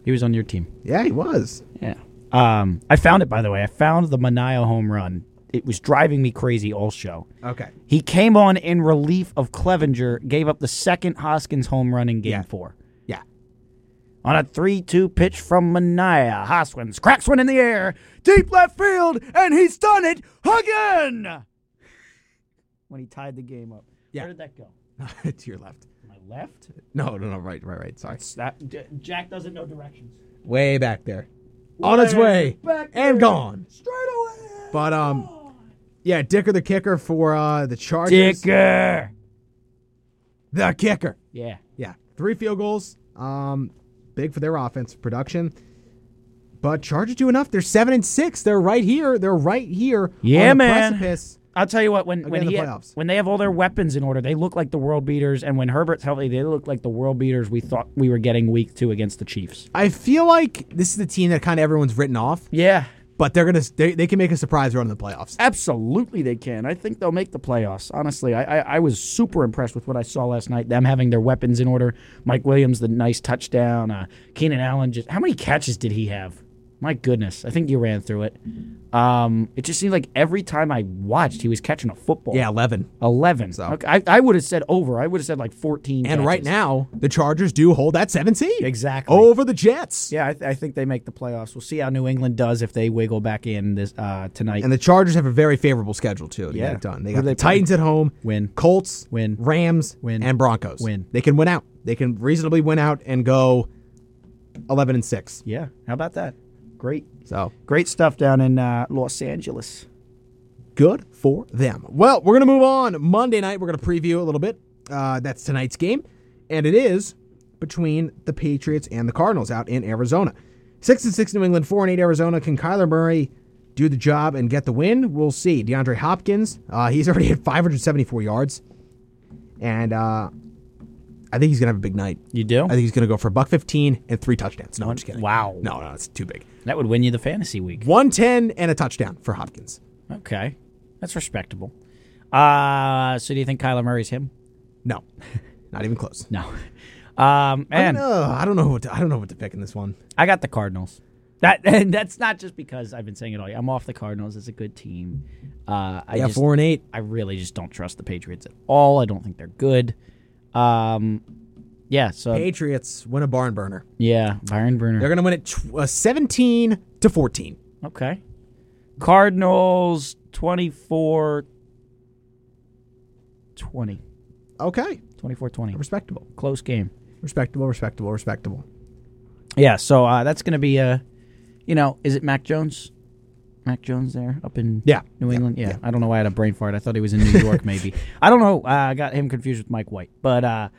He was on your team.
yeah, he was.
Yeah. Um, I found it by the way. I found the Mania home run. It was driving me crazy all show.
Okay.
He came on in relief of Clevenger, gave up the second Hoskins home run in game
Yeah. [LAUGHS]
four.
Yeah.
On a 3 2 pitch from Mania, Hoskins cracks one in the air, deep left field, and he's done it again! When he tied the game up.
Yeah.
Where did that go?
to your left.
My left?
No, no, no, right, right, right. Sorry.
That, J- Jack doesn't know directions.
Way back there. On its way.
back
and gone.
Straight away!
But um yeah, Dicker the kicker for uh the Chargers.
Dicker!
The kicker.
Yeah.
Yeah, three field goals. Um, big for their offense production. But Chargers do enough. They're seven and six. They're right here. They're right here.
Yeah,
on the
man.
Precipice.
I'll tell you what, when when,
in the
he
playoffs.
when they have all their weapons in order, they look like the world beaters. And when Herbert's healthy, they look like the world beaters we thought we were getting week two against the Chiefs.
I feel like this is the team that kind of everyone's written off,
Yeah,
but they're gonna they, they can make a surprise run in the playoffs.
absolutely they can. I think they'll make the playoffs. Honestly, I, I I was super impressed with what I saw last night. Them having their weapons in order. Mike Williams, the nice touchdown. Uh, Keenan Allen, just how many catches did he have? My goodness, I think you ran through it. Um, it just seemed like every time I watched, he was catching a football.
Yeah, eleven.
11. Okay, I, I would have said over. I would have said like 14.
And right
catches.
now, the Chargers do hold that seven seed
Exactly.
over the Jets.
Yeah, I, th- I think they make the playoffs. We'll see how New England does if they wiggle back in this uh, tonight.
And the Chargers have a very favorable schedule too to
Yeah.
get it done. They
Who
got
do they
the
play?
Titans at home,
Win.
Colts,
Win.
Rams,
Win.
and Broncos.
Win.
They can win out. They can reasonably win out and go eleven and six.
yeah, how about that? Great,
So
great stuff down in uh, Los Angeles.
good for them. Well, we're gonna move on. Monday night, we're gonna preview a little bit. Uh, that's tonight's game, and it is between the Patriots and the Cardinals out in Arizona. Six and six New England, four and eight Arizona. Can Kyler Murray do the job and get the win? We'll see. DeAndre Hopkins, uh, he's [LAUGHS] already at 574 yards, and uh, I think he's gonna have a big night.
You do?
I think he's gonna go for a buck 15 and three touchdowns. No, I'm just kidding.
Wow.
No, no, it's too big.
That would win you the fantasy week.
110 and a touchdown for Hopkins.
Okay, that's respectable. Uh, so do you think Kyler Murray's him?
No, [LAUGHS] not even close.
No. [LAUGHS] Um, man,
I don't know. I don't know what to, I don't know what to pick in this one.
I got the Cardinals. That [LAUGHS] and that's not just because I've been saying it all. year. I'm off the Cardinals. It's a good team. Uh, I just,
and eight.
I really just don't trust the Patriots at all. I don't think they're good. Um, yeah. So
Patriots win a barn burner.
yeah, Byron
They're
Burner.
going to win it tw- uh, seventeen to fourteen.
Okay. Cardinals 24 20.
Okay,
24 20.
respectable,
Close game.
respectable, respectable, respectable.
Yeah. So uh, that's going to be, uh, you know, is it Mac Jones? Mac Jones there up in
Yeah.
New
Yeah.
England? Yeah. I don't know why I had a brain fart. I thought he was in New York, maybe. I don't know. Uh, I got him confused with Mike White. But uh,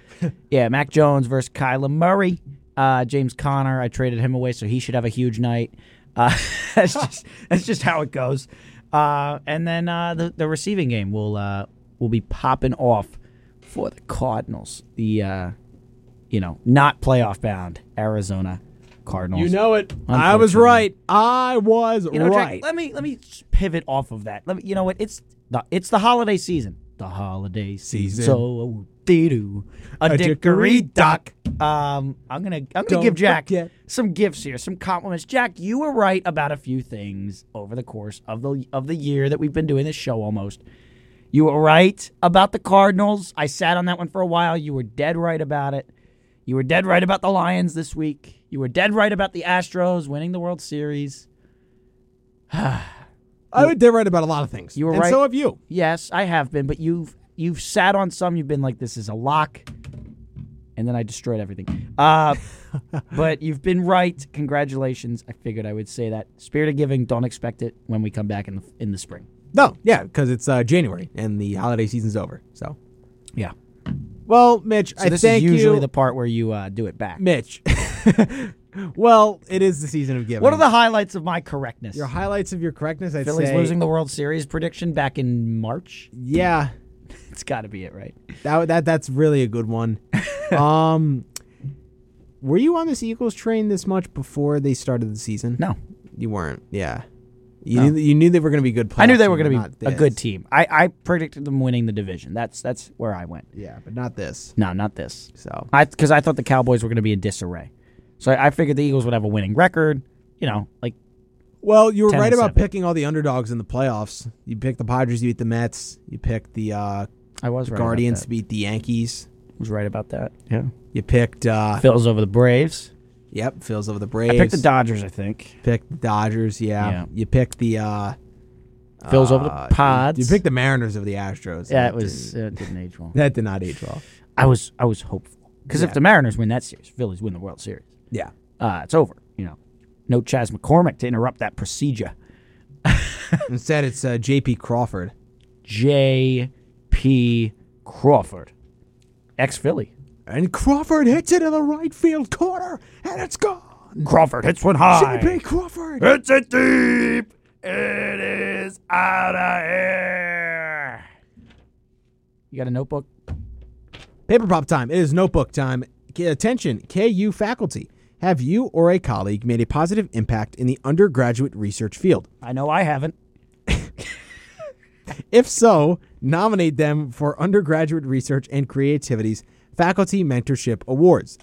yeah, Mac Jones versus Kyler Murray. Uh, James Connor, I traded him away, so he should have a huge night. Uh, [LAUGHS] that's, just, that's just how it goes. Uh, and then uh, the, the receiving game will uh, will be popping off for the Cardinals. The uh, you know not playoff bound Arizona Cardinals.
it. I was right. I was
You know, Jack,
right.
let me let me pivot off of that. Let me, you know what? It's the it's the holiday season. The holiday
Season.
season. So dee doo a, dickory dock. Um, I'm gonna I'm gonna
Don't
give Jack
forget.
some gifts here, some compliments. Jack, you were right about a few things over the course of the of the year that we've been doing this show almost. You were right about the Cardinals. I sat on that one for a while. You were dead right about it. You were dead right about the Lions this week. You were dead right about the Astros winning the World Series.
I would did right about a lot of things.
You were
and
right.
So have you.
Yes, I have been, but you've you've sat on some. You've been like, this is a lock, and then I destroyed everything. [LAUGHS] Uh, but you've been right. Congratulations. I figured I would say that. Spirit of giving. Don't expect it when we come back in the in the spring.
No, yeah, because it's uh, January and the holiday season's over. So,
Yeah.
well, Mitch,
So
I
this
thank
is usually
you,
the part where you uh, do it back.
Mitch. [LAUGHS] well, it is the season of giving.
What are the highlights of my correctness?
your highlights of your correctness? I'd
Phillies
say
losing the World Series prediction back in March.
Yeah,
It's got to be it, right?
That that that's really a good [LAUGHS] one. um, were you on this Eagles train this much before they started the season?
No,
you weren't. Yeah, you knew, you knew they were going to be good.
I knew they
playoff
were going
team,
to
but
be
not
a good
this.
team. I, I predicted them winning the division. That's that's where I went.
Yeah, but not this.
No, not this.
So
I because I thought the Cowboys were going to be in disarray, so I, I figured the Eagles would have a winning record. You know, like
well, you were
10
right
and
about
seven.
picking all the underdogs in the playoffs. You picked the Padres, you beat the Mets. You picked the uh,
I was right about
Guardians,
that.
beat the Yankees.
Was right about that. Yeah,
You picked uh,
Phil's over the Braves.
Yep, feels over the
I
Braves.
picked the Dodgers, I think.
Picked the Dodgers. Yeah.
Yeah.
you picked the uh,
Phil's over the
uh,
Pods.
You picked the Mariners over the Astros.
yeah, it
That
was
didn't-
uh, it didn't age well.
that did not age well.
I was I was hopeful because
Yeah.
if the Mariners win that series, Phillies win the World Series.
Yeah,
Uh, it's over. You know, no Chaz McCormick to interrupt that procedure.
instead it's uh, J.P. Crawford.
J. P. Crawford, ex Philly.
And Crawford hits it in the right field corner, and it's gone.
Crawford hits one high.
J.P. Crawford.
It's it deep. It is out of here. You got a notebook?
Paper pop time. It is notebook time. K- Attention, KU faculty. Have you or a colleague made a positive impact in the undergraduate research field?
I know I haven't.
If so, nominate them for Undergraduate Research and Creativity's Faculty Mentorship Awards.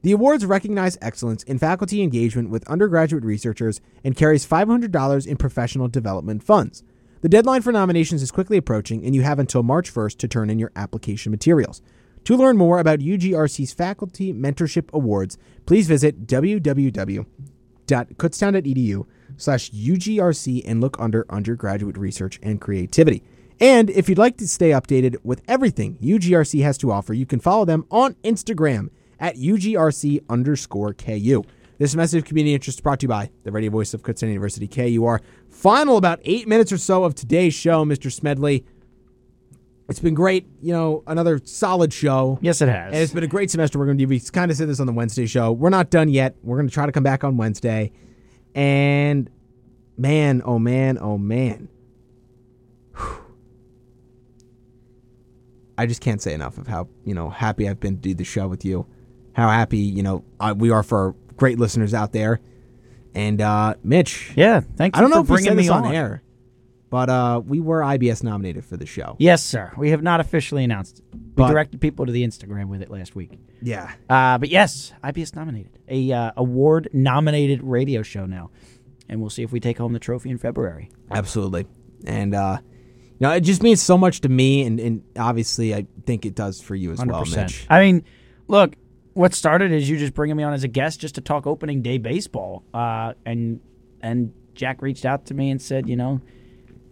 The awards recognize excellence in faculty engagement with undergraduate researchers and carries $500 in professional development funds. The deadline for nominations is quickly approaching, and you have until March 1st to turn in your application materials. To learn more about UGRC's Faculty Mentorship Awards, please visit www.kutztown.edu E slash UGRC and look under Undergraduate Research and Creativity. And if you'd like to stay updated with everything UGRC has to offer, you can follow them on Instagram at UGRC underscore KU. This message of community interest is brought to you by the radio voice of Kutztown University, KUR. Final about eight minutes or so of today's show, Mr. Smedley. It's been great. You know, another solid show.
Yes, it has.
And it's been a great semester. We're going to do. We kind of said this on the Wednesday show. We're not done yet. We're going to try to come back on Wednesday. And man, oh man, oh man. Whew. I just can't say enough of how you know happy I've been to do the show with you. How happy you know I, we are for our great listeners out there. And uh, Mitch,
yeah, thank you
I don't
for
know if we
bringing
said
me
this on, air, but uh, we were IBS nominated for the show.
Yes, sir. We have not officially announced it. We
But-
directed people to the Instagram with it last week.
Yeah.
Uh, but yes, IBS nominated. A uh, award nominated radio show now. And we'll see if we take home the trophy in February.
Absolutely. And uh you know, it just means so much to me and, and obviously I think it does for you as
100%.
well, Mitch.
I mean, look, what started is you just bringing me on as a guest just to talk opening day baseball. Uh, and and Jack reached out to me and said, you know,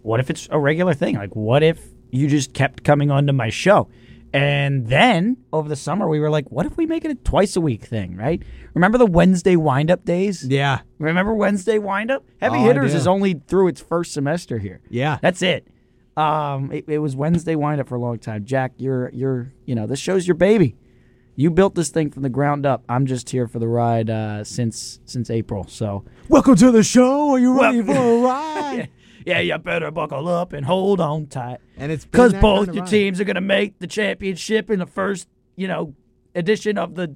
what if it's a regular thing? Like, what if you just kept coming onto my show? And then over the summer, we were like, what if we make it a twice a week thing, right? Remember the Wednesday wind up days?
Yeah.
Remember Wednesday windup? Heavy
Oh, I
hitters
do.
is only through its first semester here.
Yeah.
that's it. Um, it, it was Wednesday windup for a long time. Jack, you're you're you know this show's your baby. You built this thing from the ground up. I'm just here for the ride uh, since since April. So
Welcome to the show. Are you ready
Welcome-
for a ride?
[LAUGHS] yeah, you better buckle up and hold on tight
And it's been
because
that
both
kind of
your
ride.
teams are gonna make the championship in the first you know edition of the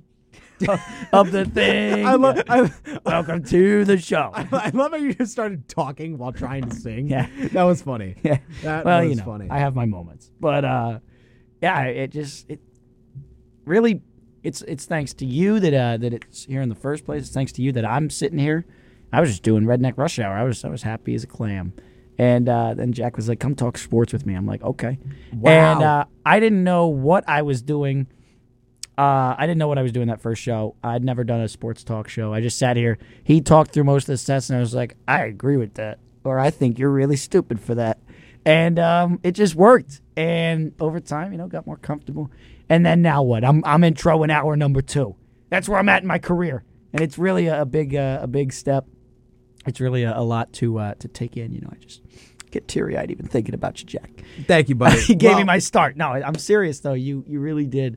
[LAUGHS] of, of [LAUGHS] the thing.
I love I, [LAUGHS]
Welcome to the show. [LAUGHS]
I love how you just started talking while trying to sing.
Yeah.
That was funny.
Yeah.
That
well,
was
you know,
funny.
I have my moments, but uh, yeah, it just it really it's it's thanks to you that uh, that it's here in the first place. It's thanks to you that I'm sitting here. I was just doing redneck rush hour. I was I was happy as a clam, and uh, then Jack was like, "Come talk sports with me." I'm like, "Okay,"
Wow.
and uh, I didn't know what I was doing. Uh, I didn't know what I was doing that first show. I'd never done a sports talk show. I just sat here. He talked through most of the sets, and I was like, I agree with that, or I think you're really stupid for that. And um, it just worked. And over time, you know, got more comfortable. And then now what? I'm I'm introing hour number two. That's where I'm at in my career, and it's really a, a big uh, a big step. It's really a, a lot to uh, to take in. You know, I just get teary eyed even thinking about you, Jack
Thank you, buddy.
[LAUGHS] he gave me
Well,
my start. No, I'm serious though. You you really did.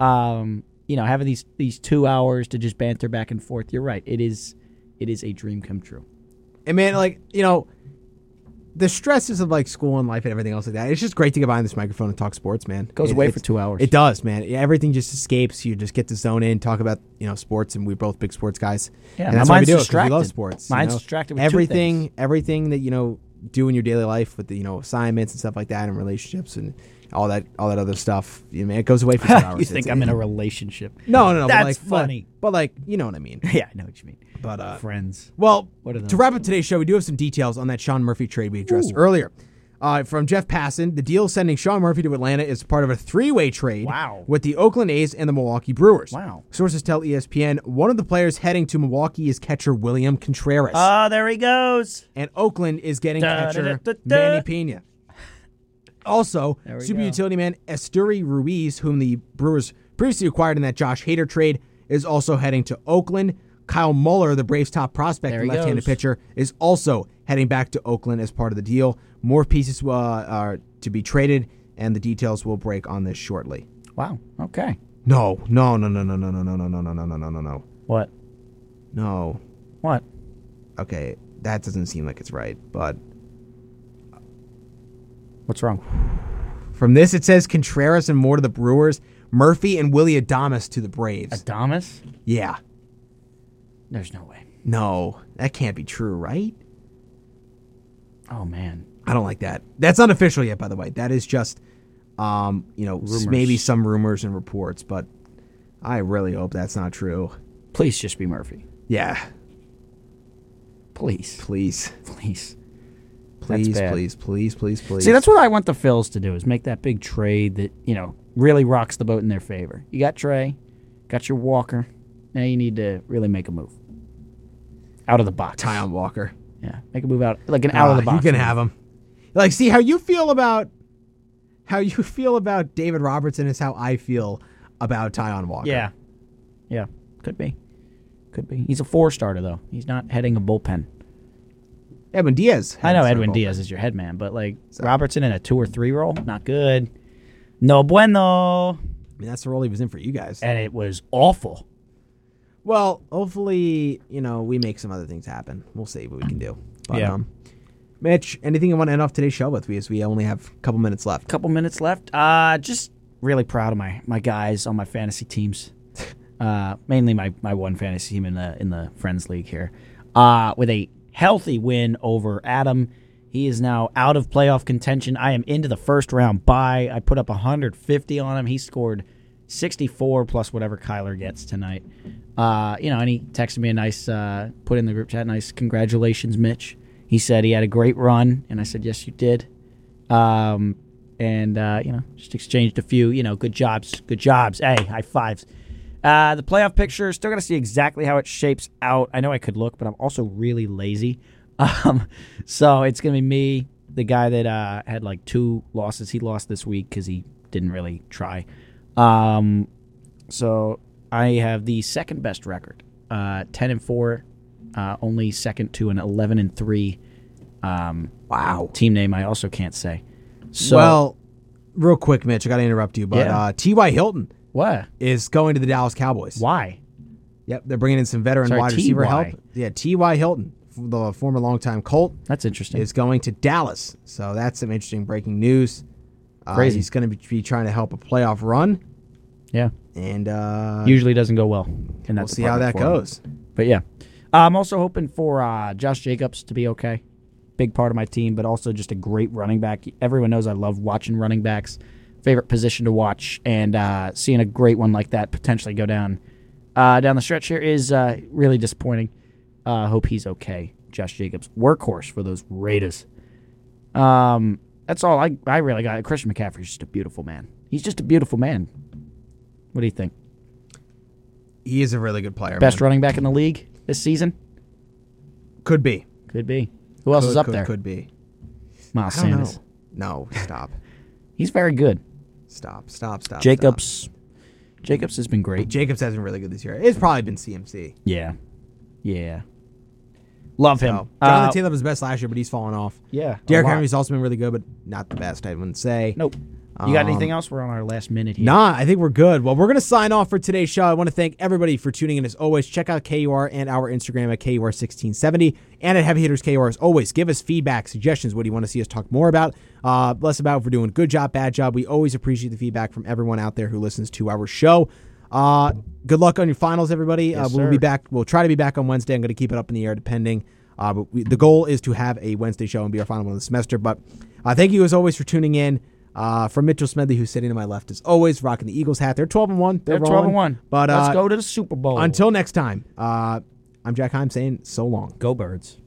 Um, you know, having these these two hours to just banter back and forth. You're right. It is it is a dream come [LAUGHS] true.
And man, like, you know, the stresses of like school and life and everything else like that. It's just great to get behind this microphone and talk sports, man.
Goes
It-
away
it's-
for two hours.
It does, man. Everything just escapes. You just get to zone in, talk about you know sports, and we're both big sports guys.
Yeah,
and
my
that's why we
mind's
do it, 'cause
distracted.
we love sports. you
Mine's
know?
distracted with two
everything,
things.
everything that you know do in your daily life with the you know assignments and stuff like that, and relationships and all that, all that other stuff. You know, it goes away for two hours.
[LAUGHS] you think
It's-
I'm in a relationship?
[LAUGHS]
[LAUGHS]
No, no, no. but
That's
like, but-
funny.
but like, you know what I mean.
Yeah, I know what you mean.
But uh,
Friends.
well,
What are
to
those?
wrap up today's show, we do have some details on that Sean Murphy trade we addressed earlier. Uh, from Jeff Passan, the deal sending Sean Murphy to Atlanta is part of a three-way trade
Wow.
with the Oakland A's and the Milwaukee Brewers.
Wow.
Sources tell E ESPN one of the players heading to Milwaukee is catcher William Contreras,
Ah, there he goes.
and Oakland is getting
Da, da,
catcher
da, da, da.
Manny Pena. Also,
we
super
go.
utility man Esturi Ruiz, whom the Brewers previously acquired in that Josh Hader trade, is also heading to Oakland. Kyle Muller, the Braves' top prospect,
There
and
he
left-handed
goes.
pitcher, is also heading back to Oakland as part of the deal. More pieces uh, are to be traded, and the details will break on this shortly.
Wow. Okay.
No, no, no, no, no, no, no, no, no, no, no, no, no, no, no, no,
What?
no.
What?
Okay, that doesn't seem like it's right, but
What's wrong?
From this, it says Contreras and more to the Brewers, Murphy and Willie Adamas to the Braves.
Adamas?
Yeah.
There's no way.
No, that can't be true, right?
Oh man.
I don't like that. That's not official yet, by the way. That is just, um, you know, s- maybe
Rumors.
some rumors and reports, but I really hope that's not true.
Please just be Murphy.
Yeah,
Please.
please,
Please.
please,
bad.
please, please, please, please.
See, that's what I want the Phils to do is make that big trade that, you know, really rocks the boat in their favor. You got Trey, got your Walker. Now you need to really make a move. Out of the box.
Tyon Walker.
Yeah. Make a move out like an out
Ah,
of the box.
You can
move.
have him. Like, see how you feel about how you feel about David Robertson is how I feel about Tyon Walker.
Yeah. Yeah. Could be. Could be. He's a four starter though. He's not heading a bullpen.
Edwin Diaz.
I know
had
Edwin
trouble.
Diaz is your head man, but like Robertson in a two or three role, not good. No bueno.
I mean, that's the role he was in for you guys.
And it was awful.
Well, hopefully, you know, we make some other things happen. We'll see what we can do. But,
Yeah.
um, Mitch, anything you want to end off today's show with? Because we only have a couple minutes left.
Couple minutes left. Uh just really proud of my my guys on my fantasy teams. Uh mainly my my one fantasy team in the in the Friends League here. Uh with a healthy win over Adam. He is now out of playoff contention. I am into the first round bye. I put up 150 on him. He scored 64 plus whatever Kyler gets tonight. Uh, you know, and he texted me a nice, uh, put in the group chat, nice congratulations, Mitch. He said he had a great run, and I said, yes, you did. Um, and uh, you know, just exchanged a few, you know, good jobs, good jobs. Hey, high fives. Uh, the playoff picture still got to see exactly how it shapes out. I know I could look, but I'm also really lazy. [LAUGHS] Um, so it's gonna be me, the guy that uh, had like two losses. He lost this week because he didn't really try. Um, so I have the second best record, uh, ten and four, uh, only second to an eleven and three. Um,
Wow.
Team name I also can't say. So
well, real quick, Mitch, I got to interrupt you, but
Yeah.
uh, T.Y. Hilton
what?
is going to the Dallas Cowboys.
Why?
Yep, they're bringing in some veteran
Sorry,
wide receiver
T.Y..
help. Yeah, T.Y. Hilton, f- the former longtime Colt,
That's interesting.
is going to Dallas. So that's some interesting breaking news. Uh,
Crazy.
He's going to be trying to help a playoff run.
yeah.
And uh,
Usually doesn't go well. And
we'll see how that goes.
But yeah, uh, I'm also hoping for uh, Josh Jacobs to be okay. Big part of my team, but also just a great running back. Everyone knows I love watching running backs. Favorite position to watch, and uh, seeing a great one like that potentially go down uh, down the stretch here is uh, really disappointing. Uh, hope he's okay. Josh Jacobs, workhorse for those Raiders. Um, that's all I I really got. Christian McCaffrey's just a beautiful man. He's just a beautiful man. What do you think?
He is a really good player.
Best
man.
running back in the league this season?
could be.
Could be. Who else
could,
is up
could,
there?
Could be.
Miles
I don't
Sanders.
know. No, stop,
He's very good.
stop, stop, stop.
Jacobs.
stop.
Jacobs has been great.
Jacobs has been really good this year. It's probably been CMC.
Yeah. Yeah. Love him.
So,
Uh,
Jonathan Taylor was best last year, but he's fallen off.
Yeah, a
Derrick
lot.
Henry's also been really good, but not the best. I wouldn't say.
nope. You got
Um,
anything else? We're on our last minute here.
Nah, I think we're good. Well, we're going to sign off for today's show. I want to thank everybody for tuning in as always. Check out KUR and our Instagram at KUR1670 and at Heavy Hitters KUR as always. Give us feedback, suggestions. What do you want to see us talk more about? Uh, less about if we're doing good job, bad job. We always appreciate the feedback from everyone out there who listens to our show. Uh, good luck on your finals, everybody. uh, we'll
sir.
be back. We'll try to be back on Wednesday. I'm going to keep it up in the air depending. Uh, but we, the goal is to have a Wednesday show and be our final one of the semester. But uh, thank you as always for tuning in. Uh, from Mitchell Smedley, who's sitting to my left, as always, rocking the Eagles hat. They're 12 and one. They're,
They're 12
rolling.
and 1.
But uh,
let's go to the Super Bowl.
until next time, uh, I'm Jack Heim saying so long.
go birds.